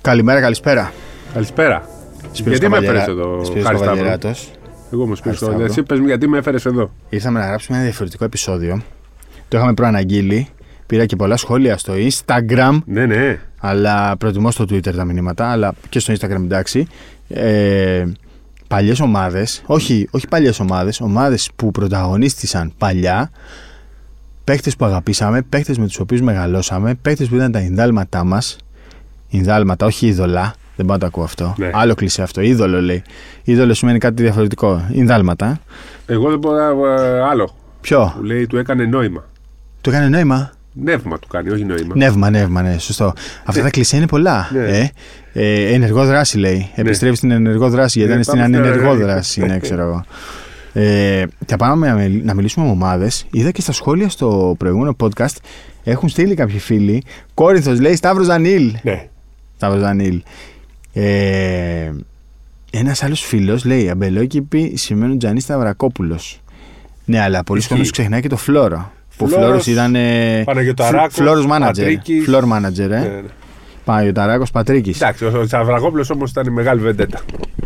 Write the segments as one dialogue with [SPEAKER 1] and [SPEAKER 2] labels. [SPEAKER 1] Καλημέρα, καλησπέρα.
[SPEAKER 2] Καλησπέρα.
[SPEAKER 1] Σπύρος
[SPEAKER 2] γιατί με
[SPEAKER 1] Καβαλιέρα-
[SPEAKER 2] έφερες εδώ,
[SPEAKER 1] Σπύρος
[SPEAKER 2] Χάρη Σταύρου?
[SPEAKER 1] Καβαλιεράτος.
[SPEAKER 2] Εγώ όμω πίσω.
[SPEAKER 1] Σταύρο.
[SPEAKER 2] Εσύ πες μου γιατί με έφερες εδώ.
[SPEAKER 1] Ήρθαμε να γράψουμε ένα διαφορετικό επεισόδιο. Το είχαμε προαναγγείλει. Πήρα και πολλά σχόλια στο Instagram,
[SPEAKER 2] Ναι, ναι.
[SPEAKER 1] αλλά προτιμώ στο Twitter τα μηνύματα, αλλά και στο Instagram εντάξει. Ε, παλιές ομάδες, όχι, όχι παλιές ομάδες, ομάδες που πρωταγωνίστησαν παλιά, παίχτες που αγαπήσαμε, παίχτες με τους οποίους μεγαλώσαμε, παίχτες που ήταν τα ινδάλματά μας, ινδάλματα, όχι είδωλα, δεν πάω να το ακούω αυτό.
[SPEAKER 2] Ναι.
[SPEAKER 1] Άλλο κλεισέ αυτό, είδωλο λέει. Είδωλο σημαίνει κάτι διαφορετικό, ινδάλματα.
[SPEAKER 2] Εγώ δεν μπορώ ε, άλλο.
[SPEAKER 1] Ποιο,
[SPEAKER 2] Που λέει του έκανε νόημα.
[SPEAKER 1] το έκανε νόημα.
[SPEAKER 2] Νεύμα του κάνει, όχι νόημα.
[SPEAKER 1] Νεύμα, νεύμα, ναι, σωστό. Αυτά τα κλισέ είναι πολλά.
[SPEAKER 2] Ναι.
[SPEAKER 1] Ε. Ε, ενεργό δράση λέει. Επιστρέφει στην ενεργό δράση, γιατί
[SPEAKER 2] Ναι,
[SPEAKER 1] είναι στην
[SPEAKER 2] πάμε στην
[SPEAKER 1] ανενεργό
[SPEAKER 2] ανεργή.
[SPEAKER 1] δράση, ναι, ξέρω εγώ. Ε, θα πάμε να μιλ- να μιλήσουμε με ομάδες. Είδα και στα σχόλια στο προηγούμενο podcast έχουν στείλει κάποιοι φίλοι. Κόρυθος λέει Σταύρος Δανίλ.
[SPEAKER 2] Ναι.
[SPEAKER 1] Σταύρο Δανίλ. Ε, Ένας άλλος φίλος λέει Αμπελόκηπη σημαίνει Τζανί Σταυρακόπουλος. Ναι, αλλά πολλοί
[SPEAKER 2] Ισχύει.
[SPEAKER 1] κόσμοι ξεχνάει και το φλόρο. Που
[SPEAKER 2] Φλόρος,
[SPEAKER 1] φλόρος ήταν. ε,
[SPEAKER 2] Παναγιωταράκος,
[SPEAKER 1] Φλόρος manager. ε.
[SPEAKER 2] Πατρίκης.
[SPEAKER 1] Φλόρ manager, ε.
[SPEAKER 2] Ναι, ναι.
[SPEAKER 1] Παναγιωταράκος Πατρίκης.
[SPEAKER 2] Εντάξει, ο Σαβραγόπλο όμως ήταν η μεγάλη βεντέτα.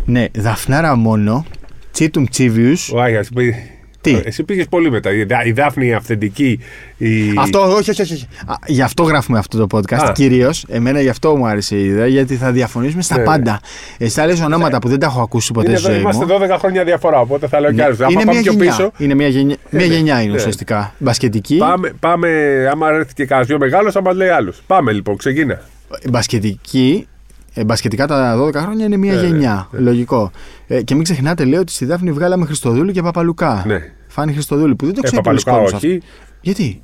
[SPEAKER 1] Ναι, Δαφνάρα μόνο. Τσίτουμ Τσίβιους.
[SPEAKER 2] Ο Άγιας πήγε-
[SPEAKER 1] Τι?
[SPEAKER 2] Εσύ πήγες πολύ μετά. Η Δα- Η Δάφνη η αυθεντική. Η...
[SPEAKER 1] Αυτό, όχι, όχι, όχι. όχι. Α, γι' αυτό γράφουμε αυτό το podcast
[SPEAKER 2] Α.
[SPEAKER 1] κυρίως. Εμένα γι' αυτό μου άρεσε η ιδέα, γιατί θα διαφωνήσουμε στα
[SPEAKER 2] Ναι, ναι.
[SPEAKER 1] πάντα. Εσύ άλλε ονόματα που δεν τα έχω ακούσει ποτέ
[SPEAKER 2] Είναι
[SPEAKER 1] στη
[SPEAKER 2] εδώ-
[SPEAKER 1] ζωή
[SPEAKER 2] είμαστε
[SPEAKER 1] μου.
[SPEAKER 2] 12 χρόνια διαφορά, οπότε θα λέω κι
[SPEAKER 1] Ναι,
[SPEAKER 2] άλλους. Άμα
[SPEAKER 1] Είναι μια
[SPEAKER 2] πάμε πιο
[SPEAKER 1] γενιά. Ε?
[SPEAKER 2] πίσω.
[SPEAKER 1] Είναι μια γενιά, μια
[SPEAKER 2] ναι,
[SPEAKER 1] γενιά είναι
[SPEAKER 2] ναι.
[SPEAKER 1] ουσιαστικά. Μπασκετική.
[SPEAKER 2] Πάμε, πάμε, άμα έρθει και κανένας δύο μεγάλο, θα μα λέει άλλους. Πάμε λοιπόν, ξεκίνα.
[SPEAKER 1] μπασκετική, ε, μπασκετικά τα 12 χρόνια είναι μια
[SPEAKER 2] Ναι, ναι,
[SPEAKER 1] γενιά. Λογικό. Ε, και μην ξεχνάτε, λέω ότι στη Δάφνη βγάλαμε Χριστοδούλου και Παπαλουκά.
[SPEAKER 2] ναι.
[SPEAKER 1] Φάνη Χριστοδούλου που δεν το
[SPEAKER 2] Ε,
[SPEAKER 1] ξέρει πολλοί
[SPEAKER 2] Παπαλουκά
[SPEAKER 1] κόσμος αυτό.
[SPEAKER 2] όχι.
[SPEAKER 1] Γιατί.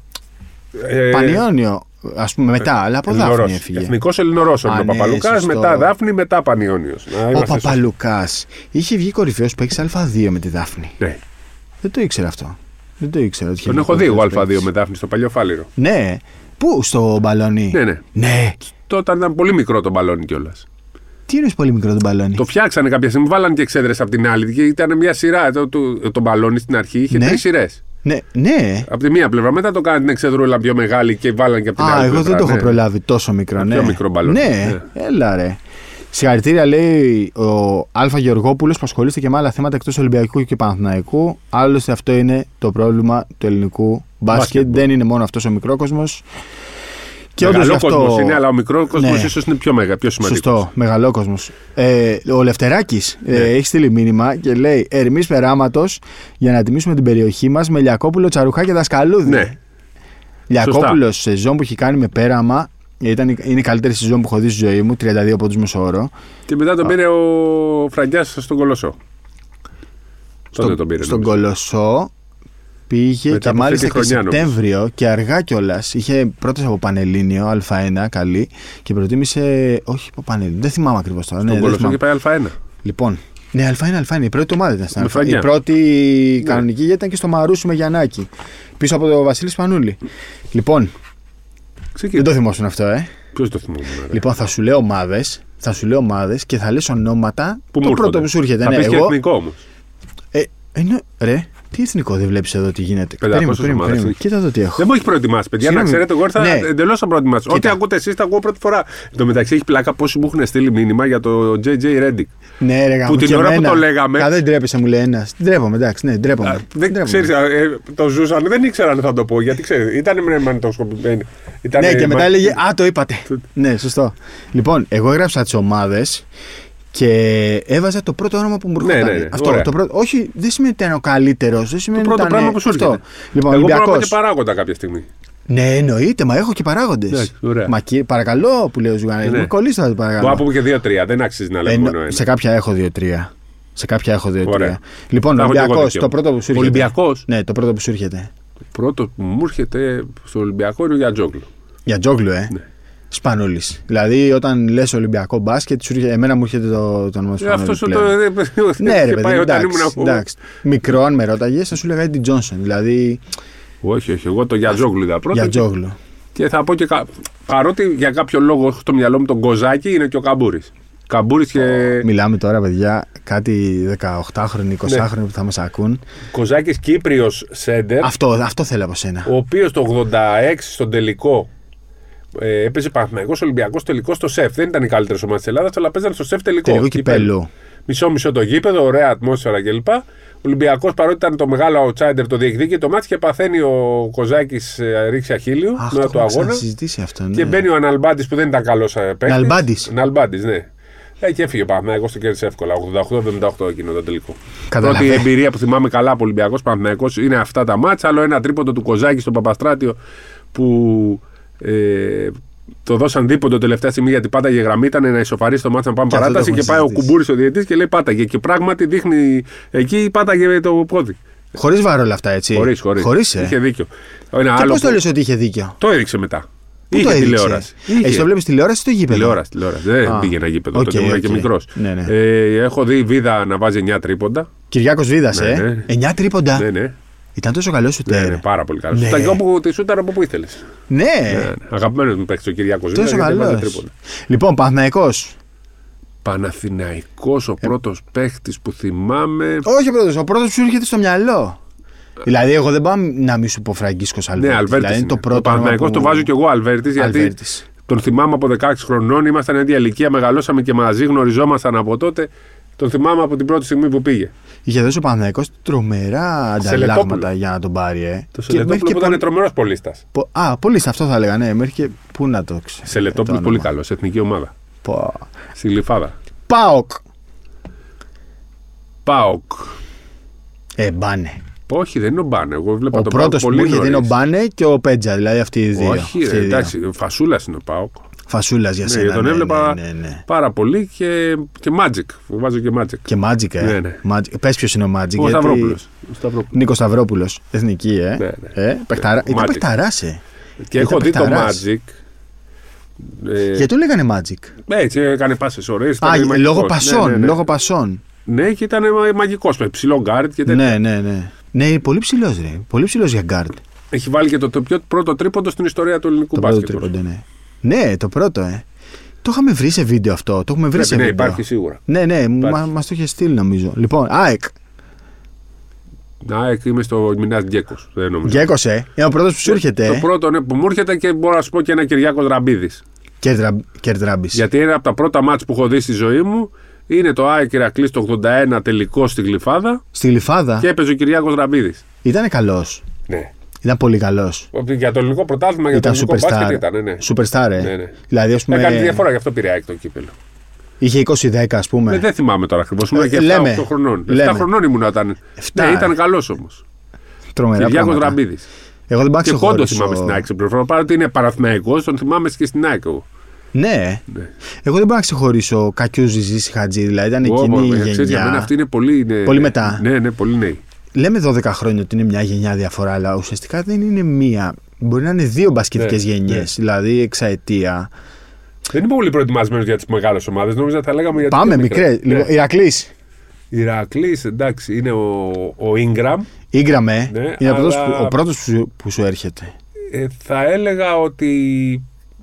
[SPEAKER 2] Ε,
[SPEAKER 1] Πανιόνιο, ας πούμε, μετά, αλλά από Δάφνη έφυγε.
[SPEAKER 2] Εθνικός Ελληνορώσο.
[SPEAKER 1] Α,
[SPEAKER 2] Ο
[SPEAKER 1] ναι,
[SPEAKER 2] Παπαλουκάς,
[SPEAKER 1] σωστό.
[SPEAKER 2] μετά Δάφνη, μετά Πανιόνιος.
[SPEAKER 1] Ο Παπαλουκάς είχε βγει κορυφαίος παίκτη Α2 με τη Δάφνη.
[SPEAKER 2] Ναι,
[SPEAKER 1] Δεν το ήξερα αυτό. Δεν το ήξερα. ότι είχε
[SPEAKER 2] τον
[SPEAKER 1] βγει
[SPEAKER 2] έχω δει εγώ
[SPEAKER 1] κορυφαίος
[SPEAKER 2] Α2
[SPEAKER 1] παίκτης.
[SPEAKER 2] με Δάφνη στο παλιό φάληρο.
[SPEAKER 1] Ναι. Πού, στο μπαλόνι.
[SPEAKER 2] Ναι, ναι.
[SPEAKER 1] Ναι.
[SPEAKER 2] Τότε ήταν πολύ μικρό το μπαλόνι κιόλας.
[SPEAKER 1] Τι είναι πολύ μικρό τον μπαλόνι.
[SPEAKER 2] Το φτιάξανε κάποια στιγμή, βάλανε και εξέδρες από την άλλη. Και ήταν μια σειρά. Το, το, το μπαλόνι στην αρχή είχε
[SPEAKER 1] Ναι.
[SPEAKER 2] τρεις σειρές.
[SPEAKER 1] Ναι, ναι.
[SPEAKER 2] Από τη μία πλευρά. Μετά το κάνανε την εξεδρούλα πιο μεγάλη και βάλανε και από την
[SPEAKER 1] Α,
[SPEAKER 2] άλλη.
[SPEAKER 1] εγώ
[SPEAKER 2] πλευρά,
[SPEAKER 1] δεν το έχω
[SPEAKER 2] ναι.
[SPEAKER 1] προλάβει τόσο μικρό,
[SPEAKER 2] Ένα
[SPEAKER 1] ναι.
[SPEAKER 2] πιο μικρό μπαλόνι,
[SPEAKER 1] Ναι,
[SPEAKER 2] ναι.
[SPEAKER 1] έλα ρε. Συγχαρητήρια λέει ο Α. Γεωργόπουλος που ασχολείστε και με άλλα θέματα εκτός Ολυμπιακού και Παναθηναϊκού. Άλλωστε, αυτό είναι το πρόβλημα του ελληνικού μπάσκετ.
[SPEAKER 2] Μπάσκετ. ναι.
[SPEAKER 1] Δεν είναι μόνο αυτός ο μικρό κόσμο. Και όντω
[SPEAKER 2] Μεγάλο
[SPEAKER 1] αυτό.
[SPEAKER 2] κόσμο είναι, αλλά ο μικρός κόσμο
[SPEAKER 1] Ναι.
[SPEAKER 2] ίσως είναι πιο, μεγα, πιο σημαντικός.
[SPEAKER 1] Σωστό, μεγάλο κόσμος. Ε, ο Λευτεράκης
[SPEAKER 2] Ναι.
[SPEAKER 1] ε, έχει στείλει μήνυμα και λέει Ερμής περάματος για να τιμήσουμε την περιοχή μας με Λιακόπουλο, Τσαρουχά και Δασκαλούδη.
[SPEAKER 2] Ναι.
[SPEAKER 1] Λιακόπουλος, σεζόν που έχει κάνει με πέραμα, ήταν, είναι η καλύτερη σεζόν που έχω δει στη ζωή μου, 32 πόντου μεσόωρο.
[SPEAKER 2] Και μετά τον πήρε ο Φραγκιάς στον Κολοσσό. Τότε τον πήρε.
[SPEAKER 1] στον
[SPEAKER 2] νομίζω.
[SPEAKER 1] Κολοσσό πήγε
[SPEAKER 2] Μετά
[SPEAKER 1] και
[SPEAKER 2] από
[SPEAKER 1] μάλιστα
[SPEAKER 2] τρίτη
[SPEAKER 1] και
[SPEAKER 2] χρονιά,
[SPEAKER 1] Σεπτέμβριο και αργά κιόλας. Είχε πρώτο από Πανελλήνιο, Α1, καλή, και προτίμησε. Όχι από Πανελλήνιο, δεν θυμάμαι ακριβώς τώρα. Ναι,
[SPEAKER 2] Στον
[SPEAKER 1] δεν
[SPEAKER 2] Κολοσσό
[SPEAKER 1] θυμάμαι.
[SPEAKER 2] και πάει Α1.
[SPEAKER 1] Λοιπόν. Ναι, Α1, Α1. Η πρώτη ομάδα ήταν στην
[SPEAKER 2] Με Ναι.
[SPEAKER 1] Α1. Η
[SPEAKER 2] φραγκιά.
[SPEAKER 1] πρώτη κανονική γιατί ήταν και στο Μαρούσι με Γιαννάκη. Πίσω από τον Βασίλη Σπανούλη. Λοιπόν, δεν
[SPEAKER 2] Ξεκινά.
[SPEAKER 1] το θυμόσουν αυτό, ε.
[SPEAKER 2] Ποιος το θυμόμουν. ρε.
[SPEAKER 1] Λοιπόν, θα σου λέω ομάδες. Θα σου λέω ομάδες και θα λες ονόματα.
[SPEAKER 2] Πού
[SPEAKER 1] το
[SPEAKER 2] μου
[SPEAKER 1] πρώτο
[SPEAKER 2] έρχονται.
[SPEAKER 1] που σου έρχεται.
[SPEAKER 2] Θα
[SPEAKER 1] ναι,
[SPEAKER 2] πεις και
[SPEAKER 1] εγώ.
[SPEAKER 2] εθνικό όμως.
[SPEAKER 1] Ε, ενώ, ρε, τι εθνικό δεν βλέπεις εδώ τι γίνεται.
[SPEAKER 2] 500
[SPEAKER 1] Περίμενε, περίμενε.
[SPEAKER 2] ομάδες
[SPEAKER 1] περίμενε.
[SPEAKER 2] έχει.
[SPEAKER 1] Κοίτα εδώ τι έχω.
[SPEAKER 2] Δεν μου έχεις προετοιμάσει, παιδιά.
[SPEAKER 1] Συγγνώμη.
[SPEAKER 2] Να ξέρετε, εγώ ήρθα
[SPEAKER 1] Ναι.
[SPEAKER 2] ναι. εντελώ απροετοιμάσει. Ό,τι ακούτε εσείς, τα ακούω πρώτη φορά. Εν τω μεταξύ, έχει πλάκα πόσοι μου έχουν στείλει μήνυμα για το JJ Reddick.
[SPEAKER 1] Ναι, ρε, γαμώ,
[SPEAKER 2] την
[SPEAKER 1] και
[SPEAKER 2] ώρα που
[SPEAKER 1] εμένα.
[SPEAKER 2] το λέγαμε-
[SPEAKER 1] Κα, δεν τρέπεσαι, μου λέει ένας. Ντρέπομαι, εντάξει, ναι, ντρέπομαι.
[SPEAKER 2] Α, Δεν
[SPEAKER 1] Ντρέπομαι.
[SPEAKER 2] ξέρεις, α, ε, το ζούσαν, δεν ήξεραν θα το πω. Γιατί ξέρεις, ήταν μανιτοσκοπημένοι.
[SPEAKER 1] Ναι, και μετά έλεγε Α, το είπατε. ναι, σωστό. Λοιπόν, εγώ έγραψα τις ομάδες και έβαζα το πρώτο όνομα που μου
[SPEAKER 2] Ναι,
[SPEAKER 1] έρχονταν.
[SPEAKER 2] ναι, ναι,
[SPEAKER 1] Αυτό.
[SPEAKER 2] ωραία.
[SPEAKER 1] Το πρώτο, όχι, δεν σημαίνει ότι ήταν ο καλύτερος. Δεν σημαίνει
[SPEAKER 2] Το πρώτο
[SPEAKER 1] ότι
[SPEAKER 2] πράγμα
[SPEAKER 1] ήταν.
[SPEAKER 2] που σου
[SPEAKER 1] αυτό.
[SPEAKER 2] έρχεται.
[SPEAKER 1] Λοιπόν,
[SPEAKER 2] Εγώ μπορώ να πω
[SPEAKER 1] Ολυμπιακό.
[SPEAKER 2] και παράγοντα κάποια στιγμή.
[SPEAKER 1] Ναι, εννοείται, μα έχω και παράγοντες.
[SPEAKER 2] Εντάξει, ωραία.
[SPEAKER 1] Μα κύριε, παρακαλώ που λέει ο Ζουγανέλη.
[SPEAKER 2] Ναι.
[SPEAKER 1] Μου κολλήστε να το
[SPEAKER 2] Μπορώ να
[SPEAKER 1] παρακαλώ.
[SPEAKER 2] πούμε και δύο-τρία, δεν αξίζει να λέμε
[SPEAKER 1] Εννο-
[SPEAKER 2] μόνο ένα.
[SPEAKER 1] σε κάποια έχω δύο-τρία. Σε κάποια έχω δύο-τρία.
[SPEAKER 2] Ωραία.
[SPEAKER 1] Λοιπόν,
[SPEAKER 2] Τα έχω και εγώ
[SPEAKER 1] Ολυμπιακός,
[SPEAKER 2] δίκιο.
[SPEAKER 1] το πρώτο που σου έρχεται.
[SPEAKER 2] Ολυμπιακός.
[SPEAKER 1] Ναι, το πρώτο που σου έρχεται.
[SPEAKER 2] Πρώτο που μου έρχεται στο Ολυμπιακό είναι ο Γιατζόγλου.
[SPEAKER 1] Για τζόγλου, ε. Ναι. Σπανούλης. Δηλαδή, όταν λες Ολυμπιακό μπάσκετ, σου έρχεται- εμένα μου έρχεται το, το όνομα του
[SPEAKER 2] Ε,
[SPEAKER 1] Σπανούλη.
[SPEAKER 2] Αυτό
[SPEAKER 1] πλέον.
[SPEAKER 2] το.
[SPEAKER 1] Ναι, ρε
[SPEAKER 2] είχε
[SPEAKER 1] παιδί,
[SPEAKER 2] πάει όταν
[SPEAKER 1] εντάξει,
[SPEAKER 2] ήμουν από-
[SPEAKER 1] εντάξει. Μικρό, αν με ρώταγες, θα σου λέγα Έντι Τζόνσον. Δηλαδή,
[SPEAKER 2] Όχι, όχι. Εγώ το Γιατζόγλου είδα πρώτα.
[SPEAKER 1] για τζόγλου.
[SPEAKER 2] Και θα πω και. κα- Παρότι για κάποιο λόγο έχω στο μυαλό μου τον Κοζάκη, είναι και ο Καμπούρης. Καμπούρης και.
[SPEAKER 1] Μιλάμε τώρα, παιδιά, κάτι 18χρονοι, 20χρονοι
[SPEAKER 2] Ναι.
[SPEAKER 1] που θα μας ακούν.
[SPEAKER 2] Κοζάκης Κύπριος Σέντερ,
[SPEAKER 1] Αυτό, αυτό θέλω από σένα.
[SPEAKER 2] ο οποίος το 86 στον τελικό ε, έπαιζε Παναθυναϊκό Ολυμπιακός τελικός στο σεφ. Δεν ήταν οι καλύτερες ομάδες της Ελλάδας, αλλά παίζαν στο σεφ τελικό.
[SPEAKER 1] Τελικό κυπέλου.
[SPEAKER 2] Μισό-μισό το γήπεδο, ωραία ατμόσφαιρα κλπ. Ολυμπιακός παρότι ήταν το μεγάλο outsider, το διεκδίκει το μάτι και παθαίνει ο ε, Κοζάκη ρίξει αχίλιο
[SPEAKER 1] Αχ,
[SPEAKER 2] μετά
[SPEAKER 1] το
[SPEAKER 2] του αγώνα.
[SPEAKER 1] έχουμε συζητήσει αυτό. Ναι.
[SPEAKER 2] Και μπαίνει ο Αναλμπάντης που δεν ήταν καλός παίκτη.
[SPEAKER 1] Ναλμπάντης.
[SPEAKER 2] Ναλμπάντη, ναι. Ε, και έφυγε ο Παναθυναϊκό το κέρδισε εύκολα. 88-78 εκείνο το τελικό.
[SPEAKER 1] Καταλαβαίνω.
[SPEAKER 2] Πρώτη εμπειρία που θυμάμαι καλά από Ολυμπιακός Παναθυναϊκό είναι αυτά τα μάτσα. Άλλο ένα τρίποντο του Κοζάκη στον Παπαστράτιο που ε, το δώσαν δίποντο τελευταία στιγμή γιατί πάταγε γραμμή. Ήταν να ισοφαρίσει το μάτσα να πάμε
[SPEAKER 1] Και αυτό το
[SPEAKER 2] παράταση και
[SPEAKER 1] έχουμε
[SPEAKER 2] πάει ο
[SPEAKER 1] συζητήσει.
[SPEAKER 2] Κουμπούρης ο διαιτή και λέει πάταγε. Και πράγματι δείχνει εκεί πάταγε το πόδι.
[SPEAKER 1] Χωρίς βάρο όλα αυτά, έτσι.
[SPEAKER 2] Χωρίς, χωρίς.
[SPEAKER 1] Χωρίς, ε.
[SPEAKER 2] Είχε δίκιο. Ένα
[SPEAKER 1] Και
[SPEAKER 2] άλλο
[SPEAKER 1] πώς το
[SPEAKER 2] που-
[SPEAKER 1] λες ότι είχε δίκιο.
[SPEAKER 2] το έριξε μετά.
[SPEAKER 1] Πού το
[SPEAKER 2] είχε
[SPEAKER 1] έδειξε? Ε,
[SPEAKER 2] τηλεόραση.
[SPEAKER 1] Εσύ
[SPEAKER 2] Είχε.
[SPEAKER 1] το βλέπεις τηλεόραση ή το γήπεδο.
[SPEAKER 2] Τηλεόραση, τηλεόραση. Δεν
[SPEAKER 1] Ναι, Α.
[SPEAKER 2] πήγε ένα γήπεδο.
[SPEAKER 1] Οκ,
[SPEAKER 2] τότε ήμουν και
[SPEAKER 1] οκ.
[SPEAKER 2] μικρός.
[SPEAKER 1] Ναι, ναι.
[SPEAKER 2] Ε, έχω δει βίδα να βάζει 9 τρίποντα.
[SPEAKER 1] Κυριάκος Βίδας,
[SPEAKER 2] Ναι,
[SPEAKER 1] ε.
[SPEAKER 2] ναι.
[SPEAKER 1] Εννιά τρίποντα.
[SPEAKER 2] Ναι, ναι.
[SPEAKER 1] Ήταν τόσο καλός σου
[SPEAKER 2] Ναι, ναι, πάρα πολύ καλός.
[SPEAKER 1] Ναι.
[SPEAKER 2] Στα δυο που τη σούταρα από που ήθελες.
[SPEAKER 1] Ναι,
[SPEAKER 2] Αγαπημένος μου παίχτη ο Κυριακός.
[SPEAKER 1] τόσο καλό. Λοιπόν, Παναθναϊκό.
[SPEAKER 2] Παναθηναϊκός ο πρώτο παίχτη που θυμάμαι.
[SPEAKER 1] Όχι Ε. ο πρώτος, ο πρώτος που σου έρχεται στο μυαλό. Δηλαδή, εγώ δεν πάω να μη σου πω Φραγκίσκος Αλβέρτη.
[SPEAKER 2] Ναι, Αλβέρτης.
[SPEAKER 1] Δηλαδή, είναι το πρώτο.
[SPEAKER 2] Ο Παναθηναϊκός το βάζω κι εγώ Αλβέρτης, γιατί
[SPEAKER 1] Αλβέρτης.
[SPEAKER 2] τον θυμάμαι από 16 χρονών. Ήμασταν ίδια ηλικία, μεγαλώσαμε και μαζί, γνωριζόμασταν από τότε. Τον θυμάμαι από την πρώτη στιγμή που πήγε.
[SPEAKER 1] Είχε δώσει ο Παναθναϊκό τρομερά ανταλλάγματα
[SPEAKER 2] Σελετόπουλο.
[SPEAKER 1] για να τον πάρει. Ε.
[SPEAKER 2] Το
[SPEAKER 1] Και μέχρι
[SPEAKER 2] Σελετόπουλο
[SPEAKER 1] και
[SPEAKER 2] που ήταν
[SPEAKER 1] πολύ- Ε,
[SPEAKER 2] τρομερός πολίστας.
[SPEAKER 1] πο- Α, πολύ σε αυτό θα έλεγα, ναι. Μέχρι και. Πού να το ξέρω.
[SPEAKER 2] Σελετόπουλο
[SPEAKER 1] το
[SPEAKER 2] πολύ
[SPEAKER 1] όνομα.
[SPEAKER 2] καλός, σε εθνική ομάδα.
[SPEAKER 1] Πω.
[SPEAKER 2] Στη Λιφάδα.
[SPEAKER 1] Πάοκ.
[SPEAKER 2] Πάοκ.
[SPEAKER 1] Ε, μπάνε.
[SPEAKER 2] Όχι, δεν είναι ο Μπάνε. Εγώ βλέπα
[SPEAKER 1] Ο
[SPEAKER 2] τον
[SPEAKER 1] πρώτος
[SPEAKER 2] Πάοκ
[SPEAKER 1] που
[SPEAKER 2] πολύ
[SPEAKER 1] είχε
[SPEAKER 2] νωρίς.
[SPEAKER 1] είναι ο Μπάνε και ο Πέτζα, δηλαδή αυτοί οι δύο.
[SPEAKER 2] Όχι, ρε, εντάξει, φασούλας είναι ο Πάοκ.
[SPEAKER 1] Φασούλας για
[SPEAKER 2] Ναι,
[SPEAKER 1] σένα.
[SPEAKER 2] τον
[SPEAKER 1] ναι,
[SPEAKER 2] έβλεπα
[SPEAKER 1] ναι, ναι, ναι.
[SPEAKER 2] πάρα πολύ και, και Magic. Βάζω και Magic.
[SPEAKER 1] Και Μάτζικα. ε.
[SPEAKER 2] Ναι, ναι.
[SPEAKER 1] Πες ποιος είναι ο Μάτζικα.
[SPEAKER 2] Ο Σταυρόπουλος. Ο Σταυρόπουλος.
[SPEAKER 1] Νίκος Σταυρόπουλος, εθνική, ε.
[SPEAKER 2] Ναι, ναι.
[SPEAKER 1] ε παιχταρά...
[SPEAKER 2] Ναι,
[SPEAKER 1] Ήταν
[SPEAKER 2] Magic.
[SPEAKER 1] παιχταράς, ε.
[SPEAKER 2] Και έχω δει το
[SPEAKER 1] παιχταράς.
[SPEAKER 2] Magic. Ε, ναι,
[SPEAKER 1] Γιατί το λέγανε Magic.
[SPEAKER 2] Έτσι, έκανε πάσες ωραίες.
[SPEAKER 1] Α, λόγω πασών.
[SPEAKER 2] Ναι, ναι, ναι.
[SPEAKER 1] Λόγω πασών.
[SPEAKER 2] ναι, και ήταν μαγικός με ψηλό γκάρτ και τέτοια.
[SPEAKER 1] Ναι, ναι, ναι. Ναι, είναι πολύ ψηλός, ρε. Πολύ ψηλός για γκάρτ.
[SPEAKER 2] Έχει βάλει και το, το πιο πρώτο τρίποντο στην ιστορία του ελληνικού
[SPEAKER 1] Το πρώτο
[SPEAKER 2] μπάσκετ.
[SPEAKER 1] τρίποντο, ναι. Ναι, το πρώτο, ε. Το είχαμε βρει σε βίντεο αυτό. Το έχουμε βρει
[SPEAKER 2] Πρέπει
[SPEAKER 1] σε
[SPEAKER 2] να
[SPEAKER 1] βίντεο.
[SPEAKER 2] Ναι, υπάρχει σίγουρα.
[SPEAKER 1] Ναι, ναι, μα
[SPEAKER 2] Υπάρχει.
[SPEAKER 1] μας το είχε στείλει νομίζω. Λοιπόν, ΑΕΚ.
[SPEAKER 2] Να, ε, είμαι στο Μινά Γκέκος. Δεν νομίζω.
[SPEAKER 1] Γκέκος, ε. Είναι ο πρώτος που σου έρχεται.
[SPEAKER 2] Το
[SPEAKER 1] ε.
[SPEAKER 2] πρώτο ναι, που μου έρχεται και μπορώ να σου πω και ένα Κυριάκο Ραμπίδη.
[SPEAKER 1] Κέρτρα- Κερτράμπης.
[SPEAKER 2] Γιατί ένα από τα πρώτα μάτς που έχω δει στη ζωή μου είναι το ΑΕΚ Ηρακλής το 81 τελικό στην Γλυφάδα
[SPEAKER 1] Στη Λιφάδα
[SPEAKER 2] και έπαιζε ο Κυριάκος Ραμπίδης.
[SPEAKER 1] ήταν καλός.
[SPEAKER 2] Ναι.
[SPEAKER 1] Ήταν πολύ καλός.
[SPEAKER 2] Για το ελληνικό πρωτάθλημα, για το
[SPEAKER 1] Ήταν
[SPEAKER 2] ελληνικό
[SPEAKER 1] superstar.
[SPEAKER 2] μπάσκετ ήταν, ναι.
[SPEAKER 1] Superstar, ε.
[SPEAKER 2] Ναι, ναι.
[SPEAKER 1] Δηλαδή, ας πούμε,
[SPEAKER 2] Έκανε τη διαφορά, γι' αυτό πήρε ΑΕΚ το κύπελο.
[SPEAKER 1] είχε 20-10, ας πούμε.
[SPEAKER 2] Ε, δεν θυμάμαι τώρα ακριβώς,
[SPEAKER 1] Ναι. Ε,
[SPEAKER 2] ήμουν και 7
[SPEAKER 1] λέμε.
[SPEAKER 2] οκτώ χρονών. 7
[SPEAKER 1] Λέμε.
[SPEAKER 2] χρονών ήμουν όταν.
[SPEAKER 1] Εφτά. Ε,
[SPEAKER 2] Ναι, ήταν καλός όμως.
[SPEAKER 1] Τρομερά
[SPEAKER 2] Κυριάκος
[SPEAKER 1] πράγματα.
[SPEAKER 2] Ραμπίδης.
[SPEAKER 1] Εγώ δεν πάω
[SPEAKER 2] Και κόντο
[SPEAKER 1] ξεχώρισα.
[SPEAKER 2] θυμάμαι στην ΑΕΚ, σε πληροφορώ. Παρότι είναι Παναθηναϊκός, τον θυμάμαι και στην ΑΕΚ. εγώ.
[SPEAKER 1] Ναι.
[SPEAKER 2] Ναι.
[SPEAKER 1] Εγώ δεν πάω να ξεχωρίσω κακιούς Ζιζή Χατζή. Δηλαδή, ήταν
[SPEAKER 2] Ω,
[SPEAKER 1] εκείνη η
[SPEAKER 2] μα, ξέρεις, για μένα
[SPEAKER 1] γενιά.
[SPEAKER 2] αυτή είναι πολύ. είναι-
[SPEAKER 1] Πολύ μετά.
[SPEAKER 2] Ναι, ναι, πολύ νέοι.
[SPEAKER 1] Λέμε 12 χρόνια ότι είναι μια γενιά διαφορά, αλλά ουσιαστικά δεν είναι μία. Μπορεί να είναι δύο μπασκετικές
[SPEAKER 2] Ναι,
[SPEAKER 1] γενιές,
[SPEAKER 2] ναι. Ε,
[SPEAKER 1] δηλαδή εξαετία.
[SPEAKER 2] Δεν είμαι πολύ προετοιμασμένος για τις μεγάλες ομάδες. Νόμιζα τα λέγαμε για τις
[SPEAKER 1] Πάμε
[SPEAKER 2] πιο Ναι.
[SPEAKER 1] μικρέ. Λοιπόν, Ηρακλής.
[SPEAKER 2] Ηρακλής, εντάξει, είναι ο, ο Ingram.
[SPEAKER 1] Ήγκραμε.
[SPEAKER 2] Ναι,
[SPEAKER 1] είναι ο πρώτος
[SPEAKER 2] αλλά-
[SPEAKER 1] που- ο πρώτος που, σου- που σου έρχεται.
[SPEAKER 2] Ε, θα έλεγα ότι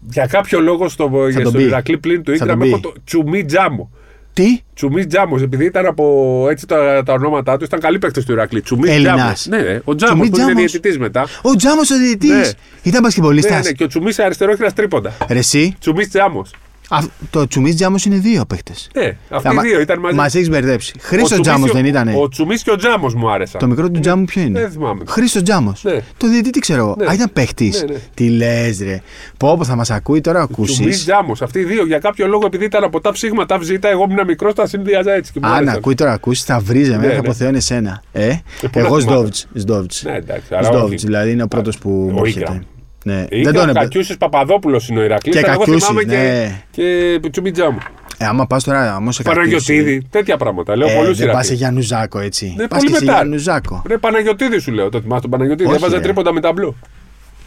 [SPEAKER 2] για κάποιο λόγο στο, για
[SPEAKER 1] τον
[SPEAKER 2] στον
[SPEAKER 1] πει.
[SPEAKER 2] Ηρακλή πλήν του
[SPEAKER 1] Θα τον
[SPEAKER 2] Ingram
[SPEAKER 1] πει.
[SPEAKER 2] έχω το Τσουμί Τζάμο.
[SPEAKER 1] Τι,
[SPEAKER 2] Τσουμί Τζάμος, επειδή ήταν από έτσι τα, τα ονόματά του, ήταν καλοί παίκτες του Ηρακλή. Τσουμί Τζάμο.
[SPEAKER 1] Ελληνάς.
[SPEAKER 2] Ναι, ναι, ο Τζάμος
[SPEAKER 1] Τσουμί
[SPEAKER 2] που είναι
[SPEAKER 1] Τζάμος.
[SPEAKER 2] διαιτητής μετά.
[SPEAKER 1] ο Τζάμος ο διαιτητής.
[SPEAKER 2] Ναι.
[SPEAKER 1] Ήταν
[SPEAKER 2] Ναι,
[SPEAKER 1] μπασκετμπολίστα.
[SPEAKER 2] ναι, και ο Τσουμί αριστερό έχει ένα τρίποντα.
[SPEAKER 1] Ρε εσύ,
[SPEAKER 2] Τσουμί Τζάμο.
[SPEAKER 1] α, το τσουμίς Τζάμος είναι δύο παίχτε.
[SPEAKER 2] Ναι, αυτοί οι δύο ήταν μαζί.
[SPEAKER 1] Μας έχεις μπερδέψει. Χρήστο
[SPEAKER 2] Τσουμής
[SPEAKER 1] Τζάμος
[SPEAKER 2] και ο-
[SPEAKER 1] δεν ήταν.
[SPEAKER 2] Ο Τσουμίς και ο Τζάμος μου άρεσαν.
[SPEAKER 1] Το μικρό του Τζάμου ποιο είναι.
[SPEAKER 2] Δεν θυμάμαι.
[SPEAKER 1] Χρήστος Τζάμος.
[SPEAKER 2] Ναι.
[SPEAKER 1] Το διαιτητή ξέρω εγώ.
[SPEAKER 2] Ναι.
[SPEAKER 1] Α, ήταν παίχτης.
[SPEAKER 2] Ναι, ναι.
[SPEAKER 1] Τι λες, ρε. Πω, πω θα μας ακούει τώρα, ακούσεις.
[SPEAKER 2] Τσουμίς Τζάμος. Αυτοί οι δύο για κάποιο λόγο επειδή ήταν από τα ψήγμα, τα βζήτα, εγώ ήμουν μικρός, τα συνδυάζα έτσι. Και μου
[SPEAKER 1] Αν
[SPEAKER 2] άρεσαν.
[SPEAKER 1] ακούει τώρα, ακούσει, θα βρίζε με,
[SPEAKER 2] Ναι,
[SPEAKER 1] θα
[SPEAKER 2] ναι.
[SPEAKER 1] αποθεώνει εσένα. Ε,
[SPEAKER 2] πού να
[SPEAKER 1] εγώ
[SPEAKER 2] θυμάμαι.
[SPEAKER 1] Σδόβτς. Σδόβτς.
[SPEAKER 2] Ναι, εντάξει, αλλά
[SPEAKER 1] Σδόβτς,
[SPEAKER 2] όχι.
[SPEAKER 1] δηλαδή είναι ο πρώτος που μου
[SPEAKER 2] ο
[SPEAKER 1] έρχεται.
[SPEAKER 2] Ίγκραμ.
[SPEAKER 1] Ναι.
[SPEAKER 2] Ή
[SPEAKER 1] Δεν
[SPEAKER 2] και
[SPEAKER 1] τον
[SPEAKER 2] ο
[SPEAKER 1] εμπε-
[SPEAKER 2] Κακιούσης Παπαδόπουλος είναι ο Ηρακλής.
[SPEAKER 1] Και
[SPEAKER 2] εγώ
[SPEAKER 1] Κακιούσης,
[SPEAKER 2] θυμάμαι
[SPEAKER 1] ναι.
[SPEAKER 2] και, και Τσουμιτζά μου.
[SPEAKER 1] Ε, άμα πας τώρα όμω σε Κακιούση,
[SPEAKER 2] Παναγιοτήδη, τέτοια πράγματα. Λέω
[SPEAKER 1] ε,
[SPEAKER 2] πολλούς
[SPEAKER 1] Δεν πας σε
[SPEAKER 2] Ηρακλή.
[SPEAKER 1] Γιαννουζάκο έτσι.
[SPEAKER 2] Ναι,
[SPEAKER 1] πας
[SPEAKER 2] πολύ
[SPEAKER 1] και σε
[SPEAKER 2] μετά.
[SPEAKER 1] Γιαννουζάκο.
[SPEAKER 2] Ρε Παναγιοτήδη σου λέω, το θυμάσαι τον Παναγιοτήδη.
[SPEAKER 1] Όχι,
[SPEAKER 2] Έβαζε
[SPEAKER 1] ρε.
[SPEAKER 2] τρίποντα με ταμπλό.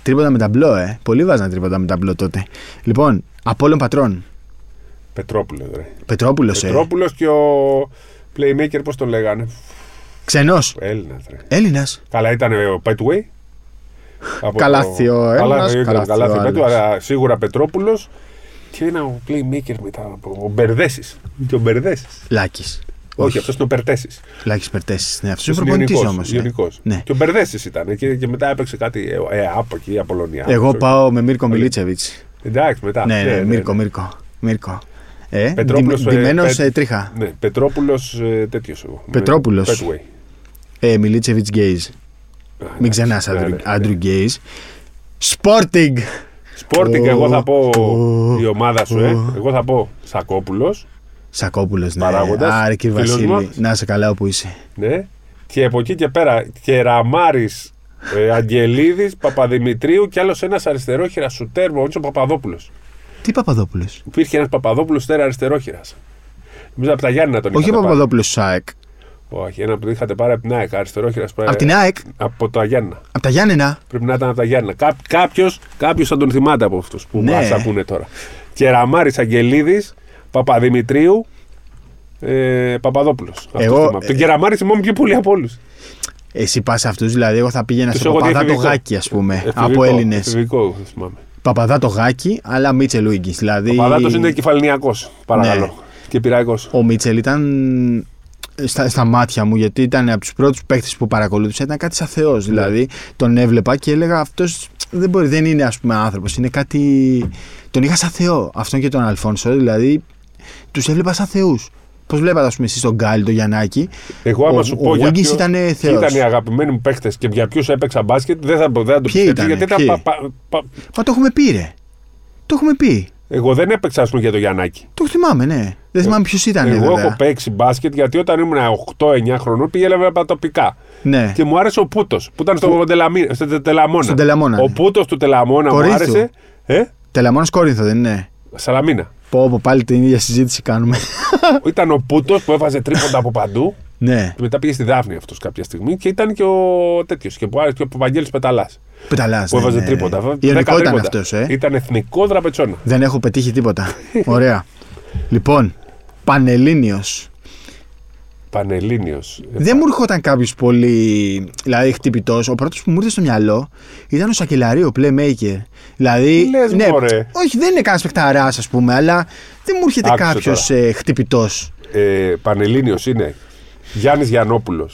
[SPEAKER 1] Τρίποτα με ταμπλό, ε. Πολλοί βάζανε τρίποτα με ταμπλό τότε. Λοιπόν, Απόλλων Πατρών.
[SPEAKER 2] Πετρόπουλος, ρε.
[SPEAKER 1] Πετρόπουλος, ε.
[SPEAKER 2] Πετρόπουλος και ο Playmaker, πώς τον λέγανε.
[SPEAKER 1] Ξενός.
[SPEAKER 2] Έλληνας, ρε.
[SPEAKER 1] Έλληνας.
[SPEAKER 2] Καλά ήταν ε, ο Πέτουεϊ. Από
[SPEAKER 1] Καλάθιο,
[SPEAKER 2] το-
[SPEAKER 1] Έλληνας,
[SPEAKER 2] Καλάθιο, ήταν
[SPEAKER 1] Καλάθιο,
[SPEAKER 2] Καλάθιο
[SPEAKER 1] άλλος.
[SPEAKER 2] Πέτου, αλλά σίγουρα Πετρόπουλος. Και ένα ο playmaker μετά. Ο Μπερδέση. Και ο Μπερδέσης.
[SPEAKER 1] Λάκης.
[SPEAKER 2] Όχι, αυτός είναι ο Περτέσης.
[SPEAKER 1] Λάκης Περτέσης. Ναι, αυτός είναι προπονητή όμως. Ναι.
[SPEAKER 2] Και ο Μπερδέσης ήταν. Και, και μετά έπαιξε κάτι ε, ε, από ε, εκεί, Απολωνία.
[SPEAKER 1] Εγώ πάω με Μίρκο Μιλίτσεβιτ.
[SPEAKER 2] Εντάξει, μετά.
[SPEAKER 1] Ναι, ναι, Μύρκο, Μύρκο. Μύρκο. Ε,
[SPEAKER 2] Πετρόπουλος,
[SPEAKER 1] δι-
[SPEAKER 2] ε,
[SPEAKER 1] ντυμένος,
[SPEAKER 2] Πε-
[SPEAKER 1] ε, τρίχα.
[SPEAKER 2] Ναι, Πετρόπουλος τέτοιο εγώ.
[SPEAKER 1] Πετρόπουλος.
[SPEAKER 2] Petway.
[SPEAKER 1] Ε, Μιλίτσεβιτ Γκέιζ.
[SPEAKER 2] Ναι,
[SPEAKER 1] Μην ξεχνάς, Άντρου Γκέιζ. Sporting!
[SPEAKER 2] Σπόρτινγκ,
[SPEAKER 1] Ω,
[SPEAKER 2] εγώ θα πω
[SPEAKER 1] ω,
[SPEAKER 2] η ομάδα σου, ε.
[SPEAKER 1] ω.
[SPEAKER 2] Εγώ θα πω Σακόπουλος.
[SPEAKER 1] Σακόπουλος, ναι.
[SPEAKER 2] Παράγοντας,
[SPEAKER 1] Άρη, κύριε
[SPEAKER 2] φίλος
[SPEAKER 1] Βασίλη,
[SPEAKER 2] μας.
[SPEAKER 1] να είσαι καλά όπου είσαι.
[SPEAKER 2] Ναι. Και από εκεί και πέρα, Κεραμάρη, ε, Αγγελίδης, Παπαδημητρίου και άλλος ένας αριστερό χειρασουτέρ, ο Παπαδόπουλος.
[SPEAKER 1] Τι Παπαδόπουλος.
[SPEAKER 2] Υπήρχε ένας Παπαδόπουλος τέρα αριστερό χειρα. Νομίζω από τα Γιάννη τον
[SPEAKER 1] Όχι
[SPEAKER 2] είχατε
[SPEAKER 1] ο
[SPEAKER 2] πάρει.
[SPEAKER 1] Παπαδόπουλος Σάεκ.
[SPEAKER 2] Όχι, ένα που τον είχατε πάρει από την ΑΕΚ, αριστερό χειρα.
[SPEAKER 1] Απ' την ΑΕΚ,
[SPEAKER 2] Από τα Γιάννα.
[SPEAKER 1] απ' τα Γιάννενα.
[SPEAKER 2] Πρέπει να ήταν από τα Γιάννα. Κά, Κάποιος κάποιος θα τον θυμάται από αυτούς που
[SPEAKER 1] Ναι.
[SPEAKER 2] μας ακούνε τώρα. Κεραμάρη Αγγελίδης, Παπαδημητρίου, ε, Παπαδόπουλος.
[SPEAKER 1] Εγώ, ε,
[SPEAKER 2] Τον Κεραμάρη θυμόμουν πιο πολύ από όλους.
[SPEAKER 1] Εσύ πας αυτούς, δηλαδή, εγώ θα πήγαινα
[SPEAKER 2] Τους
[SPEAKER 1] στο
[SPEAKER 2] έχω Ε, δει
[SPEAKER 1] Παπαδά το
[SPEAKER 2] εφηβικό.
[SPEAKER 1] Γάκι, ας πούμε, από Έλληνες.
[SPEAKER 2] Εφηβικό, θυμάμαι.
[SPEAKER 1] Παπαδά το Γάκι, αλλά Μίτσελ Ούγκη. Δηλαδή,
[SPEAKER 2] Παπαδάτος είναι κεφαλνιακό, παρακαλώ.
[SPEAKER 1] Ναι.
[SPEAKER 2] Και πειραϊκός.
[SPEAKER 1] ο Μίτσελ ήταν ε, στα, στα μάτια μου, γιατί ήταν από τους πρώτους παίκτες που παρακολούθησα, ήταν κάτι σαν θεός.
[SPEAKER 2] Ναι.
[SPEAKER 1] Δηλαδή, τον έβλεπα και έλεγα αυτός δεν μπορεί, δεν είναι ας πούμε άνθρωπος. Είναι κάτι. Τον είχα σαν θεό. Αυτόν και τον Αλφόνσο, δηλαδή τους έβλεπα σαν θεούς. Πώς βλέπατε, ας πούμε, εσείς τον Γκάλι, τον Γιαννάκη.
[SPEAKER 2] Εγώ, άμα
[SPEAKER 1] ο-
[SPEAKER 2] σου
[SPEAKER 1] ο
[SPEAKER 2] πω για
[SPEAKER 1] Ούγκης
[SPEAKER 2] ποιο-
[SPEAKER 1] ήταν, ε,
[SPEAKER 2] ποιοι
[SPEAKER 1] θεός.
[SPEAKER 2] ήταν οι αγαπημένοι μου παίχτε και για ποιους έπαιξα μπάσκετ, δεν θα, δεν θα το πιστέψεις,
[SPEAKER 1] ήτανε,
[SPEAKER 2] γιατί ήταν.
[SPEAKER 1] ποιοι?
[SPEAKER 2] πα- πα- πα-
[SPEAKER 1] Μα το έχουμε πει, ρε. Το έχουμε πει.
[SPEAKER 2] εγώ δεν έπαιξα ας πούμε, για το Γιαννάκη.
[SPEAKER 1] Το θυμάμαι, ναι. Δεν θυμάμαι ποιος ήταν.
[SPEAKER 2] Ε, Εγώ
[SPEAKER 1] βέβαια.
[SPEAKER 2] έχω παίξει μπάσκετ γιατί όταν ήμουν 8-9 χρονών πήγαινα με τοπικά.
[SPEAKER 1] Ναι.
[SPEAKER 2] Και μου άρεσε ο Πούτος που ήταν στο, Τελαμί- στο Τε- Τελαμόνα.
[SPEAKER 1] Στον Τελαμόνα,
[SPEAKER 2] Ο
[SPEAKER 1] ναι.
[SPEAKER 2] Πούτος του Τελαμόνα μου
[SPEAKER 1] Κορίνθου.
[SPEAKER 2] άρεσε. Ε,
[SPEAKER 1] Τελαμόνας Κόρινθο, δεν είναι.
[SPEAKER 2] Σαλαμίνα.
[SPEAKER 1] Πω, πω, πάλι την ίδια συζήτηση κάνουμε.
[SPEAKER 2] ήταν ο Πούτος που έβαζε τρίποντα από παντού.
[SPEAKER 1] ναι.
[SPEAKER 2] Και μετά πήγε στη Δάφνη αυτός κάποια στιγμή και ήταν και ο τέτοιος. Και που άρεσε και ο Παπαγγέλη Πεταλάς.
[SPEAKER 1] Πεταλάς.
[SPEAKER 2] Που έβαζε τρίποτα.
[SPEAKER 1] Ναι, Ιωνικό ήταν αυτός, ε.
[SPEAKER 2] Ήταν εθνικό δραπετσόνα.
[SPEAKER 1] Δεν έχω πετύχει τίποτα. Ωραία. λοιπόν, Πανελλήνιος.
[SPEAKER 2] Πανελλήνιος.
[SPEAKER 1] Δεν μου έρχονταν κάποιος πολύ δηλαδή, χτυπητός. Ο πρώτος που μου ήρθε στο μυαλό ήταν ο Σακελαρί, ο playmaker. Δηλαδή.
[SPEAKER 2] Λες,
[SPEAKER 1] ναι,
[SPEAKER 2] μωρέ.
[SPEAKER 1] όχι, δεν είναι κανένα παιχταρά, ας πούμε, αλλά δεν μου έρχεται
[SPEAKER 2] Άκουσε
[SPEAKER 1] κάποιος ε, χτυπητός.
[SPEAKER 2] Ε, Πανελλήνιος είναι Γιάννης Γιανόπουλο.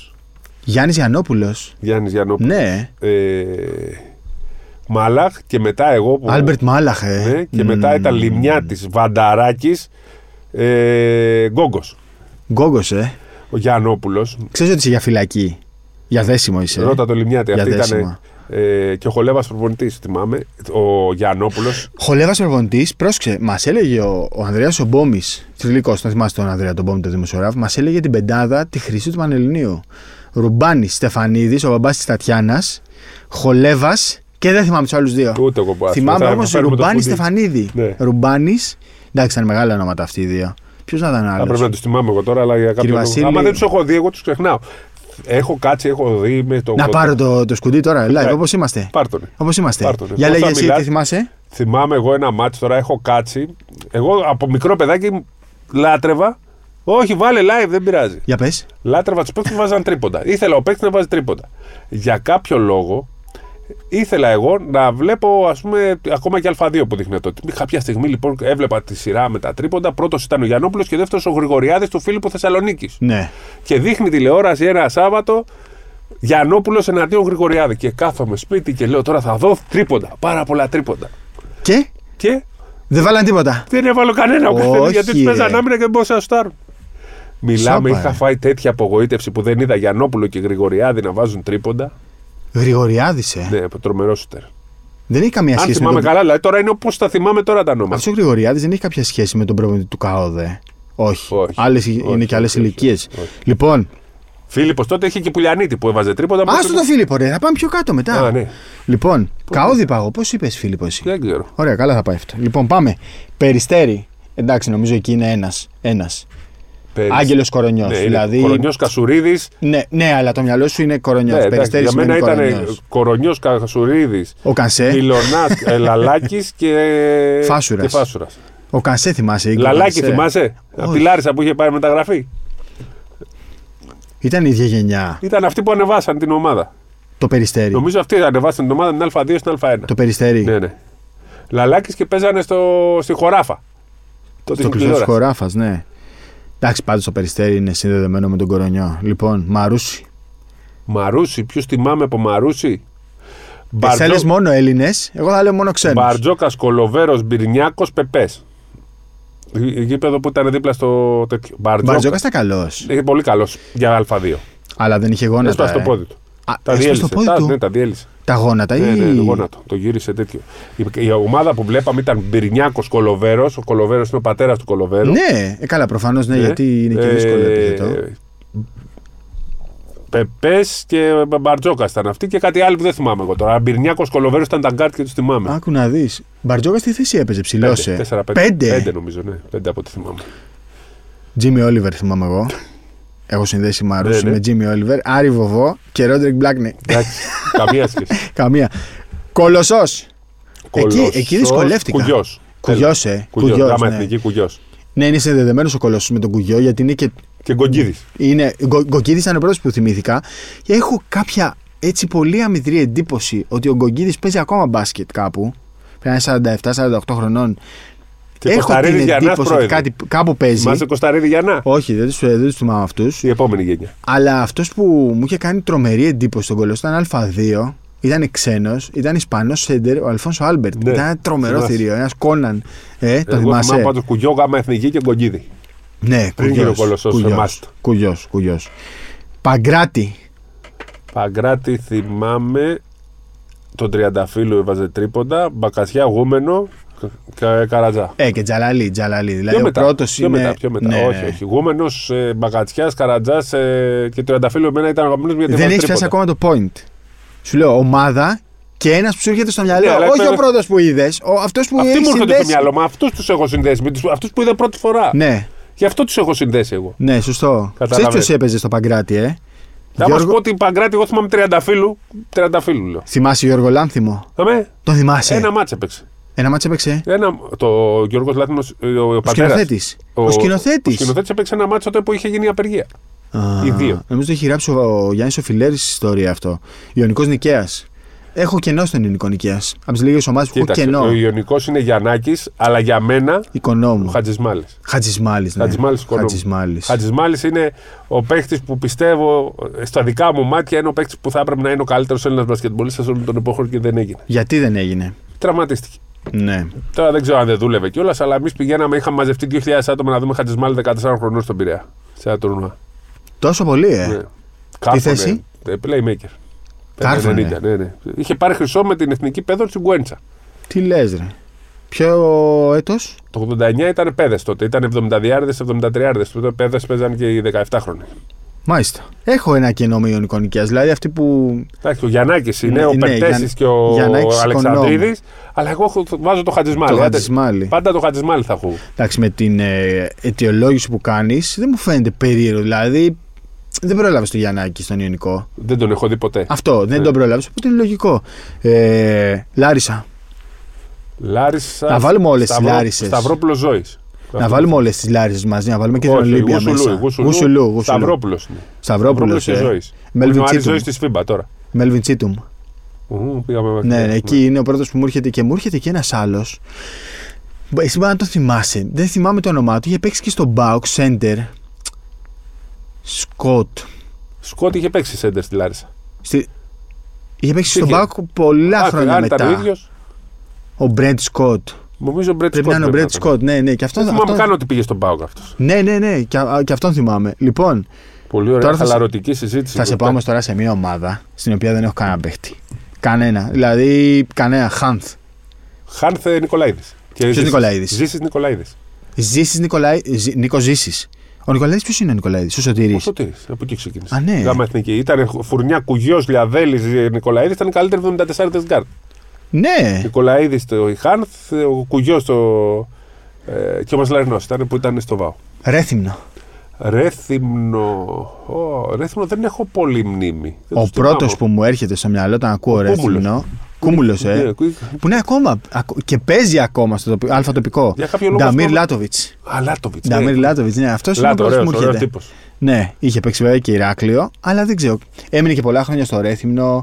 [SPEAKER 1] Γιάννη Γιανόπουλο.
[SPEAKER 2] Γιάννη Γιανόπουλο.
[SPEAKER 1] Ναι.
[SPEAKER 2] Ε, Μάλαχ και μετά εγώ. Που,
[SPEAKER 1] Άλμπερτ ε. Mm. Μάλαχε.
[SPEAKER 2] Ναι, και μετά ήταν Λιμιάτης, Βανταράκης, ε, Γκόγκος.
[SPEAKER 1] Γκόγκος, ε.
[SPEAKER 2] Ο Γιανόπουλο.
[SPEAKER 1] Ξέρεις ότι είσαι για φυλακή. Για δέσιμο είσαι.
[SPEAKER 2] Ρώτα το Λιμιάτη.
[SPEAKER 1] Για
[SPEAKER 2] Αυτή ήταν.
[SPEAKER 1] δέσιμο.
[SPEAKER 2] Ε, και ο Χολέβας προπονητής, θυμάμαι. Ο Γιανόπουλο.
[SPEAKER 1] Χολέβας προπονητής, πρόσεξε, μας έλεγε ο, ο Ανδρέας ο Μπόμης, θρηλυκός, τον θυμάστε τον Ανδρέα τον Μπόμη, τον δημοσιογράφο, μας έλεγε την πεντάδα τη χρυσή του Πανελληνίου. Ρουμπάνης, Στεφανίδης, ο μπαμπάς της Τατιάνας, Χολέβας και δεν θυμάμαι τους άλλους δύο.
[SPEAKER 2] Ούτε εγώ που άσχημα.
[SPEAKER 1] θυμάμαι
[SPEAKER 2] Θα
[SPEAKER 1] όμως
[SPEAKER 2] φέρουμε το
[SPEAKER 1] Ρουμπάνη
[SPEAKER 2] σκουτί.
[SPEAKER 1] Στεφανίδη.
[SPEAKER 2] Ναι.
[SPEAKER 1] Ρουμπάνης, εντάξει, ήταν μεγάλα ονόματα αυτοί οι δύο. Ποιος να ήταν
[SPEAKER 2] Θα πρέπει
[SPEAKER 1] άλλο.
[SPEAKER 2] να τους θυμάμαι εγώ τώρα, αλλά για κάποιο
[SPEAKER 1] Βασίλη-
[SPEAKER 2] λόγο. Άμα δεν τους έχω δει, εγώ τους ξεχνάω. Έχω κάτσει, έχω δει με το.
[SPEAKER 1] Να πάρω το, το σκουντί τώρα, live,
[SPEAKER 2] Εντάξει.
[SPEAKER 1] όπως είμαστε.
[SPEAKER 2] Πάρτον.
[SPEAKER 1] Όπως είμαστε.
[SPEAKER 2] Πάρ' τον,
[SPEAKER 1] Για
[SPEAKER 2] εγώ
[SPEAKER 1] λέγε
[SPEAKER 2] θα
[SPEAKER 1] εσύ,
[SPEAKER 2] μιλάς.
[SPEAKER 1] τι θυμάσαι.
[SPEAKER 2] Θυμάμαι εγώ ένα μάτσο τώρα, έχω κάτσει. Εγώ από μικρό παιδάκι λάτρευα. Όχι, βάλε live, δεν πειράζει.
[SPEAKER 1] Για πες.
[SPEAKER 2] Λάτρευα τους παίκτες που βάζαν τρίποντα. Ήθελα ο παίκτης να βάζει τρίποντα. Για κάποιο λόγο ήθελα εγώ να βλέπω, ας πούμε, ακόμα και Α2 που δείχνει τότε. Κάποια στιγμή λοιπόν έβλεπα τη σειρά με τα τρίποντα. Πρώτος ήταν ο Γιανόπουλο και δεύτερος ο Γρηγοριάδης του Φίλιππου Θεσσαλονίκης.
[SPEAKER 1] Ναι.
[SPEAKER 2] Και δείχνει τηλεόραση ένα Σάββατο Γιανόπουλο εναντίον Γρηγοριάδη. Και κάθομαι σπίτι και λέω τώρα θα δω τρίποντα. Πάρα πολλά τρίποντα.
[SPEAKER 1] Και
[SPEAKER 2] Και
[SPEAKER 1] δεν βάλαν τίποτα.
[SPEAKER 2] δεν έβαλε κανένα ο
[SPEAKER 1] Όχι,
[SPEAKER 2] καθένα γιατί τους
[SPEAKER 1] ρε.
[SPEAKER 2] παίζαν άμυνα και δεν μπορούσαν να στάρουν. Μιλάμε,
[SPEAKER 1] Σάπα,
[SPEAKER 2] είχα
[SPEAKER 1] ε.
[SPEAKER 2] φάει τέτοια απογοήτευση που δεν είδα Γιανόπουλο και Γρηγοριάδη να βάζουν τρίποντα.
[SPEAKER 1] Γρηγοριάδησε.
[SPEAKER 2] Ναι, τρομερό σούτερ.
[SPEAKER 1] Δεν έχει καμία
[SPEAKER 2] Αν
[SPEAKER 1] Ε, σχέση
[SPEAKER 2] θυμάμαι
[SPEAKER 1] με τον
[SPEAKER 2] καλά, δηλαδή τώρα είναι πώ τα θυμάμαι τώρα τα ονόματα.
[SPEAKER 1] Αυτό ο Γρηγοριάδη δεν έχει κάποια σχέση με τον προπονητή του ΚΑΟΔΕ. Όχι.
[SPEAKER 2] Όχι.
[SPEAKER 1] Άλλες,
[SPEAKER 2] Όχι,
[SPEAKER 1] είναι και άλλες
[SPEAKER 2] όχι, όχι,
[SPEAKER 1] ηλικίες.
[SPEAKER 2] όχι, όχι.
[SPEAKER 1] Λοιπόν,
[SPEAKER 2] Φίλιππος τότε είχε και Πουλιανίτη που έβαζε τρίποντα.
[SPEAKER 1] άστο το Φίλιππο, ρε. Θα πάμε πιο κάτω μετά.
[SPEAKER 2] Α, ναι.
[SPEAKER 1] Λοιπόν, ΚΑΟΔΕ είπα εγώ. Πώς είπες Φίλιππο εσύ.
[SPEAKER 2] Δεν ξέρω.
[SPEAKER 1] Ωραία, καλά θα πάει αυτό. Λοιπόν, πάμε. Περιστέρι. Εντάξει, νομίζω εκεί είναι ένας. Ένας.
[SPEAKER 2] Πέρυσι.
[SPEAKER 1] Άγγελος Κορονιός.
[SPEAKER 2] Ναι, δηλαδή...
[SPEAKER 1] δηλαδή.
[SPEAKER 2] Κορονιός Κασουρίδης.
[SPEAKER 1] Ναι, ναι, αλλά το μυαλό σου είναι Κορονιός.
[SPEAKER 2] Ναι, εντάξει,
[SPEAKER 1] Περιστέρι
[SPEAKER 2] για μένα
[SPEAKER 1] σημαίνει
[SPEAKER 2] ήταν
[SPEAKER 1] Κορονιός.
[SPEAKER 2] Κορονιός Κασουρίδης,
[SPEAKER 1] Ο Κανσέ.
[SPEAKER 2] Ηλονά Λαλάκη ε, και.
[SPEAKER 1] Φάσουρας.
[SPEAKER 2] και Φάσουρας.
[SPEAKER 1] Ο Κανσέ θυμάσαι. Ίγκο
[SPEAKER 2] Λαλάκη,
[SPEAKER 1] Κανσέ.
[SPEAKER 2] θυμάσαι.
[SPEAKER 1] Όχι.
[SPEAKER 2] Απ' τη Λάρισα που είχε πάρει μεταγραφή.
[SPEAKER 1] Ήταν η ίδια γενιά.
[SPEAKER 2] Ήταν αυτοί που ανεβάσαν την ομάδα.
[SPEAKER 1] Το περιστέρι.
[SPEAKER 2] Νομίζω αυτοί ανεβάσαν την ομάδα την Α2 στην Α1.
[SPEAKER 1] Το περιστέρι.
[SPEAKER 2] Ναι, ναι. Λαλάκης και παίζανε στο... στη χωράφα. Τότε
[SPEAKER 1] Στο
[SPEAKER 2] στην
[SPEAKER 1] κλειστό τη
[SPEAKER 2] τηλεόραση.
[SPEAKER 1] χωράφας, ναι. Εντάξει, πάντως το περιστέρι είναι συνδεδεμένο με τον κορονιό. Λοιπόν, Μαρούσι.
[SPEAKER 2] Μαρούσι, ποιους θυμάμαι από Μαρούσι.
[SPEAKER 1] Εσύ λες μόνο Έλληνες, εγώ θα λέω μόνο ξένους.
[SPEAKER 2] Μπαρτζόκας, Κολοβέρος, Μπυρνιάκος, Πεπές. Γήπεδο που ήταν δίπλα στο τέτοιο.
[SPEAKER 1] Μπαρτζόκας ήταν καλός.
[SPEAKER 2] Είναι πολύ καλός για Α2.
[SPEAKER 1] Αλλά δεν είχε γόνατα.
[SPEAKER 2] Ναι. Έσπασε
[SPEAKER 1] ε.
[SPEAKER 2] το πόδι του.
[SPEAKER 1] Α,
[SPEAKER 2] Τα
[SPEAKER 1] έσπασε
[SPEAKER 2] διέλυσε.
[SPEAKER 1] το πόδι
[SPEAKER 2] Τα-
[SPEAKER 1] του.
[SPEAKER 2] Ναι, τα διέλυσε.
[SPEAKER 1] Τα γόνατα ή.
[SPEAKER 2] Ναι, ναι, το γόνατο. Το γύρισε τέτοιο. Η, η ομάδα που βλέπαμε ήταν Μπυρνιάκο Κολοβέρος. Ο Κολοβέρος είναι ο πατέρας του Κολοβέρου.
[SPEAKER 1] Ναι, ε, καλά, προφανώς ναι,
[SPEAKER 2] Ναι.
[SPEAKER 1] γιατί είναι και δύσκολο
[SPEAKER 2] Ε,
[SPEAKER 1] επιθετό.
[SPEAKER 2] Πεπές και Μπαρτζόκα ήταν αυτοί και κάτι άλλο που δεν θυμάμαι εγώ τώρα. Μπυρνιάκο Κολοβέρος ήταν τα γκάρτ και τους θυμάμαι.
[SPEAKER 1] Άκου να δεις. Μπαρτζόκα τι θέση έπαιζε, ψηλός.
[SPEAKER 2] ε. Πέντε, τέσσερα, πέντε. Πέντε νομίζω, ναι. Πέντε από ό,τι θυμάμαι.
[SPEAKER 1] Τζίμι Όλιβερ θυμάμαι εγώ. Έχω συνδέσει Μαρούση
[SPEAKER 2] Ναι, ναι.
[SPEAKER 1] με Τζίμι Όλιβερ. Άρη Βοβό και Ρόντρικ Μπλάκνε.
[SPEAKER 2] Εντάξει, καμία σχέση.
[SPEAKER 1] Καμία. Κολοσσός.
[SPEAKER 2] Κολοσσός,
[SPEAKER 1] εκεί δυσκολεύτηκα.
[SPEAKER 2] Κουγιός.
[SPEAKER 1] Κουγιός,
[SPEAKER 2] Τέλος.
[SPEAKER 1] ε.
[SPEAKER 2] Κουγιός,
[SPEAKER 1] Κουγιός,
[SPEAKER 2] Γάμα
[SPEAKER 1] ναι.
[SPEAKER 2] εθνική κουγιός.
[SPEAKER 1] ναι, είναι συνδεδεμένος ο κολοσσός με τον κουγιό γιατί είναι και.
[SPEAKER 2] Και Γκογκίδης.
[SPEAKER 1] Είναι... Γκο- Γκογκίδης ήταν ο πρώτος που θυμήθηκα. Και έχω κάποια έτσι πολύ αμυδρή εντύπωση ότι ο Γκογκίδης παίζει ακόμα μπάσκετ κάπου. Πρέπει να είναι 47-48 χρονών.
[SPEAKER 2] Και
[SPEAKER 1] έχω την
[SPEAKER 2] Κωνσταντίνη Γιαννά
[SPEAKER 1] εντύπωση ότι
[SPEAKER 2] πρόεδρο.
[SPEAKER 1] κάτι, κάπου παίζει.
[SPEAKER 2] Μάθε Κωνσταντίνη Γιαννά.
[SPEAKER 1] Όχι, δεν τους δεν τους θυμάμαι αυτούς.
[SPEAKER 2] Η επόμενη γενιά.
[SPEAKER 1] Αλλά αυτός που μου είχε κάνει τρομερή εντύπωση στον κολό ήταν Α2. Ήταν ξένος, ήταν Ισπανός σέντερ, ο Αλφόνσο Άλμπερτ.
[SPEAKER 2] Ναι.
[SPEAKER 1] Ήταν ένα τρομερό
[SPEAKER 2] Θυμάσαι.
[SPEAKER 1] θηρίο, ένας Κόναν. Ε, το
[SPEAKER 2] Εγώ
[SPEAKER 1] θυμάσαι.
[SPEAKER 2] θυμάμαι πάντως κουγιό γάμα εθνική και Γκογκίδη.
[SPEAKER 1] Ναι,
[SPEAKER 2] Πριν
[SPEAKER 1] κουγιός,
[SPEAKER 2] γίνει ο Κολοσσός,
[SPEAKER 1] κουγιός,
[SPEAKER 2] θυμάστε.
[SPEAKER 1] Κουγιός, κουγιός. Παγκράτη.
[SPEAKER 2] Παγκράτη θυμάμαι τον Τριανταφύλου έβαζε τρίποντα, Μπακασιά Γούμενο, κα, Καρατζά.
[SPEAKER 1] Ε, και Τζαλαλή, Τζαλαλή. Δηλαδή ο πρώτος
[SPEAKER 2] πιο
[SPEAKER 1] είναι.
[SPEAKER 2] μετά, πιο μετά.
[SPEAKER 1] Ναι,
[SPEAKER 2] όχι,
[SPEAKER 1] ναι.
[SPEAKER 2] όχι. Γούμενος, ε, Μπακατσιάς, Καρατζάς ε, και Τριανταφύλου εμένα ήταν αγαπημένος μου γιατί
[SPEAKER 1] Δεν
[SPEAKER 2] έβαζε
[SPEAKER 1] έχει
[SPEAKER 2] τρίποντα.
[SPEAKER 1] φτάσει ακόμα το point. Σου λέω ομάδα και ένας που σου έρχεται στο μυαλό.
[SPEAKER 2] Ναι, αλλά
[SPEAKER 1] όχι
[SPEAKER 2] τώρα-
[SPEAKER 1] ο πρώτος που είδες, αυτός που
[SPEAKER 2] Αυτοί
[SPEAKER 1] έχει
[SPEAKER 2] μου έρχονται στο
[SPEAKER 1] συνδέσει.
[SPEAKER 2] μυαλό, μα αυτούς τους έχω συνδέσει. Αυτούς που είδα πρώτη φορά.
[SPEAKER 1] Ναι,
[SPEAKER 2] Γι' αυτό τους έχω συνδέσει εγώ.
[SPEAKER 1] ναι, σωστό.
[SPEAKER 2] Καταλαβαίνω.
[SPEAKER 1] Ξέρεις ποιος έπαιζε στο Παγκράτη, ε.
[SPEAKER 2] Θα μας πω ότι Παγκράτη, εγώ θυμάμαι Τριανταφύλου. Τριανταφύλου λέω.
[SPEAKER 1] Θυμάσαι Γιώργο Λάνθιμο.
[SPEAKER 2] Αμέ,
[SPEAKER 1] Τον θυμάσαι.
[SPEAKER 2] ένα μάτσε έπαιξε.
[SPEAKER 1] Ένα μάτς έπαιξε.
[SPEAKER 2] Ένα, το ο Γιώργος Λάθμος, ε, ο,
[SPEAKER 1] Ο
[SPEAKER 2] πατέρας.
[SPEAKER 1] σκηνοθέτης. Ο
[SPEAKER 2] Ο
[SPEAKER 1] σκηνοθέτης.
[SPEAKER 2] σκηνοθέτης έπαιξε ένα μάτσο τότε που είχε γίνει η απεργία. οι δύο.
[SPEAKER 1] Νομίζω το έχει γράψει ο, ο Γιάννης Οφιλέρη ιστορία αυτό. Ιωνικός Νικαίας. Έχω κενό στον Ιωνικό Νικαίας. Από τις λίγες ομάδες που έχω
[SPEAKER 2] Κοίταξε,
[SPEAKER 1] κενό.
[SPEAKER 2] ο Ιωνικός είναι Γιαννάκης, αλλά για μένα
[SPEAKER 1] Οικονό
[SPEAKER 2] ο
[SPEAKER 1] μου.
[SPEAKER 2] Χατζησμάλης.
[SPEAKER 1] Χατζημάλη. Ναι.
[SPEAKER 2] Χατζημάλης οικονόμου.
[SPEAKER 1] Χατζημάλης.
[SPEAKER 2] Χατζησμάλης είναι ο παίχτης που πιστεύω ε, στα δικά μου μάτια είναι ο παίχτης που θα έπρεπε να είναι ο καλύτερος Έλληνας μπασκετμπολίστας όλων των εποχών και δεν έγινε.
[SPEAKER 1] Γιατί δεν έγινε.
[SPEAKER 2] Τραυματίστηκε.
[SPEAKER 1] Ναι.
[SPEAKER 2] Τώρα δεν ξέρω αν δεν δούλευε κιόλας, αλλά εμείς πηγαίναμε, είχαμε μαζευτεί 2.000 άτομα να δούμε Χατζησμάλη 14 χρονών στον Πειραιά. Σε ένα τουρνουά.
[SPEAKER 1] Τόσο πολύ, ε.
[SPEAKER 2] Ναι. Κάρφωνε,
[SPEAKER 1] θέση?
[SPEAKER 2] ε, Playmaker.
[SPEAKER 1] Κάρφωνε.
[SPEAKER 2] 90, ναι, ναι. Είχε πάρει χρυσό με την εθνική πέδο στην Κουέντσα.
[SPEAKER 1] Τι λες, ρε. Ποιο έτος.
[SPEAKER 2] Το 89 ήταν πέδες τότε. Ήταν 72-73 73 Τότε πέδες παίζαν και οι 17 χρόνια.
[SPEAKER 1] Μάλιστα. Έχω ένα κενό με Ιωνικό Νικαία. Δηλαδή αυτοί που.
[SPEAKER 2] Εντάξει, ο Γιαννάκης είναι,
[SPEAKER 1] Ναι,
[SPEAKER 2] ο
[SPEAKER 1] ναι,
[SPEAKER 2] Περτέση
[SPEAKER 1] Γιαν-
[SPEAKER 2] και ο
[SPEAKER 1] Γιαννάκης
[SPEAKER 2] Αλεξανδρίδη. Αλλά εγώ έχω- βάζω το Χατζημάλι.
[SPEAKER 1] Το
[SPEAKER 2] Άντε,
[SPEAKER 1] Χατζημάλι.
[SPEAKER 2] Πάντα το Χατζημάλι θα έχω.
[SPEAKER 1] Εντάξει, με την ε, αιτιολόγηση που κάνεις, δεν μου φαίνεται περίεργο. Δηλαδή, δεν πρόλαβες το Γιαννάκη στον Ιωνικό.
[SPEAKER 2] Δεν τον έχω δει ποτέ.
[SPEAKER 1] Αυτό δεν
[SPEAKER 2] Ναι.
[SPEAKER 1] τον πρόλαβες, οπότε είναι λογικό. Ε, Λάρισα.
[SPEAKER 2] Λάρισα.
[SPEAKER 1] Να βάλουμε όλες τις
[SPEAKER 2] Σταυρό-
[SPEAKER 1] Λάρισες.
[SPEAKER 2] Σταυρόπουλος ζωής.
[SPEAKER 1] Να βάλουμε όλες τις Λάρισες μαζί, να βάλουμε και την Ολύμπια μέσα. Γουσουλού, Γουσουλού.
[SPEAKER 2] Σταυρόπουλο.
[SPEAKER 1] Σταυρόπουλο.
[SPEAKER 2] και ζωής.
[SPEAKER 1] Μέλβιν
[SPEAKER 2] Ο Άρης
[SPEAKER 1] Τσίτουμ.
[SPEAKER 2] ζωής της Φίμπα τώρα.
[SPEAKER 1] ε, Μέλβιν Τσίτουμ.
[SPEAKER 2] Ου, πήγαμε
[SPEAKER 1] Ναι,
[SPEAKER 2] μακριά.
[SPEAKER 1] ναι, εκεί είναι ο πρώτος που μου έρχεται και μου έρχεται και ένας άλλος. Εσύ μπορεί να το θυμάσαι. Δεν θυμάμαι το όνομά του. Είχε παίξει και στο Μπάουκ Center. Σκοτ.
[SPEAKER 2] Σκότ είχε παίξει σέντερ στη Λάρισα.
[SPEAKER 1] Στη... Είχε παίξει στον
[SPEAKER 2] Είχε.
[SPEAKER 1] Μπάουκ πολλά
[SPEAKER 2] Α,
[SPEAKER 1] χρόνια
[SPEAKER 2] αν ήταν ο
[SPEAKER 1] μετά.
[SPEAKER 2] ίδιος,
[SPEAKER 1] Ο Μπρέντ Σκοτ.
[SPEAKER 2] νομίζω ο Μπρέτ Σκότ.
[SPEAKER 1] Πρέπει να είναι ο Μπρέντ
[SPEAKER 2] πρέπει να
[SPEAKER 1] Σκοτ.
[SPEAKER 2] ήταν.
[SPEAKER 1] Ναι, ναι, και αυτό.
[SPEAKER 2] Δεν θυμάμαι
[SPEAKER 1] αυτό-
[SPEAKER 2] καν ότι πήγε στον Πάοκ αυτός.
[SPEAKER 1] Ναι, ναι, ναι, και, α, και αυτόν θυμάμαι. Λοιπόν,
[SPEAKER 2] Πολύ ωραία,
[SPEAKER 1] Τώρα θα σε-
[SPEAKER 2] χαλαρωτική συζήτηση.
[SPEAKER 1] θα σε πάω όμως τώρα σε μια ομάδα στην οποία δεν έχω κανένα παίχτη. Κανένα. Δηλαδή, κανένα. Χάνθ.
[SPEAKER 2] Χάνθε Νικολαίδη.
[SPEAKER 1] Ποιος Νικολαίδης?
[SPEAKER 2] Ζήση Νικολαίδη.
[SPEAKER 1] Ζήση Νικολάη. Ζη- Νίκο Ζήσης. Ο Νικολαίδης ποιος είναι ο Νικολαίδης, ο
[SPEAKER 2] Ο
[SPEAKER 1] Σωτήρης.
[SPEAKER 2] Σωτήρη. Από εκεί ξεκίνησε.
[SPEAKER 1] Α, ναι.
[SPEAKER 2] Γάμα εθνική. Ήταν φουρνιά κουγιός Λιαδέλης Νικολαίδης. Ήταν η καλύτερη 74 τη γκάρτ.
[SPEAKER 1] Ναι.
[SPEAKER 2] Νικολαίδης το Χάνθ, ο κουγιός το. Ε, και ο Μασλαρινός ήταν που ήταν στο ΒΑΟ.
[SPEAKER 1] Ρέθυμνο.
[SPEAKER 2] Ε, Ρέθυμνο. Ω, Ρέθυμνο δεν έχω πολύ μνήμη. Δεν
[SPEAKER 1] Ο
[SPEAKER 2] τους θυμάμαι.
[SPEAKER 1] πρώτος που μου έρχεται στο μυαλό όταν ακούω
[SPEAKER 2] Κούμουλος.
[SPEAKER 1] Ρέθυμνο. Κούμουλο,
[SPEAKER 2] Ναι,
[SPEAKER 1] ε.
[SPEAKER 2] κου-
[SPEAKER 1] Που είναι ακόμα. ακο- και παίζει ακόμα στο τοπι- αλφα τοπικό.
[SPEAKER 2] Για κάποιο λόγο
[SPEAKER 1] Νταμίρ
[SPEAKER 2] αυτό-
[SPEAKER 1] Λάτοβιτ.
[SPEAKER 2] Α, Λάτοβιτς, ναι.
[SPEAKER 1] Νταμίρ Λάτοβιτ, ναι, αυτός είναι ο
[SPEAKER 2] Λάτο,
[SPEAKER 1] πρώτος που
[SPEAKER 2] ωραίος,
[SPEAKER 1] μου
[SPEAKER 2] ωραίος
[SPEAKER 1] έρχεται.
[SPEAKER 2] τύπος.
[SPEAKER 1] Ναι, είχε παίξει βέβαια και Ηράκλειο, αλλά δεν ξέρω. Έμεινε και πολλά χρόνια στο Ρέθυμνο.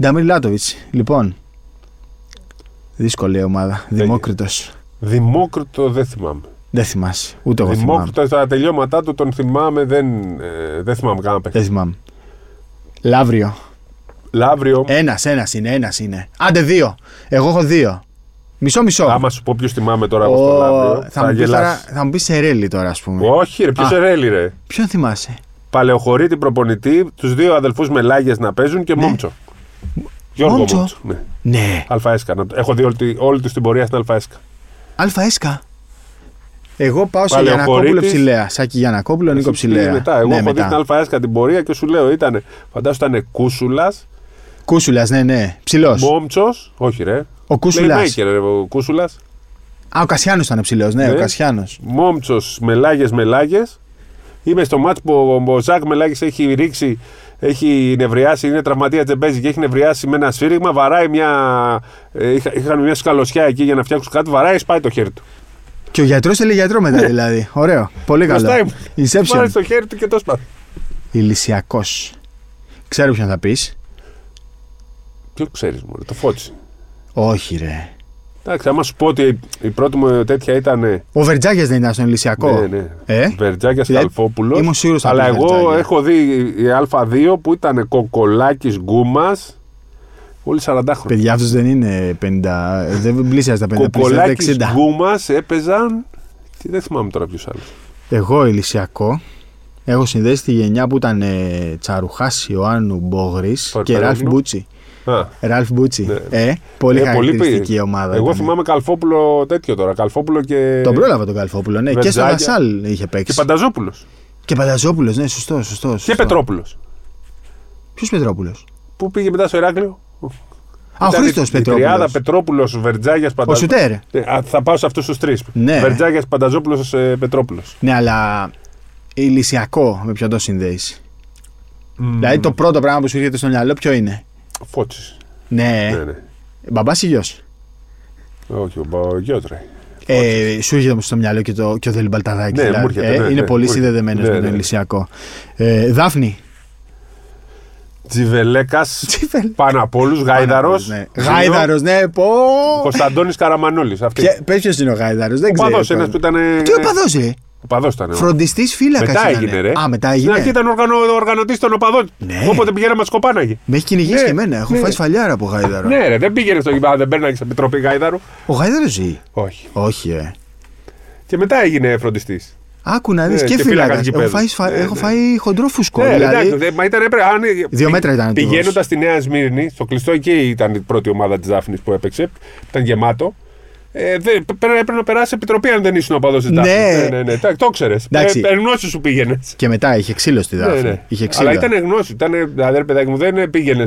[SPEAKER 1] Νταμίρ Λάτοβιτ. Λοιπόν. Δύσκολη ομάδα.
[SPEAKER 2] Ε,
[SPEAKER 1] Δημόκριτος.
[SPEAKER 2] Δημόκριτο δεν θυμάμαι.
[SPEAKER 1] Δεν θυμάσαι. Ούτε εγώ θυμάμαι.
[SPEAKER 2] Δημόκριτο στα τελειώματά του τον θυμάμαι, δεν, ε, δεν θυμάμαι κανένα παίχτη.
[SPEAKER 1] Δεν θυμάμαι. Λαύριο.
[SPEAKER 2] Λαύριο,
[SPEAKER 1] Ένας, ένας είναι, ένας είναι. Άντε δύο. Εγώ έχω δύο. Μισό-μισό.
[SPEAKER 2] άμα σου πω ποιο θυμάμαι τώρα
[SPEAKER 1] Ο-
[SPEAKER 2] εγώ στο Λαύριο,
[SPEAKER 1] θα,
[SPEAKER 2] θα
[SPEAKER 1] μου πεις τώρα-
[SPEAKER 2] γελάσει.
[SPEAKER 1] θα μου πεις Σερέλι τώρα, ας πούμε.
[SPEAKER 2] Όχι, ρε, ποιος
[SPEAKER 1] Α.
[SPEAKER 2] Ερέλη, ρε.
[SPEAKER 1] Ποιον θυμάσαι.
[SPEAKER 2] Παλαιοχωρεί την προπονητή, τους δύο αδελφούς μελάγε να παίζουν και Μόμτσο. Γιώργο
[SPEAKER 1] Ναι. Μόμτσο.
[SPEAKER 2] Μόμτσο. Ναι.
[SPEAKER 1] Ναι.
[SPEAKER 2] Αλφαέσκα. να το- Έχω δει όλη, τη- όλη τους την πορεία στην Αλφαέσκα.
[SPEAKER 1] Αλφα έσκα. Εγώ πάω σε
[SPEAKER 2] Πάλι ο
[SPEAKER 1] Γιανακόπουλο
[SPEAKER 2] Χωρίτης.
[SPEAKER 1] Ψηλέα. Σάκη Γιανακόπουλο, Νίκο
[SPEAKER 2] Εσύ
[SPEAKER 1] Ψηλέα.
[SPEAKER 2] Μετά. Εγώ
[SPEAKER 1] ναι,
[SPEAKER 2] έχω δει την Αλφαέσκα την πορεία και σου λέω ήταν. Φαντάζομαι ήταν Κούσουλας,
[SPEAKER 1] Κούσουλας, ναι, ναι. Ψηλός.
[SPEAKER 2] Μόμτσος. Όχι, ρε.
[SPEAKER 1] Ο Κούσουλας.
[SPEAKER 2] Playmaker, ρε, ο Κούσουλας.
[SPEAKER 1] Α, ο Κασιάνος ήταν ψηλός, ναι, ο
[SPEAKER 2] Ναι.
[SPEAKER 1] Κασιάνος.
[SPEAKER 2] Μόμτσος, μελάγες, μελάγες. Είμαι στο μάτς που ο- ο Ζακ Μελάγης έχει ρίξει, έχει νευριάσει, είναι τραυματία δεν παίζει και έχει νευριάσει με ένα σφύριγμα. Βαράει μια. ε, είχα- είχαν μια σκαλωσιά εκεί για να φτιάξουν κάτι. Βαράει, σπάει το χέρι του.
[SPEAKER 1] Και ο γιατρός έλεγε γιατρό μετά δηλαδή. Ωραίο. Πολύ καλό.
[SPEAKER 2] Ναι. Μπροστά ήμουν.
[SPEAKER 1] Inception.
[SPEAKER 2] Βάρει στο χέρι του και το σπάει.
[SPEAKER 1] Ηλυσιακός. Ξέρω ποιον θα πεις.
[SPEAKER 2] Ποιο ξέρεις, μου, το φώτισε.
[SPEAKER 1] Όχι, ρε.
[SPEAKER 2] Εντάξει, άμα σου πω ότι η πρώτη μου τέτοια ήταν. ε,
[SPEAKER 1] Ο Βερτζάκια δεν ήταν στον Ηλυσιακό.
[SPEAKER 2] Ναι, ναι.
[SPEAKER 1] Ε?
[SPEAKER 2] Βερτζάκια
[SPEAKER 1] Δηλαδή,
[SPEAKER 2] Καλφόπουλος.
[SPEAKER 1] ήμουν σίγουρος θα
[SPEAKER 2] Αλλά
[SPEAKER 1] πεις
[SPEAKER 2] εγώ
[SPEAKER 1] Βερτζάκια.
[SPEAKER 2] έχω δει η Α2 που ήταν κοκολάκι γκούμας. Όλοι 40 χρόνια.
[SPEAKER 1] Παιδιά, αυτός δεν είναι 50. Δεν πλησιάζει τα 50. Πλησιάζει
[SPEAKER 2] Κοκολάκι
[SPEAKER 1] τα 60.
[SPEAKER 2] γκούμας έπαιζαν. Τι, δεν θυμάμαι τώρα ποιου άλλου.
[SPEAKER 1] Εγώ Ηλυσιακό. Έχω συνδέσει τη γενιά που ήταν ε, Τσαρουχάς Ιωάννου Μπόγρης και
[SPEAKER 2] Παρπερόγλου.
[SPEAKER 1] Ραλφ Μπούτσι.
[SPEAKER 2] Α,
[SPEAKER 1] Ραλφ Μπούτσι.
[SPEAKER 2] Ναι.
[SPEAKER 1] Ε, πολύ
[SPEAKER 2] Ε, πολύ
[SPEAKER 1] χαρακτηριστική
[SPEAKER 2] πήρε.
[SPEAKER 1] ομάδα.
[SPEAKER 2] εγώ
[SPEAKER 1] ήταν.
[SPEAKER 2] θυμάμαι Καλφόπουλο τέτοιο τώρα. Καλφόπουλο και.
[SPEAKER 1] Τον πρόλαβα τον Καλφόπουλο, ναι. Και στο
[SPEAKER 2] Βερτζάκια.
[SPEAKER 1] Δασάλ είχε
[SPEAKER 2] Ε, Και
[SPEAKER 1] παίξει.
[SPEAKER 2] Πανταζόπουλος.
[SPEAKER 1] Και Πανταζόπουλος, ναι, σωστό, σωστό. σωστό.
[SPEAKER 2] Και Πετρόπουλος.
[SPEAKER 1] Ποιος Πετρόπουλος.
[SPEAKER 2] Που πήγε μετά στο Ηράκλειο.
[SPEAKER 1] Α, ο
[SPEAKER 2] Ήταν η-
[SPEAKER 1] Χρήστος
[SPEAKER 2] η
[SPEAKER 1] Πετρόπουλο.
[SPEAKER 2] Τριάδα Πετρόπουλο, Βερτζάγια
[SPEAKER 1] Ο
[SPEAKER 2] Πανταζόπουλο.
[SPEAKER 1] Σουτέρ.
[SPEAKER 2] Ε, α, Θα πάω σε αυτούς τους τρεις.
[SPEAKER 1] Ναι.
[SPEAKER 2] Βερτζάγια Πανταζόπουλο Πετρόπουλος.
[SPEAKER 1] Ναι, αλλά ηλυσιακό με ποιον το συνδέεις. Δηλαδή το πρώτο πράγμα που σου έρχεται στο μυαλό ποιο είναι.
[SPEAKER 2] Φώτση.
[SPEAKER 1] Ναι,
[SPEAKER 2] Ναι, ναι.
[SPEAKER 1] μπαμπάς ή γιος.
[SPEAKER 2] Όχι, ο Μπαγκιό
[SPEAKER 1] Ε, σου έρχεται όμως στο μυαλό και, το, και ο Δελή Μπαλταδάκη.
[SPEAKER 2] Ναι, μου έρχεται, ναι,
[SPEAKER 1] Ε, είναι
[SPEAKER 2] ναι,
[SPEAKER 1] πολύ
[SPEAKER 2] μου έρχεται.
[SPEAKER 1] συνδεδεμένος
[SPEAKER 2] Ναι,
[SPEAKER 1] με τον
[SPEAKER 2] ναι.
[SPEAKER 1] ηλυσιακό. Ε, Δάφνη.
[SPEAKER 2] Τζιβελέκας.
[SPEAKER 1] Τζιβελέκα.
[SPEAKER 2] Πάνω από όλου. Γάιδαρος.
[SPEAKER 1] Ναι. Γάιδαρος, ναι, πω.
[SPEAKER 2] Κωνσταντώνης Καραμανόλης. Αυτή.
[SPEAKER 1] Πες ποιος είναι ο Γάιδαρος, δεν
[SPEAKER 2] Ο
[SPEAKER 1] ξέρω.
[SPEAKER 2] παδός ένας που ήταν. ε,
[SPEAKER 1] Τι ο παδός, ρε.
[SPEAKER 2] οπαδός ήταν. ε.
[SPEAKER 1] Φροντιστής φύλακας.
[SPEAKER 2] Μετά έγινε, ρε. Ναι,
[SPEAKER 1] Α, μετά
[SPEAKER 2] Στην αρχή
[SPEAKER 1] έγινε.
[SPEAKER 2] ήταν οργανω, οργανωτής των οπαδών.
[SPEAKER 1] Ναι.
[SPEAKER 2] Όποτε πηγαίναμε, μας σκοπάναγε.
[SPEAKER 1] Με έχει κυνηγήσει
[SPEAKER 2] Ναι,
[SPEAKER 1] και εμένα. Έχω
[SPEAKER 2] ναι.
[SPEAKER 1] φάει σφαλιάρα από Γάιδαρο.
[SPEAKER 2] Ναι, ρε, δεν πήγαινε στο γυμνάσιο, δεν παίρναγες σε επιτροπή Γάιδαρου.
[SPEAKER 1] Ο Γάιδαρος ζει.
[SPEAKER 2] Όχι.
[SPEAKER 1] Όχι, ε.
[SPEAKER 2] Και μετά έγινε φροντιστής.
[SPEAKER 1] Άκου να δεις
[SPEAKER 2] Ναι,
[SPEAKER 1] και,
[SPEAKER 2] και
[SPEAKER 1] φύλακα.
[SPEAKER 2] φύλακας
[SPEAKER 1] Έχω,
[SPEAKER 2] γηπέδου.
[SPEAKER 1] φάει σφα-
[SPEAKER 2] Ναι,
[SPEAKER 1] έχω
[SPEAKER 2] ναι.
[SPEAKER 1] φάει χοντρό φουσκό.
[SPEAKER 2] Ναι,
[SPEAKER 1] δηλαδή,
[SPEAKER 2] εντάξει, δε- μα ήταν έπρεπε. Αν,
[SPEAKER 1] Δύο μέτρα ήταν ακριβώς.
[SPEAKER 2] Πηγαίνοντα στη Νέα Σμύρνη, στο κλειστό εκεί ήταν η πρώτη ομάδα της Δάφνης που έπαιξε. Ήταν γεμάτο. Ε, δε, πε- έπρεπε να περάσει επιτροπή αν δεν ήσουν οπαδό τη
[SPEAKER 1] Ναι.
[SPEAKER 2] Δάφνη. ναι, ναι, ναι. Τα- Το ήξερε.
[SPEAKER 1] Εντάξει.
[SPEAKER 2] Ε, εν γνώση σου πήγαινες.
[SPEAKER 1] Και μετά είχε ξύλο στη
[SPEAKER 2] Ναι,
[SPEAKER 1] δάφνη.
[SPEAKER 2] ναι.
[SPEAKER 1] Είχε ξύλο.
[SPEAKER 2] Αλλά ήταν γνώση. Ήταν, δηλαδή, ρε παιδάκι μου, δεν πήγαινε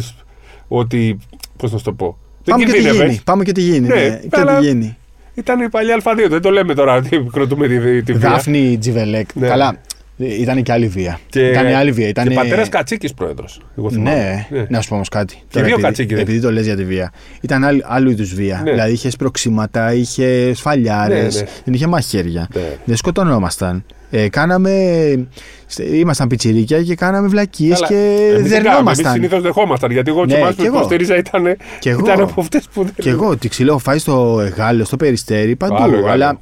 [SPEAKER 2] ότι. Πώς να σου το πω.
[SPEAKER 1] Πάμε
[SPEAKER 2] δεν
[SPEAKER 1] και τι
[SPEAKER 2] κινδύνευες.
[SPEAKER 1] γίνει. Πάμε και τι γίνει.
[SPEAKER 2] Ναι,
[SPEAKER 1] ναι, Και
[SPEAKER 2] αλλά-
[SPEAKER 1] τι γίνει.
[SPEAKER 2] Ήταν η παλιά Α2. Δεν το λέμε τώρα ότι κροτούμε τη, τη βία.
[SPEAKER 1] Δάφνη Τζιβελέκ.
[SPEAKER 2] Ναι.
[SPEAKER 1] Καλά. Ήταν και άλλη βία. Ήταν η άλλη βία. Ήταν...
[SPEAKER 2] Και πατέρας Κατσίκης πρόεδρος.
[SPEAKER 1] Ναι, να σου πω όμως κάτι. Τώρα
[SPEAKER 2] δύο
[SPEAKER 1] επειδή,
[SPEAKER 2] κατσίκιδες.
[SPEAKER 1] επειδή το λες για τη βία. Ήταν άλλη- άλλου είδους βία.
[SPEAKER 2] Ναι.
[SPEAKER 1] Δηλαδή είχες σπροξήματα, είχε σφαλιάρε,
[SPEAKER 2] Ναι, ναι.
[SPEAKER 1] δεν είχε μαχαίρια.
[SPEAKER 2] Ναι.
[SPEAKER 1] Δεν σκοτωνόμασταν. Ε, κάναμε. στε- Ήμασταν πιτσιρίκια και κάναμε βλακίες και δερνόμασταν.
[SPEAKER 2] Συνήθως δεχόμασταν. Γιατί εγώ του
[SPEAKER 1] Ναι,
[SPEAKER 2] ναι,
[SPEAKER 1] κι
[SPEAKER 2] που
[SPEAKER 1] εγώ.
[SPEAKER 2] υποστήριζα ήταν,
[SPEAKER 1] Κι εγώ.
[SPEAKER 2] ήταν από αυτές που δεν.
[SPEAKER 1] Και εγώ τι ξυλό έχω φάει στο Εγάλεο, στο Περιστέρι, παντού.
[SPEAKER 2] Άλλο Εγάλεο.
[SPEAKER 1] αλλά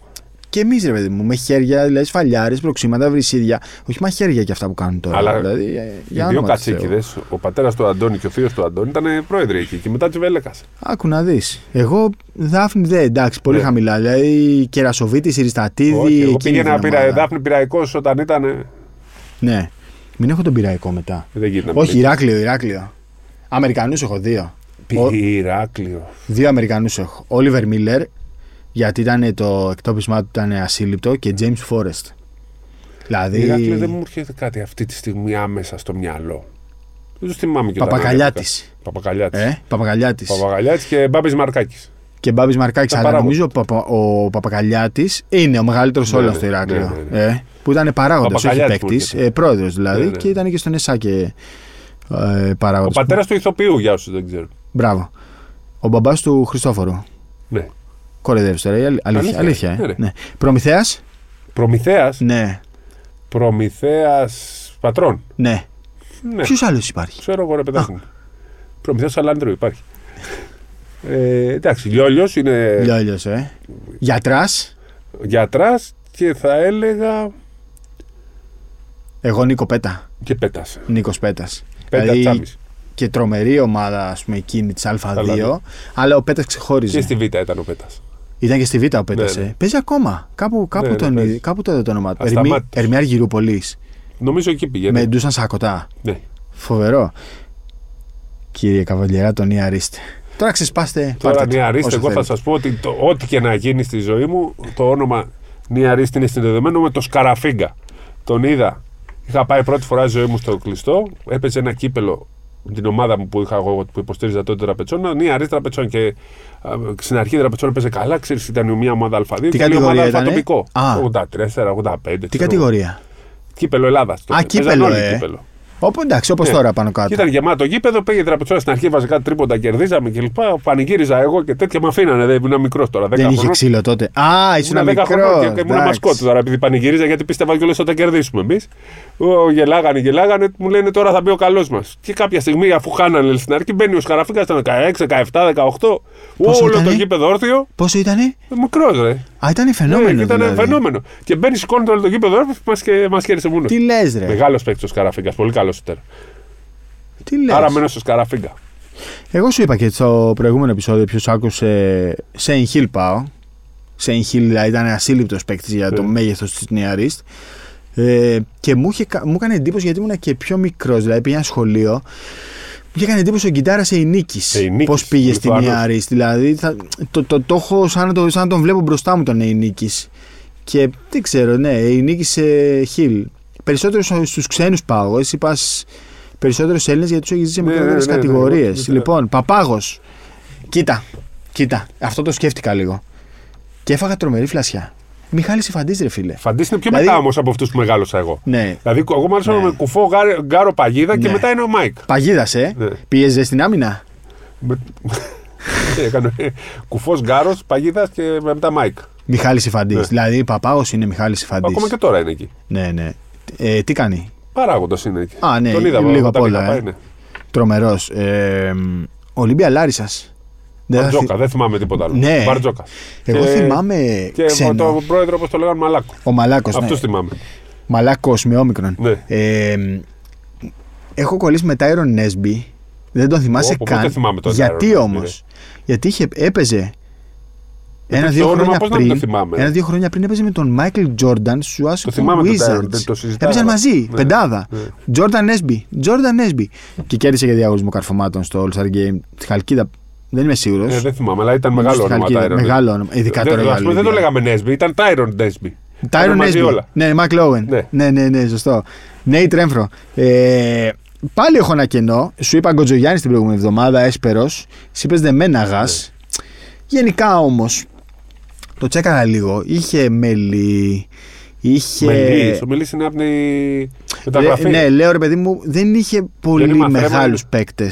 [SPEAKER 1] και εμεί ρε παιδί μου, με χέρια, δηλαδή σφαλιάρες, προξήματα, βρυσίδια. Όχι μαχαίρια και αυτά που κάνουν τώρα.
[SPEAKER 2] Αλλά
[SPEAKER 1] δηλαδή, ε,
[SPEAKER 2] Οι
[SPEAKER 1] για
[SPEAKER 2] δύο
[SPEAKER 1] όνομα του Θεού.
[SPEAKER 2] κατσίκιδες, ο πατέρας του Αντώνη και ο θείο του Αντώνη ήταν πρόεδροι εκεί. Και μετά Τσιβέλεκας.
[SPEAKER 1] Άκου να δεις. Εγώ Δάφνη δεν, εντάξει, πολύ
[SPEAKER 2] Ναι.
[SPEAKER 1] χαμηλά. Δηλαδή Κερασοβίτη, Ριστατίδη.
[SPEAKER 2] Όχι, εγώ
[SPEAKER 1] εκείνη
[SPEAKER 2] πήγαινα
[SPEAKER 1] την
[SPEAKER 2] πειρα,
[SPEAKER 1] ομάδα.
[SPEAKER 2] Δάφνη πειραϊκός όταν ήταν. ε,
[SPEAKER 1] Ναι. Μην έχω τον πειραϊκό μετά.
[SPEAKER 2] Δεν γίνεται.
[SPEAKER 1] Όχι, Ηράκλειο, Ηράκλειο. Αμερικανούς έχω δύο. Ο-
[SPEAKER 2] Πειράκλειο.
[SPEAKER 1] Δύο Αμερικανούς έχω. Όλιβερ Μίλλερ, γιατί ήταν το εκτόπισμά του ήταν ασύλληπτο και James Forrest. Δηλαδή.
[SPEAKER 2] Ηράκλειο δεν μου έρχεται κάτι αυτή τη στιγμή άμεσα στο μυαλό. Δεν τους θυμάμαι και
[SPEAKER 1] Παπακαλιάτη.
[SPEAKER 2] Παπακαλιάτης.
[SPEAKER 1] Ε, Παπακαλιάτης.
[SPEAKER 2] Παπαγαλιάτη και Μπάμπης Μαρκάκης.
[SPEAKER 1] Και Μπάμπης Μαρκάκης.
[SPEAKER 2] Τα
[SPEAKER 1] Αλλά
[SPEAKER 2] παράγοντα.
[SPEAKER 1] νομίζω ο, Παπα... ο Παπακαλιάτης είναι ο μεγαλύτερος
[SPEAKER 2] Ναι,
[SPEAKER 1] όλων
[SPEAKER 2] ναι,
[SPEAKER 1] στο Ηράκλειο.
[SPEAKER 2] ναι, ναι, ναι.
[SPEAKER 1] Ε, που ήταν παράγοντας, όχι
[SPEAKER 2] Παπακαλιάτης
[SPEAKER 1] παίκτης.
[SPEAKER 2] που έρχεται.
[SPEAKER 1] Ε, Πρόεδρος δηλαδή.
[SPEAKER 2] Ναι, ναι.
[SPEAKER 1] Και ήταν και στον ΕΣΑ και ε,
[SPEAKER 2] Ο
[SPEAKER 1] παράγοντα.
[SPEAKER 2] πατέρας του ηθοποιού, για όσους δεν ξέρουν.
[SPEAKER 1] Μπράβο. Ο μπαμπάς του Χριστόφορου.
[SPEAKER 2] Ναι.
[SPEAKER 1] Κοροϊδεύεις τώρα, η αλη- αλήθεια.
[SPEAKER 2] Αλήθεια,
[SPEAKER 1] αλήθεια ε.
[SPEAKER 2] ναι, ρε.
[SPEAKER 1] ναι. Προμηθέας,
[SPEAKER 2] Προμηθέας.
[SPEAKER 1] ναι,
[SPEAKER 2] Προμηθέας πατρών.
[SPEAKER 1] ναι.
[SPEAKER 2] Ναι.
[SPEAKER 1] Ποιος άλλος υπάρχει.
[SPEAKER 2] Ξέρω εγώ ρε παιδάκι μου. Προμηθέας Αλάνδρου υπάρχει. Ε, εντάξει, Λιόλιο είναι
[SPEAKER 1] Λιόλιο, ε. Γιατράς.
[SPEAKER 2] γιατράς και θα έλεγα.
[SPEAKER 1] Εγώ Νίκο Πέτα.
[SPEAKER 2] και πέτας.
[SPEAKER 1] Νίκος Πέτας.
[SPEAKER 2] Πέτα
[SPEAKER 1] Δηλαδή,
[SPEAKER 2] τσάμις.
[SPEAKER 1] και τρομερή ομάδα, ας πούμε, εκείνη της Α2.
[SPEAKER 2] Αλλά-
[SPEAKER 1] Αλλά ο Πέτας ξεχώριζε.
[SPEAKER 2] Και στη Β ήταν ο Πέτας.
[SPEAKER 1] Ήταν και στη Β' ο Πέτασε.
[SPEAKER 2] Ναι, ναι.
[SPEAKER 1] Παίζει ακόμα. Κάπου, κάπου,
[SPEAKER 2] ναι,
[SPEAKER 1] τον,
[SPEAKER 2] παίζει.
[SPEAKER 1] κάπου το είδα το όνομά του. Ερμή,
[SPEAKER 2] Ασταμάτητος. Ναι,
[SPEAKER 1] Ερμιάρ Γυρουπολή.
[SPEAKER 2] Νομίζω εκεί πήγαινε.
[SPEAKER 1] Με ντούσαν σακωτά.
[SPEAKER 2] Ναι.
[SPEAKER 1] Φοβερό. Κύριε Καβαλιέρα, τον ιαρίστε. Τώρα ξεσπάστε.
[SPEAKER 2] Τώρα
[SPEAKER 1] πάρτε το,
[SPEAKER 2] νιαρίστε,
[SPEAKER 1] όσο
[SPEAKER 2] εγώ θα
[SPEAKER 1] θέλετε.
[SPEAKER 2] σας πω ότι το, ό,τι και να γίνει στη ζωή μου, το όνομα νιαρίστε είναι συνδεδεμένο με το Σκαραφίγκα. Τον είδα. Είχα πάει πρώτη φορά στη ζωή μου στο κλειστό, έπαιζε ένα κύπελο με την ομάδα μου που είχα εγώ που υποστήριζα τότε τραπετσόνα, νιαρί τραπετσόν. Και α, στην αρχή τραπετσόν έπαιζε καλά, ξέρεις, ήταν η μία ομάδα Α2 και η άλλη ομάδα
[SPEAKER 1] κατηγορία ήτανε?
[SPEAKER 2] Αλφατοπικό.
[SPEAKER 1] Α.
[SPEAKER 2] 84-85.
[SPEAKER 1] Τι κατηγορία.
[SPEAKER 2] Κύπελο Ελλάδας.
[SPEAKER 1] Α, κύπελο, ε.
[SPEAKER 2] κύπελο.
[SPEAKER 1] Όπου εντάξει, όπως
[SPEAKER 2] Ναι.
[SPEAKER 1] τώρα πάνω κάτω.
[SPEAKER 2] Ήταν γεμάτο γήπεδο, πήγε η τραπεζόνα στην αρχή, βάζα κάτι τρίποντα, κερδίζαμε κλπ. Πανηγύριζα εγώ και τέτοια με αφήνανε. Δεν ήμουν μικρός τώρα. 10
[SPEAKER 1] Δεν είχε
[SPEAKER 2] χρονών.
[SPEAKER 1] ξύλο τότε. Α, ήσουν
[SPEAKER 2] ναι. Ήμουν 10
[SPEAKER 1] μικρός.
[SPEAKER 2] χρονών και ήμουν
[SPEAKER 1] εντάξει.
[SPEAKER 2] μασκότ τώρα, επειδή πανηγύριζα γιατί πίστευα κιόλα θα τα κερδίσουμε εμείς. Γελάγανε, γελάγανε, μου λένε τώρα θα μπει ο καλός μας. Και κάποια στιγμή, αφού χάνανε στην αρχή, μπαίνει ο Σκαραφίγκας ήταν 16, 17, 18. Όλο το
[SPEAKER 1] ήτανε?
[SPEAKER 2] γήπεδο όρθιο,
[SPEAKER 1] Πόσο ήτανε?
[SPEAKER 2] μικρός ρε.
[SPEAKER 1] Α, ήταν φαινόμενο.
[SPEAKER 2] ήταν
[SPEAKER 1] δηλαδή.
[SPEAKER 2] Ναι, φαινόμενο. Και μπαίνεις, σηκώνει όλο το γήπεδο όρθιο, μα χαίρεσε μόνο.
[SPEAKER 1] Τι λες, ρε.
[SPEAKER 2] Μεγάλος παίκτης ο Σκαραφίγκα, πολύ καλός ήταν.
[SPEAKER 1] Τι λες.
[SPEAKER 2] Άρα μένω στο Σκαραφίγκα.
[SPEAKER 1] Εγώ σου είπα και στο προηγούμενο επεισόδιο ποιος άκουσε. Σέιν Χιλ πάω. Σέιν Χιλ δηλαδή, ήταν ασύλληπτος παίκτης για το
[SPEAKER 2] Ε.
[SPEAKER 1] μέγεθος της νεαρής. Ε, και μου, είχε, κα- μου έκανε εντύπωση γιατί ήμουν και πιο μικρός, δηλαδή πήγα ένα σχολείο. Μου είχε κάνει εντύπωση ο Γκιτάρας Εινίκη.
[SPEAKER 2] Εϊνίκης,
[SPEAKER 1] Πώς πήγε στη
[SPEAKER 2] Λιθουανός.
[SPEAKER 1] Νιάρη. Δηλαδή θα, το, το, το έχω σαν να, το, σαν να τον βλέπω μπροστά μου τον Εινίκη. Και δεν ξέρω, ναι, Εινίκη ε, Χιλ. ε, Περισσότερο στους ξένους πάω. εγώ. Εσύ πα περισσότερου Έλληνες γιατί τους έχεις ζήσει σε
[SPEAKER 2] Ναι,
[SPEAKER 1] μικρότερες
[SPEAKER 2] ναι, ναι, ναι,
[SPEAKER 1] κατηγορίες.
[SPEAKER 2] ναι, ναι.
[SPEAKER 1] λοιπόν, παπάγος. Κοίτα, κοίτα. Αυτό το σκέφτηκα λίγο. Και έφαγα τρομερή φλασιά. Μιχάλη Ιφαντή, ρε φίλε.
[SPEAKER 2] Φαντή είναι πιο
[SPEAKER 1] Δηλαδή-
[SPEAKER 2] μετά όμως από αυτούς που μεγάλωσα εγώ.
[SPEAKER 1] Ναι,
[SPEAKER 2] Δηλαδή, εγώ μάλιστα
[SPEAKER 1] Ναι.
[SPEAKER 2] με κουφό γκάρο, γκάρο παγίδα και
[SPEAKER 1] Ναι.
[SPEAKER 2] μετά είναι ο Μάικ.
[SPEAKER 1] Παγίδασε. ε.
[SPEAKER 2] Ναι.
[SPEAKER 1] Πίεζε στην άμυνα.
[SPEAKER 2] Με- Τι έκανε, κουφός γκάρο παγίδας και μετά Μάικ.
[SPEAKER 1] Μιχάλη Ιφαντή.
[SPEAKER 2] Ναι.
[SPEAKER 1] Δηλαδή, παπάγο είναι Μιχάλη Ιφαντή.
[SPEAKER 2] Ακόμα και τώρα είναι εκεί.
[SPEAKER 1] Ναι, ναι. Ε, τι κάνει.
[SPEAKER 2] Παράγοντας είναι εκεί.
[SPEAKER 1] Α, ναι,
[SPEAKER 2] Τον είδαμε
[SPEAKER 1] λίγο
[SPEAKER 2] όταν
[SPEAKER 1] απ' όλα,
[SPEAKER 2] είχα πάει,
[SPEAKER 1] ε.
[SPEAKER 2] ναι.
[SPEAKER 1] Τρομερός. Ε, Ολύμπια Λάρισας.
[SPEAKER 2] Μπαρτζόκα, δεν θυμάμαι τίποτα άλλο.
[SPEAKER 1] Ναι.
[SPEAKER 2] Μπαρτζόκα.
[SPEAKER 1] Εγώ
[SPEAKER 2] Και-
[SPEAKER 1] θυμάμαι ναι.
[SPEAKER 2] Και
[SPEAKER 1] ξένο.
[SPEAKER 2] τον πρόεδρο, όπως το λέγανε, Μαλάκος.
[SPEAKER 1] Ο Μαλάκος.
[SPEAKER 2] Αυτούς θυμάμαι.
[SPEAKER 1] Μαλάκος με όμικρον.
[SPEAKER 2] Ναι.
[SPEAKER 1] Ε, μ, έχω κολλήσει με Tyron Nesby. Δεν τον θυμάσαι
[SPEAKER 2] Ω, πω,
[SPEAKER 1] καν.
[SPEAKER 2] δεν θυμάμαι τον Tyron
[SPEAKER 1] Γιατί
[SPEAKER 2] Nesby,
[SPEAKER 1] όμως.
[SPEAKER 2] ρε.
[SPEAKER 1] Γιατί είχε, έπαιζε.
[SPEAKER 2] το
[SPEAKER 1] Ένα-δύο
[SPEAKER 2] όνομα
[SPEAKER 1] χρόνια,
[SPEAKER 2] πώς να μην το
[SPEAKER 1] πριν.
[SPEAKER 2] θυμάμαι, ρε.
[SPEAKER 1] Ένα-δύο χρόνια πριν έπαιζε με τον Michael Jordan στου Washington
[SPEAKER 2] θυμάμαι τον Tyron,
[SPEAKER 1] Wizards.
[SPEAKER 2] δεν το συζητάμε.
[SPEAKER 1] Έπαιζαν μαζί,
[SPEAKER 2] Ναι,
[SPEAKER 1] πεντάδα.
[SPEAKER 2] ναι.
[SPEAKER 1] Jordan Nesby. Jordan Nesby. Και κέρδισε και διαγωνισμό καρφωμάτων στο All Star Game. Τη Χαλκίδα. Δεν είμαι σίγουρος.
[SPEAKER 2] Ε, δεν θυμάμαι, αλλά ήταν μεγάλο όνομα Τάιρον.
[SPEAKER 1] Μεγάλο όνομα. Ειδικά τώρα. η
[SPEAKER 2] Δεν, ας πούμε, δεν το
[SPEAKER 1] Ολυμπία.
[SPEAKER 2] λέγαμε Νέσμπι, ήταν Τάιρον Νέσμπι.
[SPEAKER 1] Τάιρον
[SPEAKER 2] μαζί
[SPEAKER 1] Nesby.
[SPEAKER 2] όλα.
[SPEAKER 1] Ναι, Μακ Λόουεν.
[SPEAKER 2] Ναι.
[SPEAKER 1] Ναι, ναι, ναι, σωστό. Νέι Τρέμφρο. Ε, πάλι έχω ένα κενό. Σου είπα Γκοτζογιάννης την προηγούμενη εβδομάδα, έσπερος. Σου είπε Δεμέναγα.
[SPEAKER 2] Ναι.
[SPEAKER 1] Γενικά όμως, το τσέκαρα λίγο. Είχε μελί. Είχε.
[SPEAKER 2] Μελής. Ο Μελής είναι από τη μεταγραφή.
[SPEAKER 1] Λε- ναι, λέω ρε παιδί μου, δεν είχε πολύ
[SPEAKER 2] μαθαίμα.
[SPEAKER 1] μεγάλου παίκτε.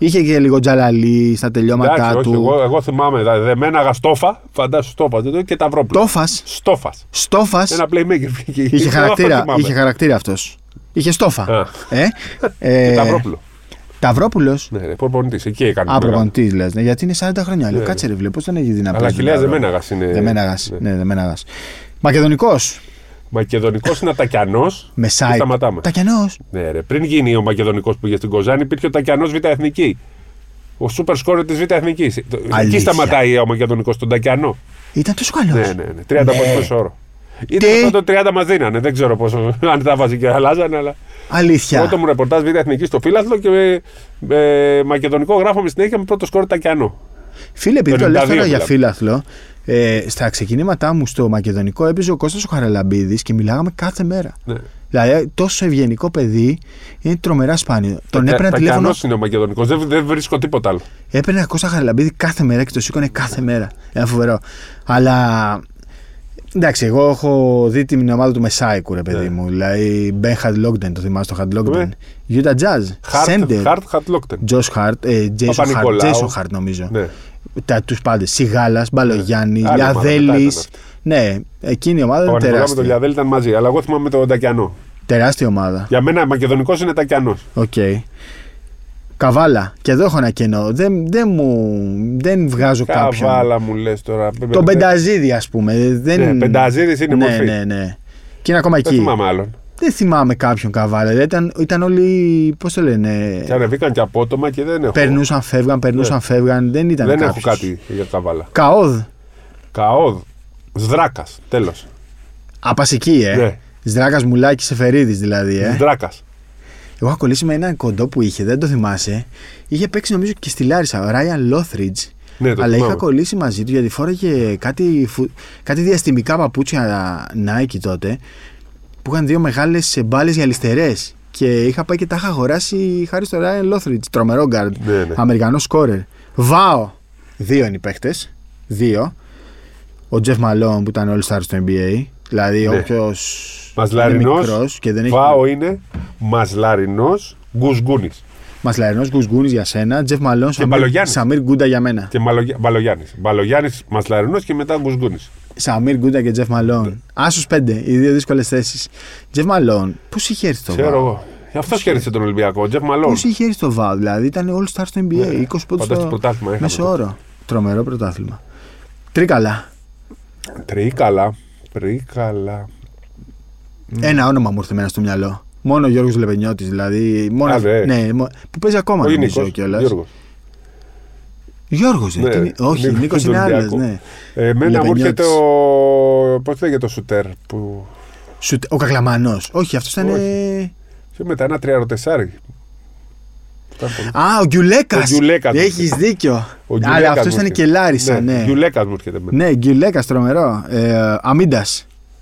[SPEAKER 1] Είχε και λίγο τζαλαλί στα
[SPEAKER 2] Εντάξει,
[SPEAKER 1] τελειώματά
[SPEAKER 2] όχι,
[SPEAKER 1] του.
[SPEAKER 2] εγώ, εγώ θυμάμαι δηλαδή, δεμένα γαστόφα, φαντάσου στόφα δεν το- και τα βρόπλα.
[SPEAKER 1] Τόφα.
[SPEAKER 2] Στόφας.
[SPEAKER 1] Στόφας.
[SPEAKER 2] Ένα playmaker βγήκε.
[SPEAKER 1] Είχε
[SPEAKER 2] Αυτό
[SPEAKER 1] χαρακτήρα,
[SPEAKER 2] θυμάμαι.
[SPEAKER 1] είχε χαρακτήρα αυτός. Είχε στόφα.
[SPEAKER 2] Α.
[SPEAKER 1] Ε,
[SPEAKER 2] Και
[SPEAKER 1] ε,
[SPEAKER 2] τα βρόπλο.
[SPEAKER 1] Ταυρόπουλος.
[SPEAKER 2] Ναι, ρε, προπονητής. Εκεί έκανε.
[SPEAKER 1] Α,
[SPEAKER 2] το μεγάλο.
[SPEAKER 1] προπονητής λες. Ναι, γιατί είναι 40 χρόνια. Λέω,
[SPEAKER 2] Ναι,
[SPEAKER 1] κάτσε ρε, βλέπω, πώς τον έχει δει να
[SPEAKER 2] Αλλά χιλιάδε δεμένα είναι.
[SPEAKER 1] Δεμέναγα. Ναι, δεμέναγα. Μακεδονικός.
[SPEAKER 2] Μακεδονικός είναι Ατακιανό.
[SPEAKER 1] Με site.
[SPEAKER 2] Σταματάμε.
[SPEAKER 1] Τακιανός.
[SPEAKER 2] Ναι, ρε, πριν γίνει ο Μακεδονικός που πήγε στην Κοζάνη, υπήρχε ο Τακιανός Β' Εθνική. Ο σούπερ σκόρερ της Β' Εθνικής.
[SPEAKER 1] Αλήθεια.
[SPEAKER 2] Εκεί σταματάει ο Μακεδονικός, τον Τακιανό.
[SPEAKER 1] Ήταν τόσο καλός.
[SPEAKER 2] Ναι, ναι, ναι.
[SPEAKER 1] Ναι.
[SPEAKER 2] 30 πόντους όρο. Ήταν
[SPEAKER 1] Τι?
[SPEAKER 2] αυτό το 30 μας δίνανε. Δεν ξέρω πόσο, αν τα βάζει και αλλάζανε, αλλά.
[SPEAKER 1] Αλήθεια.
[SPEAKER 2] Πρώτο μου ρεπορτάζ β' εθνική στο φύλαθλο και με, με μακεδονικό γράφαμε συνέχεια με πρώτο σκόρ Τακιανό.
[SPEAKER 1] Φίλε, επειδή
[SPEAKER 2] το
[SPEAKER 1] το λέω
[SPEAKER 2] 92
[SPEAKER 1] τώρα για
[SPEAKER 2] μιλάμε.
[SPEAKER 1] φίλαθλο, ε, στα ξεκινήματά μου στο Μακεδονικό έπαιζε ο Κώστας ο Χαραλαμπίδης και μιλάγαμε κάθε μέρα.
[SPEAKER 2] Ναι.
[SPEAKER 1] Δηλαδή, τόσο ευγενικό παιδί είναι τρομερά σπάνιο. Τον
[SPEAKER 2] Τα-
[SPEAKER 1] έπαιρνα
[SPEAKER 2] Τακιανός
[SPEAKER 1] τηλέφωνο
[SPEAKER 2] είναι ο μακεδονικός. Δεν, δεν βρίσκω τίποτα άλλο.
[SPEAKER 1] Έπαιρνε Κώστα Χαραλαμπίδη κάθε μέρα και το σήκωνε κάθε μέρα. Ένα φοβερό. Αλλά. Εντάξει, εγώ έχω δει την ομάδα του Μεσάικου, ρε παιδί
[SPEAKER 2] Ναι.
[SPEAKER 1] μου. Δηλαδή, Μπεν Χαντλόγκτεν, το θυμάσαι το Χαντλόγκτεν.
[SPEAKER 2] Ναι.
[SPEAKER 1] Utah Jazz,
[SPEAKER 2] Χαρτ,
[SPEAKER 1] Σέντερ,
[SPEAKER 2] Χαρτ Χατλόκτεν.
[SPEAKER 1] Τζος Χαρτ, ε, Jason Χαρτ,
[SPEAKER 2] Παπα-Νικολάου.
[SPEAKER 1] Jason Χαρτ νομίζω.
[SPEAKER 2] Ναι.
[SPEAKER 1] Τα, τους πάντες, Σιγάλας, Μπαλογιάννης,
[SPEAKER 2] Άλλη ομάδα μετά ήταν
[SPEAKER 1] Λιαδέλης.
[SPEAKER 2] αυτή.
[SPEAKER 1] Ναι, εκείνη η ομάδα
[SPEAKER 2] Ο
[SPEAKER 1] ήταν
[SPEAKER 2] Ανικολά με τον
[SPEAKER 1] τεράστια.
[SPEAKER 2] Λιαδέλη ήταν μαζί, αλλά εγώ θυμάμαι τον Τακιανό.
[SPEAKER 1] Τεράστια ομάδα.
[SPEAKER 2] Για μένα μακεδονικός είναι Τακιανός.
[SPEAKER 1] Οκ. Καβάλα. Και εδώ έχω ένα κενό. Δεν, δεν μου. Δεν βγάζω κάποιον.
[SPEAKER 2] Καβάλα μου λες τώρα.
[SPEAKER 1] Το πενταζίδι, ας πούμε. Δεν...
[SPEAKER 2] Ναι, Πενταζίδης είναι
[SPEAKER 1] ναι,
[SPEAKER 2] μορφή.
[SPEAKER 1] Ναι, ναι. Και είναι ακόμα
[SPEAKER 2] Δεν
[SPEAKER 1] εκεί.
[SPEAKER 2] θυμάμαι άλλον.
[SPEAKER 1] Δεν θυμάμαι κάποιον καβάλα. Δηλαδή, Ήταν, ήταν όλοι. Πώς το λένε.
[SPEAKER 2] Και ανεβήκαν και απότομα και δεν έχω.
[SPEAKER 1] Περνούσαν, φεύγαν, περνούσαν,
[SPEAKER 2] Ναι.
[SPEAKER 1] φεύγαν. Δεν ήταν
[SPEAKER 2] δεν έχω
[SPEAKER 1] κάποιος.
[SPEAKER 2] κάτι για καβάλα.
[SPEAKER 1] Καόδ.
[SPEAKER 2] Καόδ. Σδράκας. Τέλος.
[SPEAKER 1] Απασική, ε.
[SPEAKER 2] Ναι.
[SPEAKER 1] Σδράκας μουλάκι Σεφερίδης δηλαδή, ε.
[SPEAKER 2] Σδράκας.
[SPEAKER 1] Εγώ έχω κολλήσει με ένα κοντό που είχε, δεν το θυμάσαι. Είχε παίξει νομίζω και στη Λάρισα, ο Ράιαν Λόθριτζ.
[SPEAKER 2] Ναι, το
[SPEAKER 1] αλλά
[SPEAKER 2] θυμάμαι.
[SPEAKER 1] είχα κολλήσει μαζί του γιατί φόραγε κάτι, φου- κάτι διαστημικά παπούτσια Nike τότε που είχαν δύο μεγάλες μπάλε γυαλιστερέ. Και είχα πάει και τα είχα αγοράσει χάρη στο Ράιαν Λόθριτζ, τρομερό γκάρντ.
[SPEAKER 2] Ναι, ναι.
[SPEAKER 1] Αμερικανός σκόρερ. Βάο! Δύο είναι οι παίχτε. Δύο. Ο Τζεφ Μαλόν που ήταν All Star στο NBA. Δηλαδή,
[SPEAKER 2] Ναι.
[SPEAKER 1] όποιος.
[SPEAKER 2] Μαζλαρινό.
[SPEAKER 1] και δεν έχει.
[SPEAKER 2] Φάο είναι Μαζλαρινό Γκουσγκούνη.
[SPEAKER 1] Μασλαρινό Γκουσγούνη για σένα, Τζεφ Μαλόν, Σαμίρ,
[SPEAKER 2] Μπαλογιάννης.
[SPEAKER 1] Σαμίρ Γκούντα για μένα.
[SPEAKER 2] Και Μπαλογιάννης. Μπαλογιάννης Μαζλαρινό και μετά Γκουσγκούνη.
[SPEAKER 1] Σαμίρ Γκούντα και Τζεφ Μαλόν. Άσου πέντε, οι δύο δύσκολες θέσεις. Τζεφ Μαλόν, πώς είχε έρθει το
[SPEAKER 2] Ξέρω
[SPEAKER 1] βάο.
[SPEAKER 2] εγώ. Αυτό κέρδισε τον Ολυμπιακό. Τζεφ Μαλόν.
[SPEAKER 1] Πώς είχε έρθει το βάο, δηλαδή ήταν all star στο NBA, 20 πόντου
[SPEAKER 2] Πάντα στο
[SPEAKER 1] στο
[SPEAKER 2] Ναι, πρωτάθλημα είχαμε
[SPEAKER 1] μέσο
[SPEAKER 2] τότε.
[SPEAKER 1] όρο. Τρομερό πρωτάθλημα. Τρίκαλα.
[SPEAKER 2] Τρίκαλα. Τρίκαλα. Ναι.
[SPEAKER 1] Ένα όνομα μου ήρθε εμένα στο μυαλό. Μόνο ο Γιώργος Λεπενιώτης, δηλαδή. Μόνο,
[SPEAKER 2] Α, ναι.
[SPEAKER 1] ναι, μο- που παίζει ακόμα
[SPEAKER 2] Ο
[SPEAKER 1] νομίζω
[SPEAKER 2] Νίκο.
[SPEAKER 1] κιόλας. Γιώργος,
[SPEAKER 2] Ναι,
[SPEAKER 1] όχι,
[SPEAKER 2] Νίκος
[SPEAKER 1] Νίκος είναι
[SPEAKER 2] του
[SPEAKER 1] άλλο.
[SPEAKER 2] Ολυμπιακού.
[SPEAKER 1] Ναι.
[SPEAKER 2] Εμένα μου
[SPEAKER 1] Λεπενιώτης.
[SPEAKER 2] έρχεται ο. Πώς λέγεται το σουτέρ που.
[SPEAKER 1] Σου- Ο Κακλαμανό. Όχι, αυτός ήταν.
[SPEAKER 2] Όχι.
[SPEAKER 1] ε,
[SPEAKER 2] Και μετά ένα τριαροτεσάρι. Ήταν πολύ-
[SPEAKER 1] Α, ο Γκιουλέκα.
[SPEAKER 2] Ο Γκιουλέκας. ναι.
[SPEAKER 1] Έχει δίκιο.
[SPEAKER 2] Ο Γκιουλέκας
[SPEAKER 1] Αλλά αυτό
[SPEAKER 2] μου
[SPEAKER 1] ήταν
[SPEAKER 2] έρχεται.
[SPEAKER 1] και Λάρισα, ναι. Ναι,
[SPEAKER 2] Γκιουλέκας μου έρχεται εμένα.
[SPEAKER 1] Γκιουλέκα, τρομερό. Ε, Αμίντα.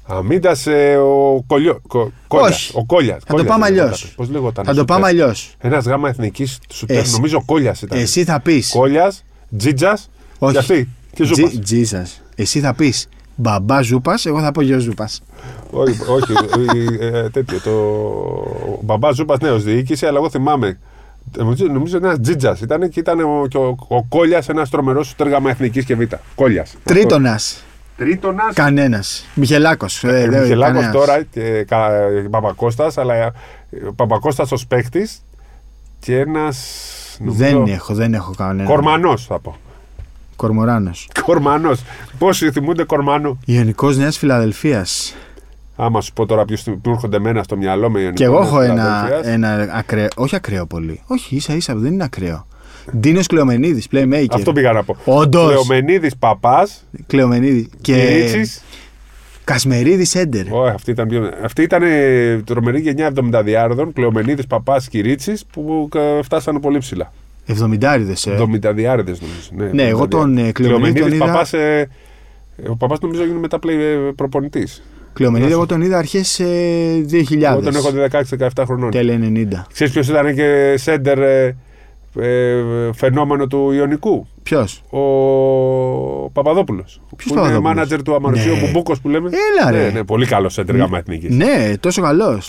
[SPEAKER 2] Αμίντα ε, ο Κολλιό. Κο, Κόλλιας.
[SPEAKER 1] Ναι. Όχι.
[SPEAKER 2] Ο Κόλλιας.
[SPEAKER 1] το πάμε αλλιώς.
[SPEAKER 2] Πώς λέγονταν.
[SPEAKER 1] Θα το πάμε αλλιώς.
[SPEAKER 2] Ένας γάμα εθνικής σουτέρ.
[SPEAKER 1] Εσύ.
[SPEAKER 2] Νομίζω Κόλλια ήταν.
[SPEAKER 1] Εσύ θα πεις.
[SPEAKER 2] Κόλλια, Τζίτζας.
[SPEAKER 1] Όχι.
[SPEAKER 2] Και αυτή. Και Ζούπας.
[SPEAKER 1] Τζίζα. Εσύ θα πεις. Μπαμπά Ζούπας, εγώ θα πω γιο Ζούπας.
[SPEAKER 2] όχι, όχι ε, ε, τέτοιο. Το... Ο μπαμπά Ζούπας νέο διοίκησε, αλλά εγώ θυμάμαι. Νομίζω, νομίζω ένας Τζίτζας ήταν και ήταν ο, και ο, ο Κόλλια ένας τρομερός σουτέρ γάμα εθνικής και β. Κόλλια.
[SPEAKER 1] Τρίτονας.
[SPEAKER 2] Τρίτονας.
[SPEAKER 1] Κανένας. Μιχελάκος.
[SPEAKER 2] Ε, Μιχελάκος τώρα και κα, ε, Παπακώστας, αλλά ε, ο Παπακώστας ως παίκτης και ένας... νομίζω,
[SPEAKER 1] Δεν έχω, δεν έχω κανένα.
[SPEAKER 2] Κορμανός θα πω.
[SPEAKER 1] Κορμοράνος.
[SPEAKER 2] Κορμανός. Πόσοι θυμούνται Κορμανό.
[SPEAKER 1] Ιωνικό Νέας Φιλαδελφίας.
[SPEAKER 2] Άμα σου πω τώρα ποιους θυμ- που έρχονται εμένα στο μυαλό με
[SPEAKER 1] Και εγώ έχω ένα,
[SPEAKER 2] Φιλαδέλφειας.
[SPEAKER 1] ένα ακραίο. Όχι ακραίο πολύ. Όχι, ίσα ίσα δεν είναι ακραίο. Ντίνο Κλεομενίδης, playmaker.
[SPEAKER 2] Αυτό πήγα να πω.
[SPEAKER 1] Όντως.
[SPEAKER 2] Λεωμενίδης Παπάς
[SPEAKER 1] Κλεομενίδη.
[SPEAKER 2] και
[SPEAKER 1] Και
[SPEAKER 2] Ρίτσης.
[SPEAKER 1] Κασμερίδη Σέντερ.
[SPEAKER 2] Ω, αυτή ήταν, πιο... αυτή ήταν ε, τρομερή γενιά 70διάρδων, Κλεομενίδης Παπάς και Ρίτσης που ε, φτάσανε πολύ ψηλά.
[SPEAKER 1] 70 ε.
[SPEAKER 2] 70 διάρδε νομίζω. Ναι,
[SPEAKER 1] Ναι, εγώ τον, ε, Κλεομενίδη τον είδα-
[SPEAKER 2] Παπάς, ε, ο παπάς νομίζω έγινε μετά ε, play προπονητής.
[SPEAKER 1] Κλεομενίδη, εγώ τον είδα ε, αρχέ 2000.
[SPEAKER 2] Εγώ τον έχω 16-17 χρονών. Ξέρεις
[SPEAKER 1] Τέλε 90.
[SPEAKER 2] Ξέρεις ποιος ήταν και σέντερ ε, ε, φαινόμενο του Ιωνικού.
[SPEAKER 1] Ποιος.
[SPEAKER 2] Ο Παπαδόπουλος. Ποιος
[SPEAKER 1] Παπαδόπουλος?
[SPEAKER 2] μάνατζερ του Αμανουσίου,
[SPEAKER 1] Ναι.
[SPEAKER 2] ο Μπουμπούκος που λέμε.
[SPEAKER 1] Έλα, ρε.
[SPEAKER 2] Ναι, ναι, πολύ καλός σέντερ γάμα εθνικής.
[SPEAKER 1] Ναι, τόσο καλός.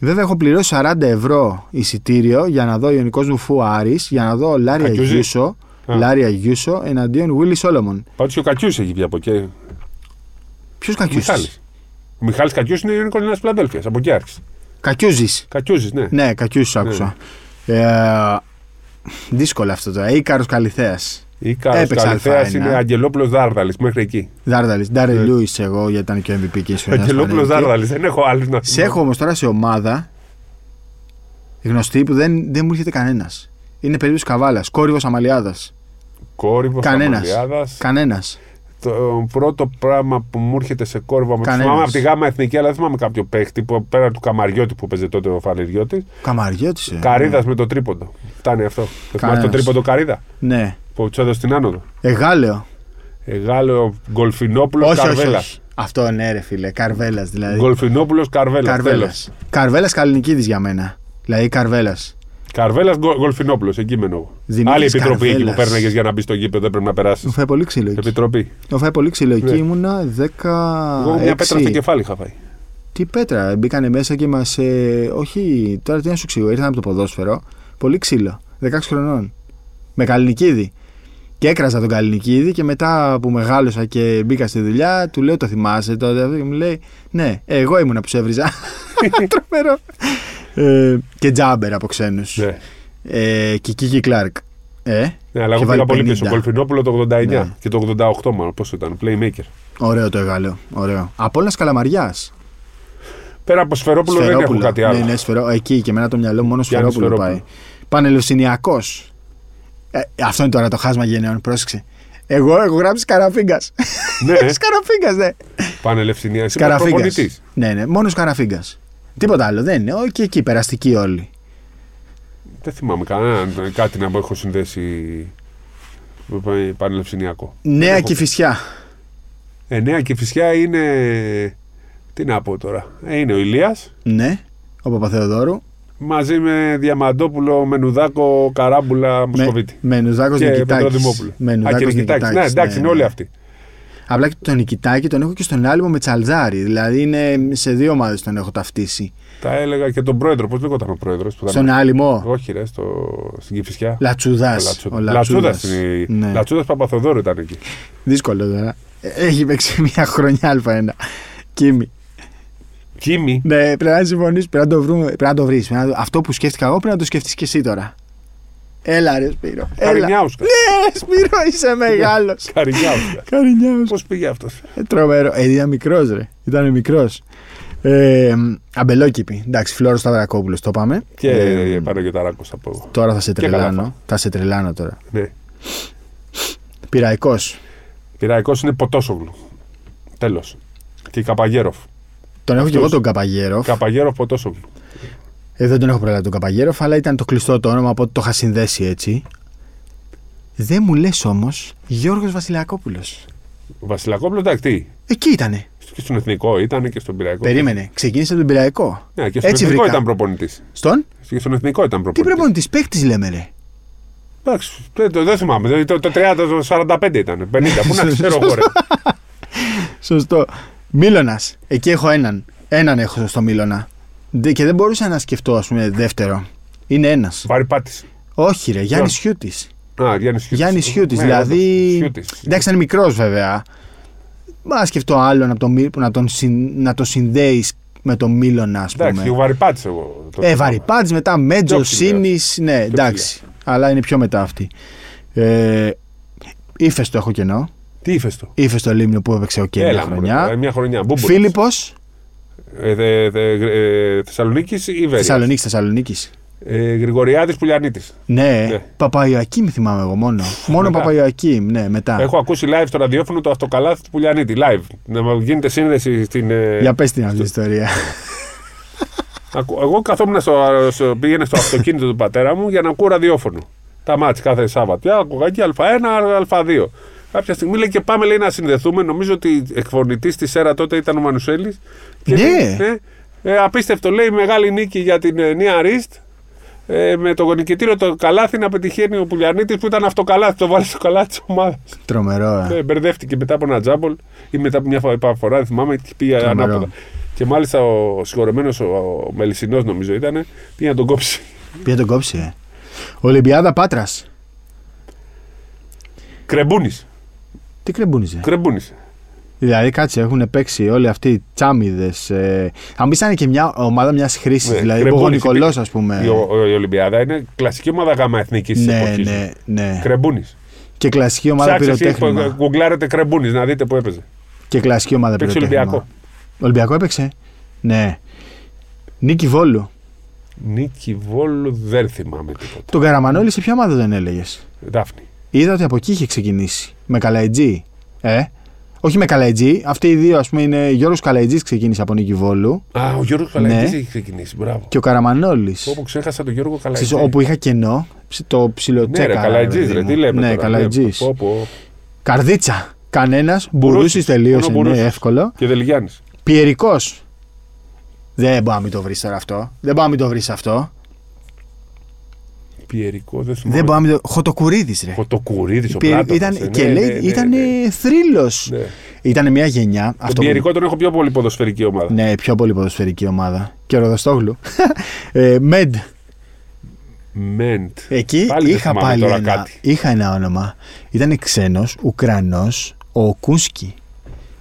[SPEAKER 1] Βέβαια, έχω πληρώσει 40 ευρώ εισιτήριο για να δω Ιωνικός Βουφού Άρης, για να δω Λάρια
[SPEAKER 2] Κακιούζη.
[SPEAKER 1] Γιούσο.
[SPEAKER 2] Α.
[SPEAKER 1] Λάρια Γιούσο εναντίον Βίλι Σόλομον.
[SPEAKER 2] Πάντω και ο Κακιούς έχει βγει από εκεί.
[SPEAKER 1] Ποιος
[SPEAKER 2] Ο
[SPEAKER 1] Κακιούζη.
[SPEAKER 2] Μιχάλης. Ο Μιχάλης Κακιούς είναι Ιωνικός Νέας Φιλαδέλφια. Από εκεί άρχισε.
[SPEAKER 1] Κακιούζης.
[SPEAKER 2] Κακιούζης, ναι.
[SPEAKER 1] Ναι, Κακιούζης άκουσα. Ε, δύσκολο αυτό τώρα. Ήκαρος Καλιθέα.
[SPEAKER 2] Ή καλό
[SPEAKER 1] Έπαιξε
[SPEAKER 2] Καλυθέας
[SPEAKER 1] Α1.
[SPEAKER 2] είναι Αγγελόπουλος Δάρδαλης μέχρι εκεί.
[SPEAKER 1] Δάρδαλης. Ντάρι
[SPEAKER 2] Ε.
[SPEAKER 1] Λούις, εγώ γιατί ήταν και ο MVP και η
[SPEAKER 2] Αγγελόπουλο Δάρδαλης, δεν έχω άλλου να
[SPEAKER 1] Σε έχω όμως τώρα σε ομάδα γνωστή που δεν, δεν μου έρχεται κανένας. Είναι περίπτωση Καβάλας, κόρυβος Αμαλιάδας.
[SPEAKER 2] Κόρυβος
[SPEAKER 1] Κανένας.
[SPEAKER 2] Αμαλιάδας.
[SPEAKER 1] Κανένας.
[SPEAKER 2] Το πρώτο πράγμα που μου έρχεται σε κόρυβο με
[SPEAKER 1] Κανένας.
[SPEAKER 2] θυμάμαι από τη γάμα εθνική, αλλά δεν θυμάμαι κάποιο παίχτη που, πέρα του Καμαριώτη που παίζε τότε ο Φαλεριώτη.
[SPEAKER 1] Καμαριώτης. ε.
[SPEAKER 2] Καρίδας με το τρίποντο. Φτάνει αυτό. Το θυμάσαι το
[SPEAKER 1] Κανένας.
[SPEAKER 2] τρίποντο Καρίδα
[SPEAKER 1] Ναι.
[SPEAKER 2] που τους έδωσε την άνοδο. Ε,
[SPEAKER 1] Εγάλεο.
[SPEAKER 2] Εγάλεο Γκολφινόπουλος
[SPEAKER 1] όχι, όχι,
[SPEAKER 2] Καρβέλα.
[SPEAKER 1] όχι. Αυτό ναι, ρε φίλε. Καρβέλας δηλαδή.
[SPEAKER 2] Γκολφινόπουλος Καρβέλας.
[SPEAKER 1] Καρβέλας. Καρβέλας Καλλινικίδης για μένα. Δηλαδή Καρβέλας.
[SPEAKER 2] Καρβέλας Γκολφινόπουλο, εκεί μένω εγώ.
[SPEAKER 1] Δημήτρης
[SPEAKER 2] Άλλη επιτροπή εκεί που
[SPEAKER 1] Καρβέλας.
[SPEAKER 2] παίρναγες για να μπεις στο γήπεδο, δεν πρέπει να περάσεις.
[SPEAKER 1] Μου φάει πολύ ξύλο εκεί.
[SPEAKER 2] Επιτροπή.
[SPEAKER 1] Μου φάει πολύ ξύλο εκεί.
[SPEAKER 2] Ναι.
[SPEAKER 1] Ήμουνα 10.
[SPEAKER 2] Εγώ μια πέτρα στο κεφάλι είχα φάει.
[SPEAKER 1] Τι πέτρα, μπήκανε μέσα και μας. Ε, όχι, τώρα τι να σου εξηγώ. Ήρθαν από το ποδόσφαιρο. Πολύ ξύλο. 16 χρονών. Με Καλλινικίδη. Και έκραζα τον Καλλινικίδη και μετά που μεγάλωσα και μπήκα στη δουλειά, του λέω: Το θυμάσαι τότε. αυτό?» Και μου λέει: Ναι, ε, εγώ ήμουνα που σε έβριζα. Τρομερό. Ε, και τζάμπερ από ξένους.
[SPEAKER 2] Ναι.
[SPEAKER 1] Ε, και Κίκη Κλάρκ. Ε,
[SPEAKER 2] Ναι, αλλά
[SPEAKER 1] Και
[SPEAKER 2] εγώ πήγα
[SPEAKER 1] βάλει
[SPEAKER 2] πολύ
[SPEAKER 1] 50.
[SPEAKER 2] πίσω. Κολφινόπουλο το 89
[SPEAKER 1] Ναι.
[SPEAKER 2] και το 88 μάλλον. Πόσο ήταν, Playmaker.
[SPEAKER 1] ωραίο το εργαλείο. Ωραίο. Απόλυνα Καλαμαριά.
[SPEAKER 2] Πέρα από Σφερόπουλο δεν έχω κάτι άλλο.
[SPEAKER 1] Ναι, ναι, σφαιρό, εκεί και εμένα το μυαλό μου μόνο
[SPEAKER 2] Γιάννη
[SPEAKER 1] σφαιρόπουλο, πάει. Πανελευσυνιακό. Ε, αυτό είναι τώρα το χάσμα γενναιών, πρόσεξε. Εγώ έχω γράψει Σκαραφίγκας.
[SPEAKER 2] Ναι.
[SPEAKER 1] Σκαραφίγκας, ναι.
[SPEAKER 2] Πανελευθυνία. Είσαι
[SPEAKER 1] Σκαραφίγκας.
[SPEAKER 2] προπονητής.
[SPEAKER 1] Ναι, ναι, μόνο Σκαραφίγκας. Τίποτα άλλο δεν είναι. Όχι εκεί, περαστικοί όλοι.
[SPEAKER 2] Δεν θυμάμαι κανέναν κάτι να μου έχω συνδέσει με πα- πανελευσυνιακό. Δεν
[SPEAKER 1] Νέα
[SPEAKER 2] έχω.
[SPEAKER 1] κυφισιά.
[SPEAKER 2] Ε, νέα και φυσικά είναι. Τι να πω τώρα. Ε, είναι ο Ηλίας
[SPEAKER 1] Ναι, ο Παπαθεοδόρου.
[SPEAKER 2] μαζί με Διαμαντόπουλο, Μενουδάκο, Καράμπουλα, Μοσκοβίτη.
[SPEAKER 1] με Νουζάκο
[SPEAKER 2] και
[SPEAKER 1] Νικητάκης.
[SPEAKER 2] Πετροδημόπουλο. Α, και Νικητάκης. Ναι, εντάξει, είναι όλοι αυτοί.
[SPEAKER 1] Απλά και τον Νικητάκη τον έχω και στον άλμπο με Τσαλζάρη. Δηλαδή είναι σε δύο ομάδες τον έχω ταυτίσει.
[SPEAKER 2] Τα έλεγα και τον πρόεδρο. Πώς λεγόταν ο πρόεδρος που ήταν.
[SPEAKER 1] Στον άλυμο,
[SPEAKER 2] Όχι, ρε, στο... στην Κυφυσιά.
[SPEAKER 1] Λατσουδάς. Ο Λατσούδας. Ναι.
[SPEAKER 2] Λατσούδας Παπαθοδόρου ήταν εκεί.
[SPEAKER 1] Δύσκολο τώρα. Ε, Έχει παίξει μια χρονιά Α1. Κίμη.
[SPEAKER 2] Κίμη.
[SPEAKER 1] Ναι, πρέπει να συμφωνήσει, πρέπει να το βρούμε. Πρέπει να το βρεις. Αυτό που σκέφτηκα εγώ πρέπει να το σκεφτεί και εσύ τώρα. Έλα, ρε Σπύρο. Έλα. Ναι,
[SPEAKER 2] Καρινιάουσκα.
[SPEAKER 1] ρε Σπύρο, είσαι μεγάλος.
[SPEAKER 2] Καρινιάουσκα.
[SPEAKER 1] Καρινιάου.
[SPEAKER 2] Πώς πήγε αυτός.
[SPEAKER 1] Ε, Τρομερό. Ε, ήταν μικρός, ρε. Ήταν μικρός. Ε, αμπελόκηπη. Εντάξει, Φλόρος Σταυρακόπουλος, το πάμε.
[SPEAKER 2] Και
[SPEAKER 1] Ε,
[SPEAKER 2] ε, πάνω και τα ράκο από εγώ.
[SPEAKER 1] τώρα θα σε
[SPEAKER 2] και
[SPEAKER 1] τρελάνω.
[SPEAKER 2] Καλάφα.
[SPEAKER 1] Θα σε τρελάνω τώρα.
[SPEAKER 2] Ναι.
[SPEAKER 1] Πυραϊκό.
[SPEAKER 2] Πυραϊκό είναι ποτόσογλου. Τέλος. Και Καπαγέροφ.
[SPEAKER 1] Τον έχω και εγώ
[SPEAKER 2] Αυτός.
[SPEAKER 1] τον Καπαγέροφ.
[SPEAKER 2] Καπαγέροφ ποτόσογλου.
[SPEAKER 1] Ε, δεν τον έχω προλάβει τον Καπαγέροφ, αλλά ήταν το κλειστό το όνομα, οπότε το είχα συνδέσει έτσι. Δεν μου λες όμως Γιώργος Βασιλιακόπουλος.
[SPEAKER 2] Ο Βασιλακόπουλο, εντάξει, τι.
[SPEAKER 1] Εκεί ήτανε.
[SPEAKER 2] Και στον εθνικό ήταν και στον πυραϊκό.
[SPEAKER 1] Περίμενε. Ξεκίνησε από τον Πυραϊκό.
[SPEAKER 2] Ναι, και στον
[SPEAKER 1] Έτσι
[SPEAKER 2] εθνικό
[SPEAKER 1] βρήκα.
[SPEAKER 2] ήταν προπονητής.
[SPEAKER 1] Στον.
[SPEAKER 2] Και στον εθνικό ήταν
[SPEAKER 1] Τι
[SPEAKER 2] προπονητής.
[SPEAKER 1] προπονητής, παίκτης λέμε, ρε.
[SPEAKER 2] Εντάξει, δεν το- δεν θυμάμαι. Δηλαδή, Το, το 30, το 45 ήταν. 50. Πού να ξέρω εγώ. ρε.
[SPEAKER 1] Σωστό. Μίλωνας. Εκεί έχω έναν. Έναν έχω στο Μίλωνα. Δε- Και δεν μπορούσα να σκεφτώ, ας πούμε, δεύτερο. Είναι ένας.
[SPEAKER 2] Βαρυπάτη.
[SPEAKER 1] Όχι, ρε. Γιάννης
[SPEAKER 2] Ποιον?
[SPEAKER 1] Χιούτη.
[SPEAKER 2] Α, Γιάννης Χιούτη.
[SPEAKER 1] Γιάννη Χιούτη.
[SPEAKER 2] Ναι,
[SPEAKER 1] Δηλαδή. Εντάξει, ήταν μικρός βέβαια. Μα σκεφτώ άλλον από τον Μι- που να τον, συν... να το συνδέεις με τον Μίλωνα, ας πούμε.
[SPEAKER 2] Εντάξει, ο Βαρυπάτη εγώ. το
[SPEAKER 1] Ε,
[SPEAKER 2] θυμάμαι.
[SPEAKER 1] βαρυπάτη, μετά μέτζο,
[SPEAKER 2] Πιο ψηλά.
[SPEAKER 1] σύνη. Ναι, εντάξει. Αλλά είναι πιο μετά αυτή. Ε, ύφε το έχω κενό.
[SPEAKER 2] Τι ύφε το.
[SPEAKER 1] Ύφε το λίμνο που έπαιξε ο Κέν μια
[SPEAKER 2] Έλα, μωρέ, ε,
[SPEAKER 1] χρονιά.
[SPEAKER 2] μια χρονιά. Μπούμπουλας.
[SPEAKER 1] Φίλιππος,
[SPEAKER 2] Ε, δε- δε- ε, Θεσσαλονίκης ή Βέρειας.
[SPEAKER 1] Θεσσαλονίκης, Θεσσαλονίκης.
[SPEAKER 2] Ε, Γρηγοριάδης Πουλιανίτης.
[SPEAKER 1] Ναι,
[SPEAKER 2] Ναι.
[SPEAKER 1] Παπαϊωακήμ θυμάμαι εγώ μόνο. μόνο
[SPEAKER 2] Μετά.
[SPEAKER 1] Παπαϊωακήμ, ναι, μετά.
[SPEAKER 2] Έχω ακούσει live στο ραδιόφωνο το αυτοκαλάθι του Πουλιανίτη. Live. Να μου γίνεται σύνδεση στην. ε,
[SPEAKER 1] Για πες την αυτή την ιστορία.
[SPEAKER 2] ακου- Εγώ καθόμουν στο, στο- πήγαινα στο αυτοκίνητο του πατέρα μου για να ακούω ραδιόφωνο. Τα μάτια κάθε Σάββατο. Πια ακούγα και Α1, Α2. Κάποια στιγμή λέει και πάμε λέει, να συνδεθούμε. Νομίζω ότι εκφωνητής της ΣΕΡΑ τότε ήταν ο Μανουσέλης.
[SPEAKER 1] Ναι.
[SPEAKER 2] ε, απίστευτο λέει μεγάλη νίκη για την ε, Νία Ρίστ. Ε, με το νικητήριο το καλάθι να πετυχαίνει ο Πουλιανίτης που ήταν αυτοκαλάθι. Το βάλει στο καλάθι της ομάδας.
[SPEAKER 1] Τρομερό, ε.
[SPEAKER 2] Ναι, μπερδεύτηκε μετά από ένα τζάμπολ ή μετά από μια φο- φορά, δεν θυμάμαι, και πήγε
[SPEAKER 1] Τρομερό.
[SPEAKER 2] ανάποδα. Και μάλιστα ο συγχωρεμένος, ο, ο Μελισσινό νομίζω ήταν, πήγε να τον κόψει.
[SPEAKER 1] Πήγα τον κόψει, ε. Ολυμπιάδα Πάτρας.
[SPEAKER 2] Κρεμπούνης.
[SPEAKER 1] Τι κρεμπούνιζε.
[SPEAKER 2] Κρεμπούνη.
[SPEAKER 1] Δηλαδή, κάτσε, έχουν παίξει όλοι αυτοί οι τσάμιδες. Ε, αν πει ήταν και μια ομάδα μιας χρήσης,
[SPEAKER 2] Ναι,
[SPEAKER 1] δηλαδή ο
[SPEAKER 2] Κρεμπούνης
[SPEAKER 1] Νικολό, ας πούμε.
[SPEAKER 2] Η, ο- η Ολυμπιάδα είναι κλασική ομάδα γάμα εθνικής της
[SPEAKER 1] ναι,
[SPEAKER 2] εποχής.
[SPEAKER 1] ναι, ναι.
[SPEAKER 2] Κρεμπούνη.
[SPEAKER 1] Και κλασική ομάδα πυροτέχνημα.
[SPEAKER 2] γκουγκλάρετε Κρεμπούνης να δείτε που έπαιζε.
[SPEAKER 1] Και κλασική ομάδα
[SPEAKER 2] ε, Παίξε
[SPEAKER 1] πυροτέχνημα.
[SPEAKER 2] Ολυμπιακό.
[SPEAKER 1] Ολυμπιακό έπαιξε. Ναι. Νίκη Βόλου.
[SPEAKER 2] Νίκη Βόλου δεν θυμάμαι τίποτα.
[SPEAKER 1] Τον Καραμανόλη σε ποια ομάδα τον έλεγες.
[SPEAKER 2] Δάφνη.
[SPEAKER 1] Είδα ότι από εκεί είχε ξεκινήσει. Με Καλαϊτζή. Ε. Όχι με Καλαϊτζή. Αυτοί οι δύο, ας πούμε, είναι. Γιώργος Καλαϊτζής ξεκίνησε από Νίκη Βόλου
[SPEAKER 2] Α, ο Γιώργος
[SPEAKER 1] Ναι.
[SPEAKER 2] Καλαϊτή έχει ξεκινήσει. Μπράβο.
[SPEAKER 1] και ο Καραμανόλης.
[SPEAKER 2] Όπου ξέχασα τον Γιώργο
[SPEAKER 1] Ξέρεις,
[SPEAKER 2] Καλαϊτή.
[SPEAKER 1] όπου είχα κενό, ψ- το
[SPEAKER 2] Ναι, ρε,
[SPEAKER 1] ψιλοτσέκα.
[SPEAKER 2] Καλαϊτζής, ρε, τι λέμε.
[SPEAKER 1] Ναι,
[SPEAKER 2] τώρα,
[SPEAKER 1] Καλαϊτζής.
[SPEAKER 2] Πω, πω.
[SPEAKER 1] Καρδίτσα. Κανένας. Μπουρούσης
[SPEAKER 2] Μπουρούσης.
[SPEAKER 1] τελείωσε.
[SPEAKER 2] Μόνο
[SPEAKER 1] Ναι,
[SPEAKER 2] Μπουρούσης.
[SPEAKER 1] εύκολο.
[SPEAKER 2] Και Δελγιάννης.
[SPEAKER 1] Πιερικός. Δεν μπορώ να μην το βρεις τώρα αυτό. Δεν μπορώ να μην το βρεις αυτό.
[SPEAKER 2] Πιερικό, δεν θυμάμαι.
[SPEAKER 1] Δεν μπορώ να μην το. Χωτοκουρίδη, ρε.
[SPEAKER 2] Ο Τοκουρίδης, ο
[SPEAKER 1] Πιε-
[SPEAKER 2] Πλάτωνας,
[SPEAKER 1] ήταν,
[SPEAKER 2] ε, ναι,
[SPEAKER 1] και
[SPEAKER 2] ναι,
[SPEAKER 1] λέει,
[SPEAKER 2] ναι, ναι,
[SPEAKER 1] ήταν
[SPEAKER 2] ναι.
[SPEAKER 1] θρύλος.
[SPEAKER 2] Ναι.
[SPEAKER 1] Ήταν μια γενιά.
[SPEAKER 2] Τον
[SPEAKER 1] Αυτό που-
[SPEAKER 2] Πιερικό τον έχω πιο πολύ ποδοσφαιρική ομάδα.
[SPEAKER 1] Ναι, πιο πολύ ποδοσφαιρική ομάδα. Και ο Ροδοστόγλου. ε, Μεντ. Ναι.
[SPEAKER 2] Μεντ.
[SPEAKER 1] Εκεί
[SPEAKER 2] Πάλι δεν
[SPEAKER 1] είχα
[SPEAKER 2] θυμάμαι
[SPEAKER 1] πάλι
[SPEAKER 2] τώρα
[SPEAKER 1] ένα,
[SPEAKER 2] κάτι.
[SPEAKER 1] είχα ένα όνομα. Ήταν ξένος, Ουκρανός, ο Κούσκι.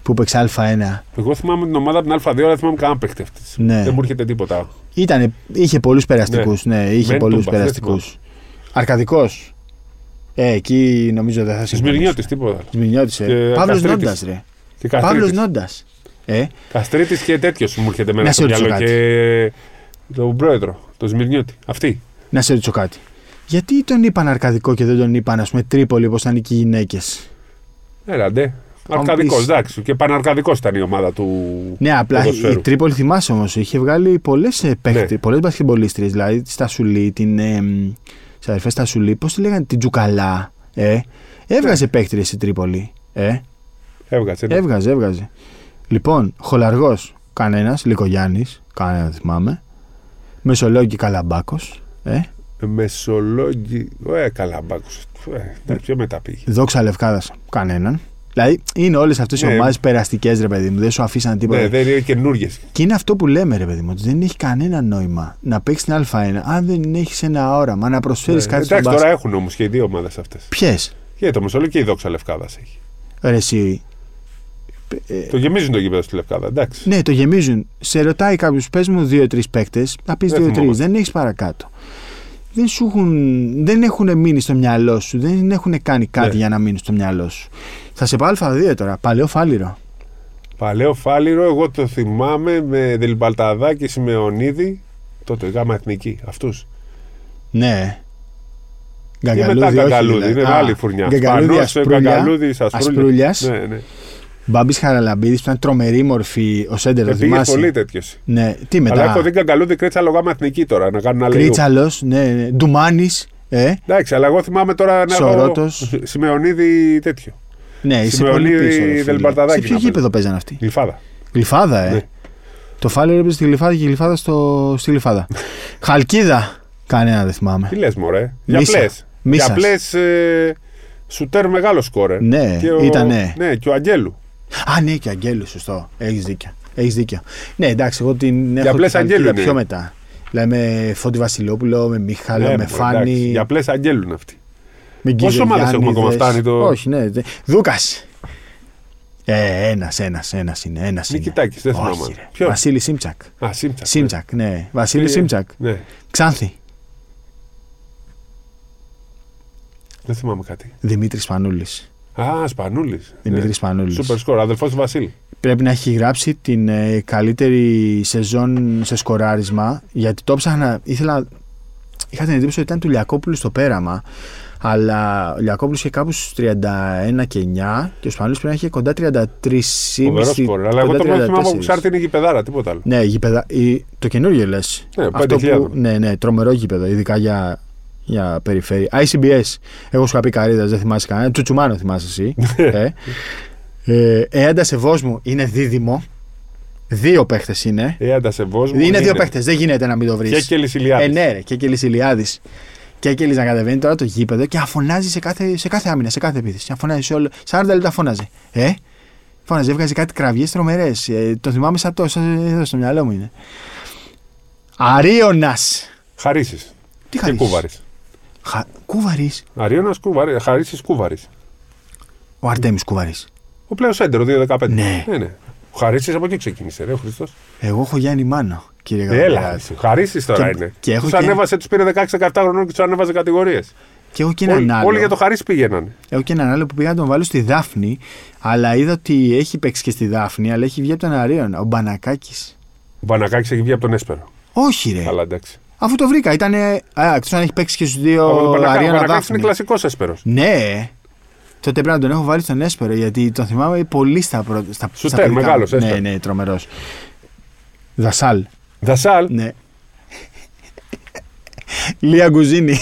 [SPEAKER 1] Που έπαιξε Α1.
[SPEAKER 2] Εγώ θυμάμαι την ομάδα από την Α2, αλλά δεν θυμάμαι κανέναν παίκτη αυτής.
[SPEAKER 1] Ναι.
[SPEAKER 2] Δεν μου έρχεται τίποτα.
[SPEAKER 1] Ήτανε, είχε πολλούς περαστικούς. Ναι. είχε
[SPEAKER 2] Μεν
[SPEAKER 1] πολλούς
[SPEAKER 2] Τούμπας, δεν
[SPEAKER 1] περαστικούς. Αρκαδικός. Ε, εκεί νομίζω δεν θα συμφωνήσω.
[SPEAKER 2] Σμυρνιώτη, τίποτα.
[SPEAKER 1] Σμυρνιώτη.
[SPEAKER 2] Και
[SPEAKER 1] Παύλος
[SPEAKER 2] Καστρίτης.
[SPEAKER 1] Νόντας, ρε.
[SPEAKER 2] Και
[SPEAKER 1] Παύλο
[SPEAKER 2] Καστρίτης.
[SPEAKER 1] Νόντας. Ε,
[SPEAKER 2] Καστρίτης και τέτοιος μου έρχεται
[SPEAKER 1] Να
[SPEAKER 2] μένα στο
[SPEAKER 1] σε ρωτήσω
[SPEAKER 2] μυαλό. Και τον πρόεδρο, τον Σμυρνιώτη. Αυτή.
[SPEAKER 1] να σε ρωτήσω κάτι. Γιατί τον είπαν αρκαδικό και δεν τον είπαν, ας πούμε, Τρίπολη, όπως ήταν εκεί οι γυναίκες.
[SPEAKER 2] Έλα, ντε.
[SPEAKER 1] Αν
[SPEAKER 2] Αρκαδικός,
[SPEAKER 1] πεις-
[SPEAKER 2] εντάξει. Και παναρκαδικός ήταν η ομάδα του.
[SPEAKER 1] Ναι, απλά η η
[SPEAKER 2] ποδοσφαίρου.
[SPEAKER 1] Τρίπολη θυμάσαι όμως. Είχε βγάλει ε, πολλέ
[SPEAKER 2] Ναι.
[SPEAKER 1] παίχτε, πολλέ μπασκεμπολίστριε. Δηλαδή τη Στασουλή, την. Ε, τις αδερφές Στασουλή, πώς τη λέγανε, την Τζουκαλά. Ε. Έβγαζε ναι. παίχτριε η Τρίπολη.
[SPEAKER 2] Ναι.
[SPEAKER 1] Ε.
[SPEAKER 2] Έβγαζε. ναι.
[SPEAKER 1] Έβγαζε, έβγαζε. Λοιπόν, χολαργός κανένας, Λικογιάννη, κανένας δεν θυμάμαι. Μεσολόγγι Καλαμπάκος. Ε.
[SPEAKER 2] Μεσολόγγι. Ε, καλά, μπάκο. Ε, εντάξει, πιο μετά πήγε.
[SPEAKER 1] Δόξα Λευκάδας, κανέναν. Δηλαδή είναι όλες αυτές οι
[SPEAKER 2] Ναι.
[SPEAKER 1] ομάδες περαστικές, ρε παιδί μου, δεν σου αφήσαν τίποτα.
[SPEAKER 2] Ναι, δεν είναι καινούργιες.
[SPEAKER 1] Και είναι αυτό που λέμε, ρε παιδί μου, ότι δεν έχει κανένα νόημα να παίξεις την Α1 αν δεν έχεις ένα όραμα, να προσφέρεις κάτι στον
[SPEAKER 2] Ναι, Εντάξει,
[SPEAKER 1] μπάσκετ.
[SPEAKER 2] τώρα έχουν όμως και οι δύο ομάδες αυτές.
[SPEAKER 1] Ποιες,
[SPEAKER 2] Και το Μεσολόγγι και η Δόξα Λευκάδας έχει.
[SPEAKER 1] ρε εσύ. Ε,
[SPEAKER 2] Το γεμίζουν το γήπεδο στη Λευκάδα, εντάξει.
[SPEAKER 1] ναι, το γεμίζουν. Σε ρωτάει κάποιος, πες μου δύο-τρει παίκτες, να πεις
[SPEAKER 2] Δεν
[SPEAKER 1] δύο-τρει.
[SPEAKER 2] θυμόμαστε.
[SPEAKER 1] Δεν έχεις παρακάτω. Δεν, σου έχουν, δεν έχουν μείνει στο μυαλό σου, δεν έχουν κάνει κάτι
[SPEAKER 2] Ναι.
[SPEAKER 1] για να μείνει στο μυαλό σου. Θα σε πάω Α2 τώρα, παλαιό φάληρο.
[SPEAKER 2] Παλαιό Φάληρο, εγώ το θυμάμαι με Δελμπαλταδάκη Σιμεωνίδη. Τότε γάμα εθνική, αυτούς.
[SPEAKER 1] Ναι.
[SPEAKER 2] Και
[SPEAKER 1] Γκαγκαλούδι,
[SPEAKER 2] μετά
[SPEAKER 1] όχι,
[SPEAKER 2] Καγκαλούδη,
[SPEAKER 1] δηλαδή.
[SPEAKER 2] είναι
[SPEAKER 1] Α,
[SPEAKER 2] άλλη φουρνιά.
[SPEAKER 1] Γκαγκαλούδι,
[SPEAKER 2] Σπανός, Καγκαλούδη,
[SPEAKER 1] ασπρούλια.
[SPEAKER 2] Ασπρούλια.
[SPEAKER 1] Ασπρούλιας.
[SPEAKER 2] Ναι, ναι.
[SPEAKER 1] Μπάμπης Χαραλαμπίδης που ήταν τρομερή μορφή ο Σέντερ,
[SPEAKER 2] Ε,
[SPEAKER 1] το
[SPEAKER 2] Πήγε
[SPEAKER 1] θυμάσαι.
[SPEAKER 2] πολύ τέτοιος.
[SPEAKER 1] Ναι, τι
[SPEAKER 2] Αλλά
[SPEAKER 1] μετά.
[SPEAKER 2] έχω δει Καγκαλούδη κρέτσα λογάμα εθνική τώρα να κάνουν άλλη.
[SPEAKER 1] Κρίτσαλο, ναι, ναι. Ντουμάνης. Ε,
[SPEAKER 2] Εντάξει, αλλά εγώ θυμάμαι τώρα να έχω
[SPEAKER 1] Σορώτος.
[SPEAKER 2] Σιμεωνίδη τέτοιο.
[SPEAKER 1] ναι, είσαι
[SPEAKER 2] Σιμεωνίδη,
[SPEAKER 1] πολύ πίσω. ρε φίλε.
[SPEAKER 2] Δελπαρταδάκη
[SPEAKER 1] Σε ποιο
[SPEAKER 2] να
[SPEAKER 1] γήπεδο παίζανε αυτοί.
[SPEAKER 2] Γλυφάδα.
[SPEAKER 1] Γλυφάδα, ε.
[SPEAKER 2] Ναι.
[SPEAKER 1] Το φάλερο έπαιζε στη γλυφάδα και η γλυφάδα στο... στη γλυφάδα. Χαλκίδα. Κανένα δεν θυμάμαι.
[SPEAKER 2] Τι λες, Μωρέ. Για
[SPEAKER 1] Μίσα.
[SPEAKER 2] πλέ.
[SPEAKER 1] Μίσας.
[SPEAKER 2] Για πλέ. Ε, σουτέρ μεγάλο σκόρε.
[SPEAKER 1] Ναι,
[SPEAKER 2] και ο,
[SPEAKER 1] ήτανε.
[SPEAKER 2] Ναι, και ο Αγγέλου.
[SPEAKER 1] Α, ναι, και Αγγέλου, σωστό. Έχεις δίκιο. Έχεις δίκιο. Ναι, εντάξει, εγώ την έχω
[SPEAKER 2] απλές
[SPEAKER 1] την
[SPEAKER 2] Αγγέλου
[SPEAKER 1] Χαλκίδα
[SPEAKER 2] είναι.
[SPEAKER 1] πιο μετά. Δηλαδή με Φώτη Βασιλόπουλο, με Μίχαλο,
[SPEAKER 2] ναι,
[SPEAKER 1] με
[SPEAKER 2] μωρέ, εντάξει.
[SPEAKER 1] Φάνη.
[SPEAKER 2] Για πλέ Αγγέλου είναι αυτή.
[SPEAKER 1] με
[SPEAKER 2] Πόσες ομάδες έχουμε ακόμα, φτάνει το-
[SPEAKER 1] Όχι, ναι. δε- Δούκας. Ε, ένας, ένας, ένας είναι. Ένας είναι.
[SPEAKER 2] Νικητάκης, δεν θυμάμαι.
[SPEAKER 1] Όχι, ρε.
[SPEAKER 2] Ποιος?
[SPEAKER 1] Βασίλη Σίμτσακ.
[SPEAKER 2] Α, Σίμτσα.
[SPEAKER 1] Σίμτσακ, ναι. Βασίλη
[SPEAKER 2] Πήγε.
[SPEAKER 1] Σίμτσακ.
[SPEAKER 2] Ναι,
[SPEAKER 1] Ξάνθη.
[SPEAKER 2] δεν θυμάμαι κάτι.
[SPEAKER 1] Δημήτρης Σπανούλη.
[SPEAKER 2] Α, Σπανούλης.
[SPEAKER 1] Δημήτρης Σπανούλη.
[SPEAKER 2] Ναι. Σούπερ σκορ, αδελφός του Βασίλη.
[SPEAKER 1] Πρέπει να έχει γράψει την ε, καλύτερη σεζόν σε σκοράρισμα. Γιατί το ψάχνα. Ήθελα. Είχα την εντύπωση ότι ήταν του Λιακόπουλου στο πέραμα. Αλλά ο Λιακόπουλος είχε κάπου στους 31 και 9 και ο Σπανούλης πρέπει να είχε κοντά 33.
[SPEAKER 2] Φοβερό
[SPEAKER 1] στη-
[SPEAKER 2] σκορ. Αλλά εγώ
[SPEAKER 1] κοντά
[SPEAKER 2] το μόνο που θυμάμαι από
[SPEAKER 1] 34.
[SPEAKER 2] Ξάρτη είναι γηπεδάρα, τίποτα άλλο.
[SPEAKER 1] Ναι, γήπεδα, η- το καινούργιο λες.
[SPEAKER 2] Ναι, 5.000.
[SPEAKER 1] ναι, ναι, τρομερό γήπεδο, ειδικά για, για περιφέρεια. ICBS. Εγώ σου είχα πει καρίδας, δεν θυμάσαι κανένα. Τσουτσουμάνο θυμάσαι εσύ.
[SPEAKER 2] Ναι.
[SPEAKER 1] ε. Ε, Εάντα σε μου είναι δίδυμο. Δύο παίχτες είναι.
[SPEAKER 2] Ε, αντασεβόσμο.
[SPEAKER 1] είναι. δύο παίχτες, δεν γίνεται να μην το βρεις.
[SPEAKER 2] Και Κέλλη
[SPEAKER 1] ε,
[SPEAKER 2] Ηλιάδη.
[SPEAKER 1] ναι, ρε, και Κέλλη Ηλιάδη. Και Κέλλη να κατεβαίνει τώρα το γήπεδο και αφωνάζει σε κάθε, σε κάθε άμυνα, σε κάθε επίθεση. Αφωνάζει σε όλο. 40 λεπτά φώναζε. Ε, φώναζε, έβγαζε κάτι κραυγές τρομερές. Ε, το θυμάμαι σαν τόσο, εδώ στο μυαλό μου είναι. Αρίωνα.
[SPEAKER 2] Χαρίσεις.
[SPEAKER 1] Τι
[SPEAKER 2] Και
[SPEAKER 1] χαρίς.
[SPEAKER 2] Κούβαρης.
[SPEAKER 1] Χα... Κούβαρης.
[SPEAKER 2] Αριώνα Κούβαρη. Χαρίσει Κούβαρης.
[SPEAKER 1] Ο Αρτέμις Κούβαρης.
[SPEAKER 2] Ο πλέον σέντερο, 2-15.
[SPEAKER 1] Ναι.
[SPEAKER 2] ναι, ναι. Ο Χαρίσης από εκεί ξεκίνησε, ρε, ο Χριστός.
[SPEAKER 1] Εγώ έχω Γιάννη Μάνο, κύριε
[SPEAKER 2] Ε, Έλα.
[SPEAKER 1] Γαβριλά.
[SPEAKER 2] Χαρίσης τώρα
[SPEAKER 1] Και-
[SPEAKER 2] είναι.
[SPEAKER 1] και έχω
[SPEAKER 2] τους
[SPEAKER 1] και-
[SPEAKER 2] ανέβασε, τους πήρε 16-17 χρονών και τους ανέβαζε κατηγορίες.
[SPEAKER 1] Και έχω και έναν
[SPEAKER 2] Όλοι,
[SPEAKER 1] άλλο.
[SPEAKER 2] όλοι για το Χαρίσης πήγαιναν.
[SPEAKER 1] Έχω και έναν άλλο που πήγα να τον βάλω στη Δάφνη, αλλά είδα ότι έχει παίξει και στη Δάφνη, αλλά έχει βγει από τον Αρίωνα. Ο Μπανακάκης.
[SPEAKER 2] Ο Πανακάκη έχει βγει από τον Έσπερο.
[SPEAKER 1] Όχι, ρε.
[SPEAKER 2] Καλά, εντάξει.
[SPEAKER 1] Αφού το βρήκα, ήταν. Εκτός αν έχει παίξει και στους δύο
[SPEAKER 2] Ο
[SPEAKER 1] Αρίωνα
[SPEAKER 2] Πανακάκη είναι
[SPEAKER 1] Δάφνη.
[SPEAKER 2] κλασικός Έσπερος.
[SPEAKER 1] Ναι, τότε πρέπει να τον έχω βάλει στον Έσπερο γιατί τον θυμάμαι πολύ στα πρώτα. Στα,
[SPEAKER 2] Σουτέρ,
[SPEAKER 1] στα παιδικά μου.
[SPEAKER 2] μεγάλος,
[SPEAKER 1] Ναι,
[SPEAKER 2] Έσπερο.
[SPEAKER 1] ναι, τρομερός. Δασάλ.
[SPEAKER 2] Δασάλ,
[SPEAKER 1] Ναι. Λία Γκουζίνη.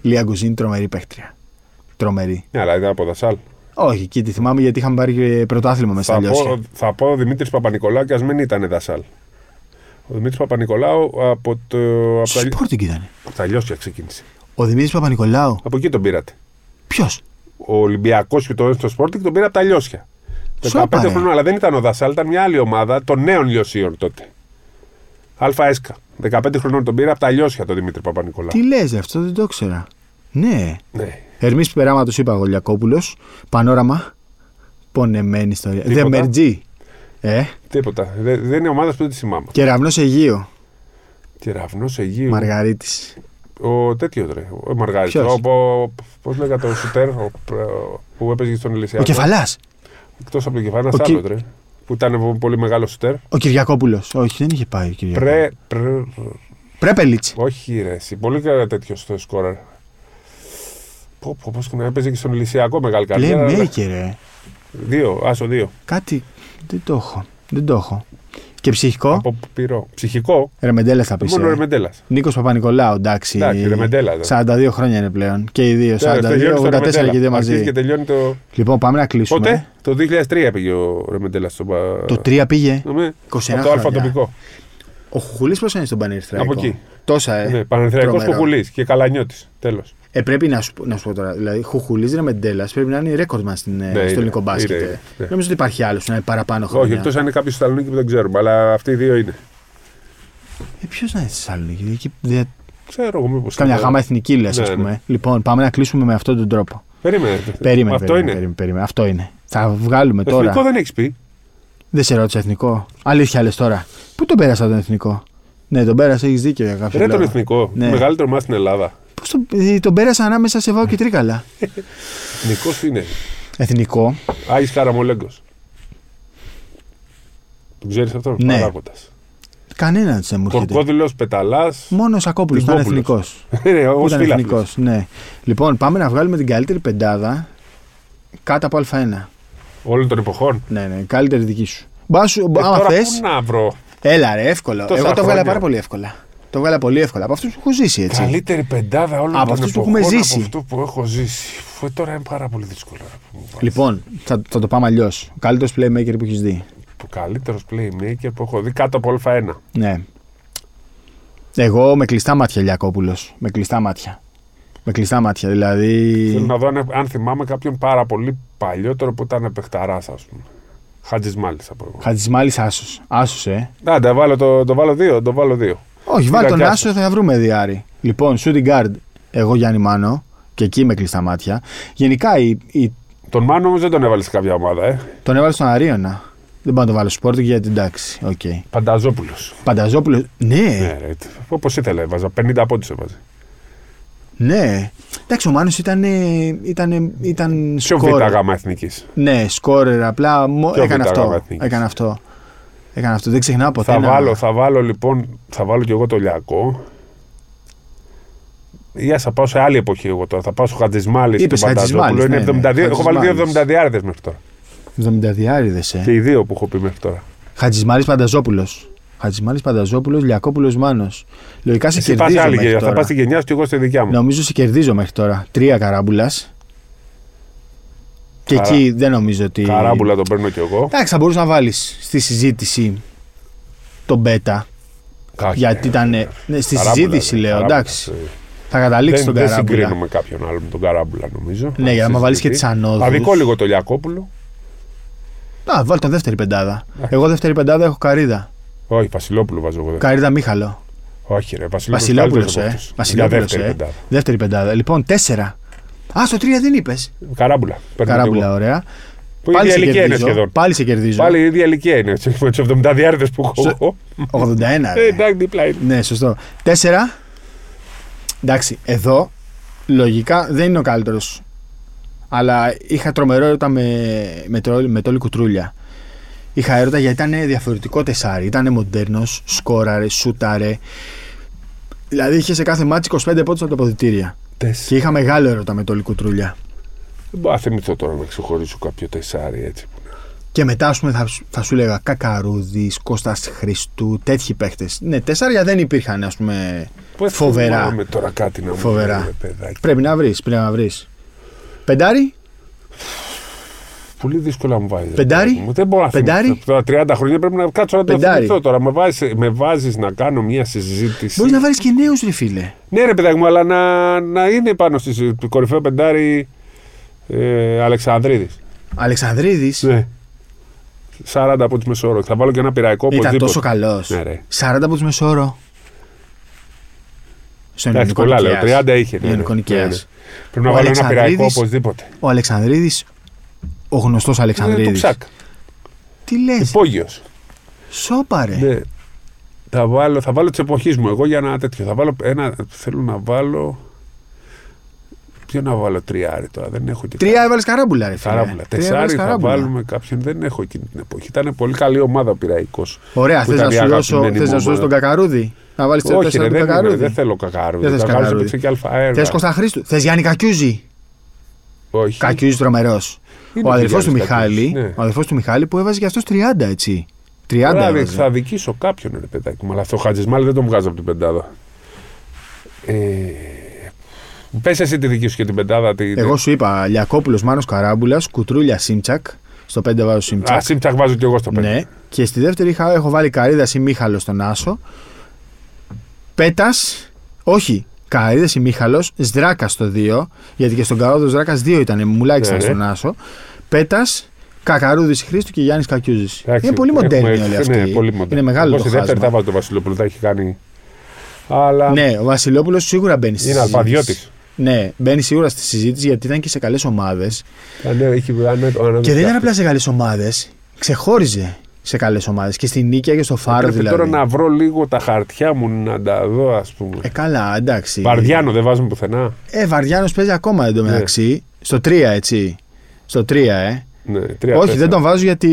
[SPEAKER 1] Λία Γκουζίνη, τρομερή παίχτρια. Τρομερή.
[SPEAKER 2] ναι, αλλά ήταν από Δασάλ.
[SPEAKER 1] Όχι, εκεί τη θυμάμαι γιατί είχαμε πάρει και πρωτάθλημα μες στα
[SPEAKER 2] Θα πω,
[SPEAKER 1] λιώσια.
[SPEAKER 2] θα πω Δημήτρης Παπα-Νικολάου και ας μην ήταν Δασάλ. Ο Δημήτρης Παπα-Νικολάου από, το, από, τα,
[SPEAKER 1] Σπόρτινγκ ήταν.
[SPEAKER 2] από τα λιώσια ξεκίνησε.
[SPEAKER 1] Ο Δημήτρης Παπα-Νικολάου.
[SPEAKER 2] Από εκεί τον πήρατε.
[SPEAKER 1] Ποιος.
[SPEAKER 2] Ο Ολυμπιακός και το Ένστο Σπόρτινγκ τον πήρε από τα Λιώσια.
[SPEAKER 1] Σόπα,
[SPEAKER 2] 15
[SPEAKER 1] ρε.
[SPEAKER 2] χρονών, αλλά δεν ήταν ο Δασάλ, ήταν μια άλλη ομάδα των νέων Λιωσίων τότε. ΑΕΣΚΑ. 15 χρονών τον πήρε από τα Λιώσια τον Δημήτρη Παπα-Νικολάου.
[SPEAKER 1] Τι λες, αυτό δεν το ήξερα. Ναι.
[SPEAKER 2] Ναι.
[SPEAKER 1] Ερμής Περάματο είπα εγώ Λιακόπουλο. Πανόραμα. Πονεμένη ιστορία.
[SPEAKER 2] Τίποτα.
[SPEAKER 1] Δεμερτζή. Ε,
[SPEAKER 2] Τίποτα. Δε- Δεν είναι ομάδας που δεν τη θυμάμαι.
[SPEAKER 1] κεραυνό Αιγείο.
[SPEAKER 2] Κυραυνό Αιγύου.
[SPEAKER 1] Μαργαρίτης.
[SPEAKER 2] Ο τέτοιος ρε. Ο Μαργάρη.
[SPEAKER 1] Ποιος?
[SPEAKER 2] Πώ λέγατε ο Σουτέρ ο- ο- που έπαιζε στον
[SPEAKER 1] Ο
[SPEAKER 2] Ελυσιακό.
[SPEAKER 1] κεφαλάς.
[SPEAKER 2] Εκτός από τον Κεφάνα
[SPEAKER 1] Ο Κι-
[SPEAKER 2] Σάλβετ, ρε. Που ήταν πολύ μεγάλος σουτέρ.
[SPEAKER 1] Ο Κυριακόπουλος. Όχι, δεν είχε πάει ο Κυριακόπουλος.
[SPEAKER 2] Πρε, πρε,
[SPEAKER 1] Πρέπελιτ.
[SPEAKER 2] όχι ρε, εσύ. πολύ καλά τέτοιος στο σκόρερ. Πω, πω, πώς και να έπαιζε και στον Ελυσιακό μεγάλη καριέρα. αλλά-
[SPEAKER 1] Playmaker, ρε.
[SPEAKER 2] Δύο, άσο δύο.
[SPEAKER 1] Κάτι. Δεν το έχω. Δεν το έχω. Και ψυχικό.
[SPEAKER 2] Από πυρό. Ψυχικό,
[SPEAKER 1] Ρεμεντέλε θα πεις.
[SPEAKER 2] μόνο ο Ρεμεντέλα.
[SPEAKER 1] Νίκος Παπα-Νικολάου, εντάξει.
[SPEAKER 2] Εντάξει, Ρεμεντέλα.
[SPEAKER 1] 42 χρόνια είναι πλέον. Και οι δύο. 42, 84 και οι δύο μαζί.
[SPEAKER 2] και τελειώνει το.
[SPEAKER 1] Λοιπόν, πάμε να κλείσουμε.
[SPEAKER 2] Πότε? Το 2003 πήγε ο Ρεμεντέλα στο. Πα-
[SPEAKER 1] Το 3 πήγε.
[SPEAKER 2] Ναι,
[SPEAKER 1] 21
[SPEAKER 2] από το αλφα
[SPEAKER 1] χρόνια.
[SPEAKER 2] τοπικό.
[SPEAKER 1] Ο Χουχουλής πώς είναι στον Πανερθράκο.
[SPEAKER 2] Από εκεί.
[SPEAKER 1] Τόσα, ε.
[SPEAKER 2] Ναι, Πανεθριακό
[SPEAKER 1] Τρομερό.
[SPEAKER 2] Κουκουλή και Καλανιώτης. Τέλος.
[SPEAKER 1] Ε, πρέπει να σου, πω- να σου πω τώρα. Δηλαδή, Χουχουλή Ρεμεντέλα πρέπει να είναι ρέκορντ μας στην, ε,
[SPEAKER 2] Ναι,
[SPEAKER 1] στο
[SPEAKER 2] είναι.
[SPEAKER 1] ελληνικό μπάσκετ.
[SPEAKER 2] Είναι,
[SPEAKER 1] ε.
[SPEAKER 2] είναι.
[SPEAKER 1] Δεν Νομίζω ότι υπάρχει άλλος να είναι παραπάνω
[SPEAKER 2] Όχι,
[SPEAKER 1] χρόνια.
[SPEAKER 2] εκτός αν είναι κάποιος στη Θεσσαλονίκη που δεν ξέρουμε, αλλά αυτοί οι δύο είναι.
[SPEAKER 1] Ε, Ποιος να είναι στη Θεσσαλονίκη. δηλαδή, Εκεί δεν-
[SPEAKER 2] Ξέρω εγώ μήπως.
[SPEAKER 1] Καμιά γάμα εθνική λες,
[SPEAKER 2] Ναι,
[SPEAKER 1] ας
[SPEAKER 2] ναι.
[SPEAKER 1] πούμε. Λοιπόν, πάμε να κλείσουμε με αυτόν τον τρόπο.
[SPEAKER 2] Περίμενε.
[SPEAKER 1] Περίμενε.
[SPEAKER 2] Αυτό
[SPEAKER 1] περίμενε,
[SPEAKER 2] είναι.
[SPEAKER 1] Περίμενε, περίμενε. Αυτό είναι. Θα βγάλουμε
[SPEAKER 2] Το
[SPEAKER 1] τώρα.
[SPEAKER 2] εθνικό δεν έχεις πει.
[SPEAKER 1] Δεν σε ρώτησα εθνικό. Αλήθεια λες τώρα. Πού τον πέρασα τον εθνικό. Ναι, τον πέρασε, έχεις δίκιο για κάποιο
[SPEAKER 2] Ρε τον
[SPEAKER 1] λόγο.
[SPEAKER 2] εθνικό.
[SPEAKER 1] Ναι.
[SPEAKER 2] Μεγαλύτερο μα στην Ελλάδα.
[SPEAKER 1] Πώς τον, ε, τον πέρασα ανάμεσα σε βάο και τρίκαλα.
[SPEAKER 2] Εθνικός είναι.
[SPEAKER 1] Εθνικό.
[SPEAKER 2] Άγιο Καραμολέγκο. Τον ξέρεις αυτόν.
[SPEAKER 1] Ναι.
[SPEAKER 2] Παράγοντας.
[SPEAKER 1] Κανέναν δεν μου έρχεται.
[SPEAKER 2] Κορκόδηλος, πεταλάς.
[SPEAKER 1] Μόνος ο Σακόπουλο ήταν
[SPEAKER 2] Τυκόπουλος.
[SPEAKER 1] εθνικό.
[SPEAKER 2] Ω
[SPEAKER 1] Ήταν
[SPEAKER 2] φιλαθλό.
[SPEAKER 1] εθνικός, ναι. Λοιπόν, πάμε να βγάλουμε την καλύτερη πεντάδα κάτω από Α1.
[SPEAKER 2] Όλων των εποχών.
[SPEAKER 1] Ναι, ναι, καλύτερη δική σου. Μπα σου,
[SPEAKER 2] Ε,
[SPEAKER 1] άμα
[SPEAKER 2] τώρα
[SPEAKER 1] θες.
[SPEAKER 2] πού να βρω.
[SPEAKER 1] Έλα, ρε, εύκολο.
[SPEAKER 2] Τόσα
[SPEAKER 1] Εγώ το βγάλα
[SPEAKER 2] χρόνια.
[SPEAKER 1] πάρα πολύ εύκολα. Το βγάλα πολύ εύκολα. Από αυτούς που έχω ζήσει, έτσι.
[SPEAKER 2] Καλύτερη πεντάδα όλων
[SPEAKER 1] Από
[SPEAKER 2] των
[SPEAKER 1] αυτούς που
[SPEAKER 2] εποχών.
[SPEAKER 1] έχουμε
[SPEAKER 2] από
[SPEAKER 1] ζήσει.
[SPEAKER 2] αυτό που έχω ζήσει. Φου, Τώρα είναι πάρα πολύ δύσκολο. να πούμε.
[SPEAKER 1] Λοιπόν, θα, θα το πάμε αλλιώς. Ο καλύτερος playmaker που έχεις δει.
[SPEAKER 2] Ο καλύτερος playmaker που έχω δει κάτω από Α1.
[SPEAKER 1] Ναι. Εγώ με κλειστά μάτια, Λιακόπουλος. Με κλειστά μάτια. Με κλειστά μάτια,
[SPEAKER 2] Θέλω
[SPEAKER 1] δηλαδή.
[SPEAKER 2] να δω αν, αν θυμάμαι κάποιον πάρα πολύ παλιότερο που ήταν παιχταρά, ας πούμε. Χατζης μάλιστα από εγώ.
[SPEAKER 1] Χατζημάλη Άσος. Άσος, ε.
[SPEAKER 2] Να, τα βάλω, το, το βάλω δύο. Το βάλω δύο.
[SPEAKER 1] Όχι, βάλ
[SPEAKER 2] Ήταν
[SPEAKER 1] τον
[SPEAKER 2] και
[SPEAKER 1] Άσο, θα βρούμε διάρη. Λοιπόν, shooting guard, εγώ Γιάννη Μάνο, και εκεί με κλειστά μάτια. Γενικά, η, η,
[SPEAKER 2] Τον Μάνο όμως δεν τον έβαλες σε κάποια ομάδα, ε.
[SPEAKER 1] τον έβαλε στον Αρίωνα. Δεν πάω να το βάλω σπόρτ γιατί εντάξει, οκ.
[SPEAKER 2] Πανταζόπουλος.
[SPEAKER 1] Πανταζόπουλος, ναι, ναι.
[SPEAKER 2] Ναι, ρε. Όπως ήθελε, έβαζα. 50 πόντου έβαζε.
[SPEAKER 1] ναι. Εντάξει, ο Μάνος ήταν, ε, ήταν, ήταν
[SPEAKER 2] Πιο β'
[SPEAKER 1] σκόρερ.
[SPEAKER 2] γάμα εθνικής.
[SPEAKER 1] Ναι, σκόρερ, απλά μο-
[SPEAKER 2] Πιο
[SPEAKER 1] έκανε
[SPEAKER 2] β' γάμα
[SPEAKER 1] αυτό.
[SPEAKER 2] εθνικής.
[SPEAKER 1] Έκανε αυτό. Έκανε αυτό. Δεν ξεχνάω ποτέ.
[SPEAKER 2] Θα
[SPEAKER 1] να-
[SPEAKER 2] βάλω, θα βάλω λοιπόν, θα βάλω κι εγώ το Λιακό. Για θα πάω σε άλλη εποχή εγώ τώρα. Θα πάω στο Χατζημάλη.
[SPEAKER 1] Είπες Χατζημάλης,
[SPEAKER 2] Είναι
[SPEAKER 1] ναι, ναι.
[SPEAKER 2] 72, έχω βάλει δύο
[SPEAKER 1] Χατζημάλης.
[SPEAKER 2] 70 διάρδε μέχρι τώρα.
[SPEAKER 1] 70 ε.
[SPEAKER 2] Και οι δύο που έχω πει μέχρι τώρα.
[SPEAKER 1] Χατζημάλη Πανταζόπουλο. Χατζημάλη Πανταζόπουλος, Λιακόπουλος Μάνος. Λογικά σε
[SPEAKER 2] Εσύ πας
[SPEAKER 1] κερδίζω.
[SPEAKER 2] άλλη
[SPEAKER 1] μέχρι
[SPEAKER 2] γενιά. Θα
[SPEAKER 1] τώρα.
[SPEAKER 2] πας στη γενιά σου και εγώ στη δικιά μου.
[SPEAKER 1] Νομίζω σε κερδίζω μέχρι τώρα. Τρία καράμπουλας. Και
[SPEAKER 2] Καρά-
[SPEAKER 1] εκεί δεν νομίζω ότι.
[SPEAKER 2] Καράμπουλα τον παίρνω κι εγώ.
[SPEAKER 1] Εντάξει, θα μπορούσε να βάλεις στη συζήτηση τον Μπέτα.
[SPEAKER 2] Κάχη,
[SPEAKER 1] γιατί
[SPEAKER 2] ε,
[SPEAKER 1] ήταν. Ναι, στη
[SPEAKER 2] Καράμπουλα,
[SPEAKER 1] συζήτηση
[SPEAKER 2] ε,
[SPEAKER 1] λέω,
[SPEAKER 2] Καράμπουλα,
[SPEAKER 1] εντάξει.
[SPEAKER 2] ε,
[SPEAKER 1] Θα καταλήξει
[SPEAKER 2] Δεν,
[SPEAKER 1] τον
[SPEAKER 2] δεν
[SPEAKER 1] καράμπουλα.
[SPEAKER 2] συγκρίνουμε κάποιον άλλον με τον Καράμπουλα νομίζω.
[SPEAKER 1] Ναι, για να
[SPEAKER 2] Συζητηθεί.
[SPEAKER 1] μα βάλεις και τι ανόδου.
[SPEAKER 2] Αδικό λίγο το Λιακόπουλο.
[SPEAKER 1] Α, βάλει τον δεύτερη πεντάδα. Εγώ δεύτερη πεντάδα έχω καρίδα.
[SPEAKER 2] Όχι, Βασιλόπουλο βάζω εγώ. δεύτερο.
[SPEAKER 1] Καρίδα Μίχαλο.
[SPEAKER 2] Όχι, ρε, Βασιλόπουλος.
[SPEAKER 1] Βασιλόπουλος, ε. Βασιλόπουλος,
[SPEAKER 2] δεύτερη
[SPEAKER 1] ε.
[SPEAKER 2] πεντάδα.
[SPEAKER 1] Δεύτερη πεντάδα. Λοιπόν, τέσσερα. Α, στο τρία δεν είπες.
[SPEAKER 2] Καράμπουλα. παίρνω κι
[SPEAKER 1] Καράμπουλα,
[SPEAKER 2] εγώ.
[SPEAKER 1] ωραία.
[SPEAKER 2] Που η ίδια ηλικία είναι σχεδόν.
[SPEAKER 1] Πάλι σε κερδίζω.
[SPEAKER 2] Πάλι η ίδια ηλικία είναι. έτσι, Με τους 70 διάρδε που έχω.
[SPEAKER 1] Σε-
[SPEAKER 2] εγώ.
[SPEAKER 1] 81.
[SPEAKER 2] Ε,
[SPEAKER 1] ρε.
[SPEAKER 2] εντάξει, δίπλα είναι.
[SPEAKER 1] Ναι, σωστό. Τέσσερα. Εντάξει, εδώ λογικά δεν είναι ο καλύτερος. Αλλά είχα τρομερό έρωτα με, με, το, με τόλι κουτρούλια. Είχα έρωτα γιατί ήταν διαφορετικό τεσάρι. Ήταν μοντέρνος, σκόραρε, σούταρε. Δηλαδή είχε σε κάθε μάτι 25 πόντους από τα ποδητήρια. Και
[SPEAKER 2] Τέσσερα.
[SPEAKER 1] είχα μεγάλο έρωτα με τόλι κουτρούλια.
[SPEAKER 2] Δεν μπορώ να θυμηθώ τώρα να ξεχωρίσω κάποιο τεσάρι έτσι.
[SPEAKER 1] Και μετά, ας πούμε, θα, σου- θα σου λέγα Κακαρούδης, Κώστας Χριστού, τέτοιοι παίχτες. Ναι, τέσσαρια δεν υπήρχαν, ας πούμε.
[SPEAKER 2] Πού
[SPEAKER 1] Φοβερά.
[SPEAKER 2] θυμάμαι τώρα κάτι να μου
[SPEAKER 1] Φοβερά.
[SPEAKER 2] λέει, ρε, παιδάκι.
[SPEAKER 1] Πρέπει να βρεις, πρέπει να βρεις. Πεντάρι,
[SPEAKER 2] Πολύ δύσκολα μου βάζεις.
[SPEAKER 1] Πεντάρι?
[SPEAKER 2] Δεν μπορώ να
[SPEAKER 1] Πεντάρι?
[SPEAKER 2] θυμηθώ. Τώρα 30 χρόνια πρέπει να κάτσω να το
[SPEAKER 1] Πεντάρι.
[SPEAKER 2] θυμηθώ τώρα. Με βάζεις με βάζεις να κάνω μια συζήτηση.
[SPEAKER 1] Μπορείς να βάλεις και νέους, ρε φίλε.
[SPEAKER 2] Ναι, ρε παιδάκι μου, αλλά να, να είναι πάνω στη συζήτηση. Το κορυφαίο πεντάρι ε, Αλεξανδρίδης.
[SPEAKER 1] Αλεξανδρίδης
[SPEAKER 2] Ναι. 40 από τη Μεσόρο. Θα βάλω και ένα πειραϊκό
[SPEAKER 1] ήταν
[SPEAKER 2] οπωσδήποτε.
[SPEAKER 1] τόσο καλός.
[SPEAKER 2] Ναι, ρε.
[SPEAKER 1] 40 από τους μεσόρο. Στον
[SPEAKER 2] Εντάξει,
[SPEAKER 1] ελληνικό
[SPEAKER 2] πολλά λέω.
[SPEAKER 1] νοικιάς.
[SPEAKER 2] 30 είχε. ναι, ναι,
[SPEAKER 1] Ελληνικό
[SPEAKER 2] ναι,
[SPEAKER 1] νοικιάς.
[SPEAKER 2] ναι. Πρέπει να
[SPEAKER 1] Ο
[SPEAKER 2] βάλω ένα πειραϊκό
[SPEAKER 1] Αλεξανδρίδης-
[SPEAKER 2] οπωσδήποτε. Ε,
[SPEAKER 1] Ο Αλεξανδρίδης, ο γνωστός
[SPEAKER 2] Ναι, Του
[SPEAKER 1] Αλεξανδρίδης.
[SPEAKER 2] ψακ.
[SPEAKER 1] Τι λες,
[SPEAKER 2] Υπόγειος.
[SPEAKER 1] σόπαρε.
[SPEAKER 2] Λοιπόν, Ναι. Θα βάλω, θα βάλω τη εποχή μου εγώ για ένα τέτοιο. Θα βάλω ένα, θέλω να βάλω. Ποιο να βάλω τριάρι τώρα, δεν έχω και.
[SPEAKER 1] Τρία έβαλες καράμπουλα, ρε φίλε.
[SPEAKER 2] Καράμπουλα.
[SPEAKER 1] Τρία
[SPEAKER 2] Τεσσάρι
[SPEAKER 1] έβαλες
[SPEAKER 2] θα
[SPEAKER 1] καράμπουλα.
[SPEAKER 2] βάλουμε κάποιον. Δεν έχω εκείνη την εποχή. Ήταν πολύ καλή ομάδα ο πειραϊκός.
[SPEAKER 1] Ωραία, θε να σου δώσω, θες να σου δώσω τον Κακαρούδη. Να βάλεις
[SPEAKER 2] ε. Όχι, ρε,
[SPEAKER 1] τέσσερα τον
[SPEAKER 2] δεν, είμαι, δεν
[SPEAKER 1] Κακαρούδη.
[SPEAKER 2] θέλω κακάρουδη.
[SPEAKER 1] Δεν θες
[SPEAKER 2] Δεν θέλω
[SPEAKER 1] Κακαρούδη.
[SPEAKER 2] παίξε και αλφαέρα.
[SPEAKER 1] Θε Κώστα Χρήστου. Θες Γιάννη Κακιούζη.
[SPEAKER 2] Όχι.
[SPEAKER 1] Κακιούζη τρομερός.
[SPEAKER 2] Είναι
[SPEAKER 1] Ο αδελφό
[SPEAKER 2] Γιάννης
[SPEAKER 1] του Μιχάλη.
[SPEAKER 2] Κακιούζης, ναι.
[SPEAKER 1] Ο αδελφό του Μιχάλη που έβαζε για αυτό 30, έτσι. 30
[SPEAKER 2] Βράδυ,
[SPEAKER 1] έβαζε.
[SPEAKER 2] θα δικήσω κάποιον, ρε παιδάκι μου. Αλλά αυτό ο Χατζημάλι δεν τον βγάζω από την πεντάδα. Ε, Πες εσύ τη δική σου και την πεντάδα. Τη,
[SPEAKER 1] Εγώ σου είπα Λιακόπουλος Μάνος Καράμπουλας, Κουτρούλια Σίμτσακ. Στο 5 βάζω
[SPEAKER 2] Α,
[SPEAKER 1] Σίμτσακ.
[SPEAKER 2] Σίμψαχ βάζω κι εγώ στο πέντε.
[SPEAKER 1] Ναι. Και στη δεύτερη είχα, έχω βάλει Καρίδα ή Μίχαλο στον Άσο. Πέτας. Όχι. Καρίδα ή Μίχαλος. Σδράκας στο 2. Γιατί και στον Καόδο Σδράκα 2 ήταν. Μουλάκι ήταν
[SPEAKER 2] Ναι.
[SPEAKER 1] στον Άσο. Πέτας. Κακαρούδης Χρήστου και Γιάννης Κακιούζης.
[SPEAKER 2] Εντάξει,
[SPEAKER 1] Είναι πολύ
[SPEAKER 2] έχουμε-
[SPEAKER 1] μοντέρνη όλοι αυτοί.
[SPEAKER 2] Ναι, πολύ μοντέρνη.
[SPEAKER 1] Είναι μεγάλο
[SPEAKER 2] Εγώ
[SPEAKER 1] το
[SPEAKER 2] στη δεύτερη
[SPEAKER 1] χάσμα.
[SPEAKER 2] θα βάζω τον Βασιλόπουλο, τα έχει κάνει. Αλλά
[SPEAKER 1] Ναι, ο Βασιλόπουλος σίγουρα μπαίνει στη
[SPEAKER 2] είναι
[SPEAKER 1] συζήτηση.
[SPEAKER 2] αλφαδιώτη.
[SPEAKER 1] Ναι, μπαίνει σίγουρα στη συζήτηση γιατί ήταν και σε καλές ομάδες.
[SPEAKER 2] ναι,
[SPEAKER 1] Και δεν ήταν απλά σε καλές ομάδες. Ξεχώριζε σε καλές ομάδες. Και στη Νίκαια και στο Φάρο
[SPEAKER 2] Πρέπει
[SPEAKER 1] δηλαδή.
[SPEAKER 2] τώρα να βρω λίγο τα χαρτιά μου να τα δω, ας πούμε.
[SPEAKER 1] Ε, καλά, εντάξει.
[SPEAKER 2] Βαρδιάνο δεν βάζουμε πουθενά.
[SPEAKER 1] Ε, Βαρδιάνος παίζει ακόμα εντωμεταξύ. Στο 3, έτσι. Στο 3, ε.
[SPEAKER 2] Ναι, τρία,
[SPEAKER 1] Όχι,
[SPEAKER 2] τέσσερα.
[SPEAKER 1] δεν τον βάζω γιατί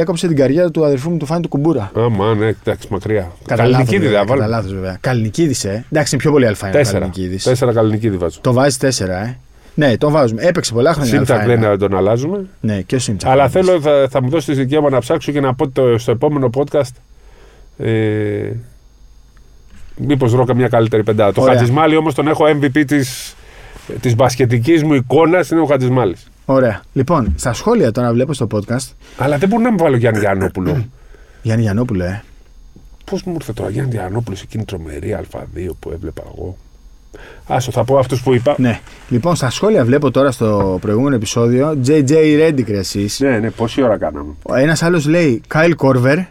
[SPEAKER 1] έκοψε την καριέρα του αδερφού μου του Φάνη του Κουμπούρα.
[SPEAKER 2] Άμα, ναι, εντάξει, μακριά.
[SPEAKER 1] Κατά λάθος,
[SPEAKER 2] Καλλινικίδη
[SPEAKER 1] βέβαια,
[SPEAKER 2] θα
[SPEAKER 1] Κατά
[SPEAKER 2] βάλω.
[SPEAKER 1] λάθος, βέβαια. Καλλινικίδη, ε. Εντάξει, είναι πιο πολύ αλφα είναι ο
[SPEAKER 2] Τέσσερα.
[SPEAKER 1] Καλλινικίδη.
[SPEAKER 2] Τέσσερα Καλλινικίδη βάζω.
[SPEAKER 1] Το βάζεις 4, ε. Ναι, τον βάζουμε. Έπαιξε πολλά χρόνια.
[SPEAKER 2] Σύμπτακ
[SPEAKER 1] Α1.
[SPEAKER 2] λένε να τον αλλάζουμε.
[SPEAKER 1] Ναι, και ο Σύμπτακ.
[SPEAKER 2] Αλλά θέλω, θα, θα μου δώσεις τη δικιά μου να ψάξω και να πω το, στο επόμενο podcast. Ε, Μήπως βρω καμιά καλύτερη πεντάδα. Το
[SPEAKER 1] Ωραία.
[SPEAKER 2] Χατζημάλι όμως τον έχω MVP της της μπασκετικής μου εικόνας είναι ο Χατζημάλι.
[SPEAKER 1] Ωραία. Λοιπόν, στα σχόλια τώρα βλέπω στο podcast.
[SPEAKER 2] Αλλά δεν μπορώ να μου βάλω Γιάννη Γιαννόπουλο.
[SPEAKER 1] Γιάννη Γιανόπουλε, ε.
[SPEAKER 2] Πώς μου ήρθε τώρα Γιάννη Γιαννόπουλος εκείνη η τρομερή Α2 που έβλεπα εγώ. Άσο, θα πω αυτούς που είπα.
[SPEAKER 1] Ναι. Λοιπόν, στα σχόλια βλέπω τώρα στο προηγούμενο επεισόδιο. JJ Reddick, ρε εσείς.
[SPEAKER 2] Ναι, ναι, πόση ώρα κάναμε.
[SPEAKER 1] Ένας άλλος λέει Kyle Corver.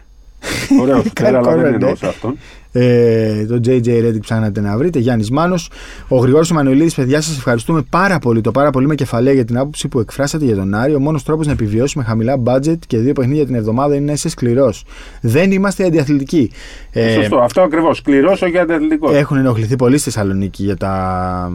[SPEAKER 2] Ωραίο,
[SPEAKER 1] Καλή
[SPEAKER 2] αλλά δεν
[SPEAKER 1] κόρη,
[SPEAKER 2] εννοούσα
[SPEAKER 1] ναι.
[SPEAKER 2] αυτόν.
[SPEAKER 1] Ε, το JJ Reddick ψάχνατε να βρείτε. Γιάννης Μάνος. Ο Γρηγόρης Εμμανουηλίδη, παιδιά, σας ευχαριστούμε πάρα πολύ. Το πάρα πολύ με κεφαλαία για την άποψη που εκφράσατε για τον Άρη. Ο μόνος τρόπος να επιβιώσουμε χαμηλά budget και δύο παιχνίδια την εβδομάδα είναι να είσαι σκληρός. Δεν είμαστε αντιαθλητικοί. Ε,
[SPEAKER 2] Σωστό, αυτό ακριβώς. Σκληρός όχι αντιαθλητικός.
[SPEAKER 1] έχουν ενοχληθεί πολύ στη Θεσσαλονίκη για τα,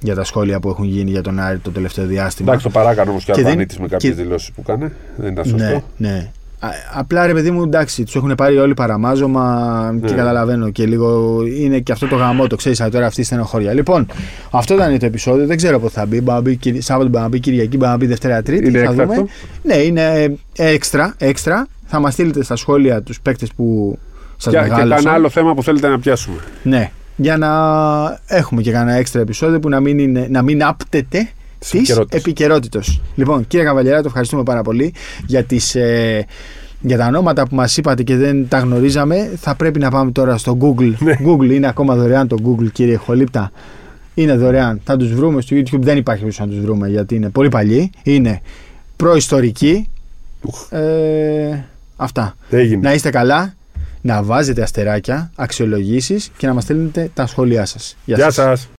[SPEAKER 1] για τα σχόλια που έχουν γίνει για τον Άρη το τελευταίο διάστημα.
[SPEAKER 2] Εντάξει, το παράκανε όμως και ο
[SPEAKER 1] Και δεν-
[SPEAKER 2] Αρβανίτη με κάποιες
[SPEAKER 1] και-
[SPEAKER 2] δηλώσεις που κάνε. Δεν ήταν σωστό.
[SPEAKER 1] Ναι, ναι. Α, απλά ρε παιδί μου, εντάξει, τους έχουν πάρει όλοι παραμάζωμα
[SPEAKER 2] Ναι.
[SPEAKER 1] και καταλαβαίνω και λίγο είναι και αυτό το γαμό, το ξέρεις τώρα αυτή η στενοχώρια. Λοιπόν, αυτό ήταν το επεισόδιο. Δεν ξέρω πότε θα μπει. Μπορεί να μπει Κυρι- Σάββατο, μπορεί να μπει Κυριακή, μπορεί να μπει Δευτέρα, Τρίτη.
[SPEAKER 2] Είναι
[SPEAKER 1] θα
[SPEAKER 2] έκτακτο.
[SPEAKER 1] δούμε. Ναι, είναι έξτρα. έξτρα. Θα μας στείλετε στα σχόλια τους παίκτες που σας
[SPEAKER 2] Και, και
[SPEAKER 1] μεγάλωσαν.
[SPEAKER 2] κανένα άλλο θέμα που θέλετε να πιάσουμε.
[SPEAKER 1] Ναι, για να έχουμε και κανένα έξτρα επεισόδιο που να μην, είναι, να μην άπτεται της
[SPEAKER 2] επικαιρότητας.
[SPEAKER 1] επικαιρότητα. Λοιπόν, κύριε Καβαλιέρα, το ευχαριστούμε πάρα πολύ για, τις, ε, για τα ονόματα που μας είπατε και δεν τα γνωρίζαμε. Θα πρέπει να πάμε τώρα στο Google. Google είναι ακόμα δωρεάν το Google, κύριε Χολύπτα. Είναι δωρεάν. Θα τους βρούμε στο YouTube. Δεν υπάρχει περίπτωση να τους βρούμε γιατί είναι πολύ παλιοί. Είναι προϊστορικοί. Ε, αυτά.
[SPEAKER 2] Έγινε.
[SPEAKER 1] Να είστε καλά, να βάζετε αστεράκια, αξιολογήσεις και να μας στέλνετε τα σχόλιά σας.
[SPEAKER 2] Γεια σας.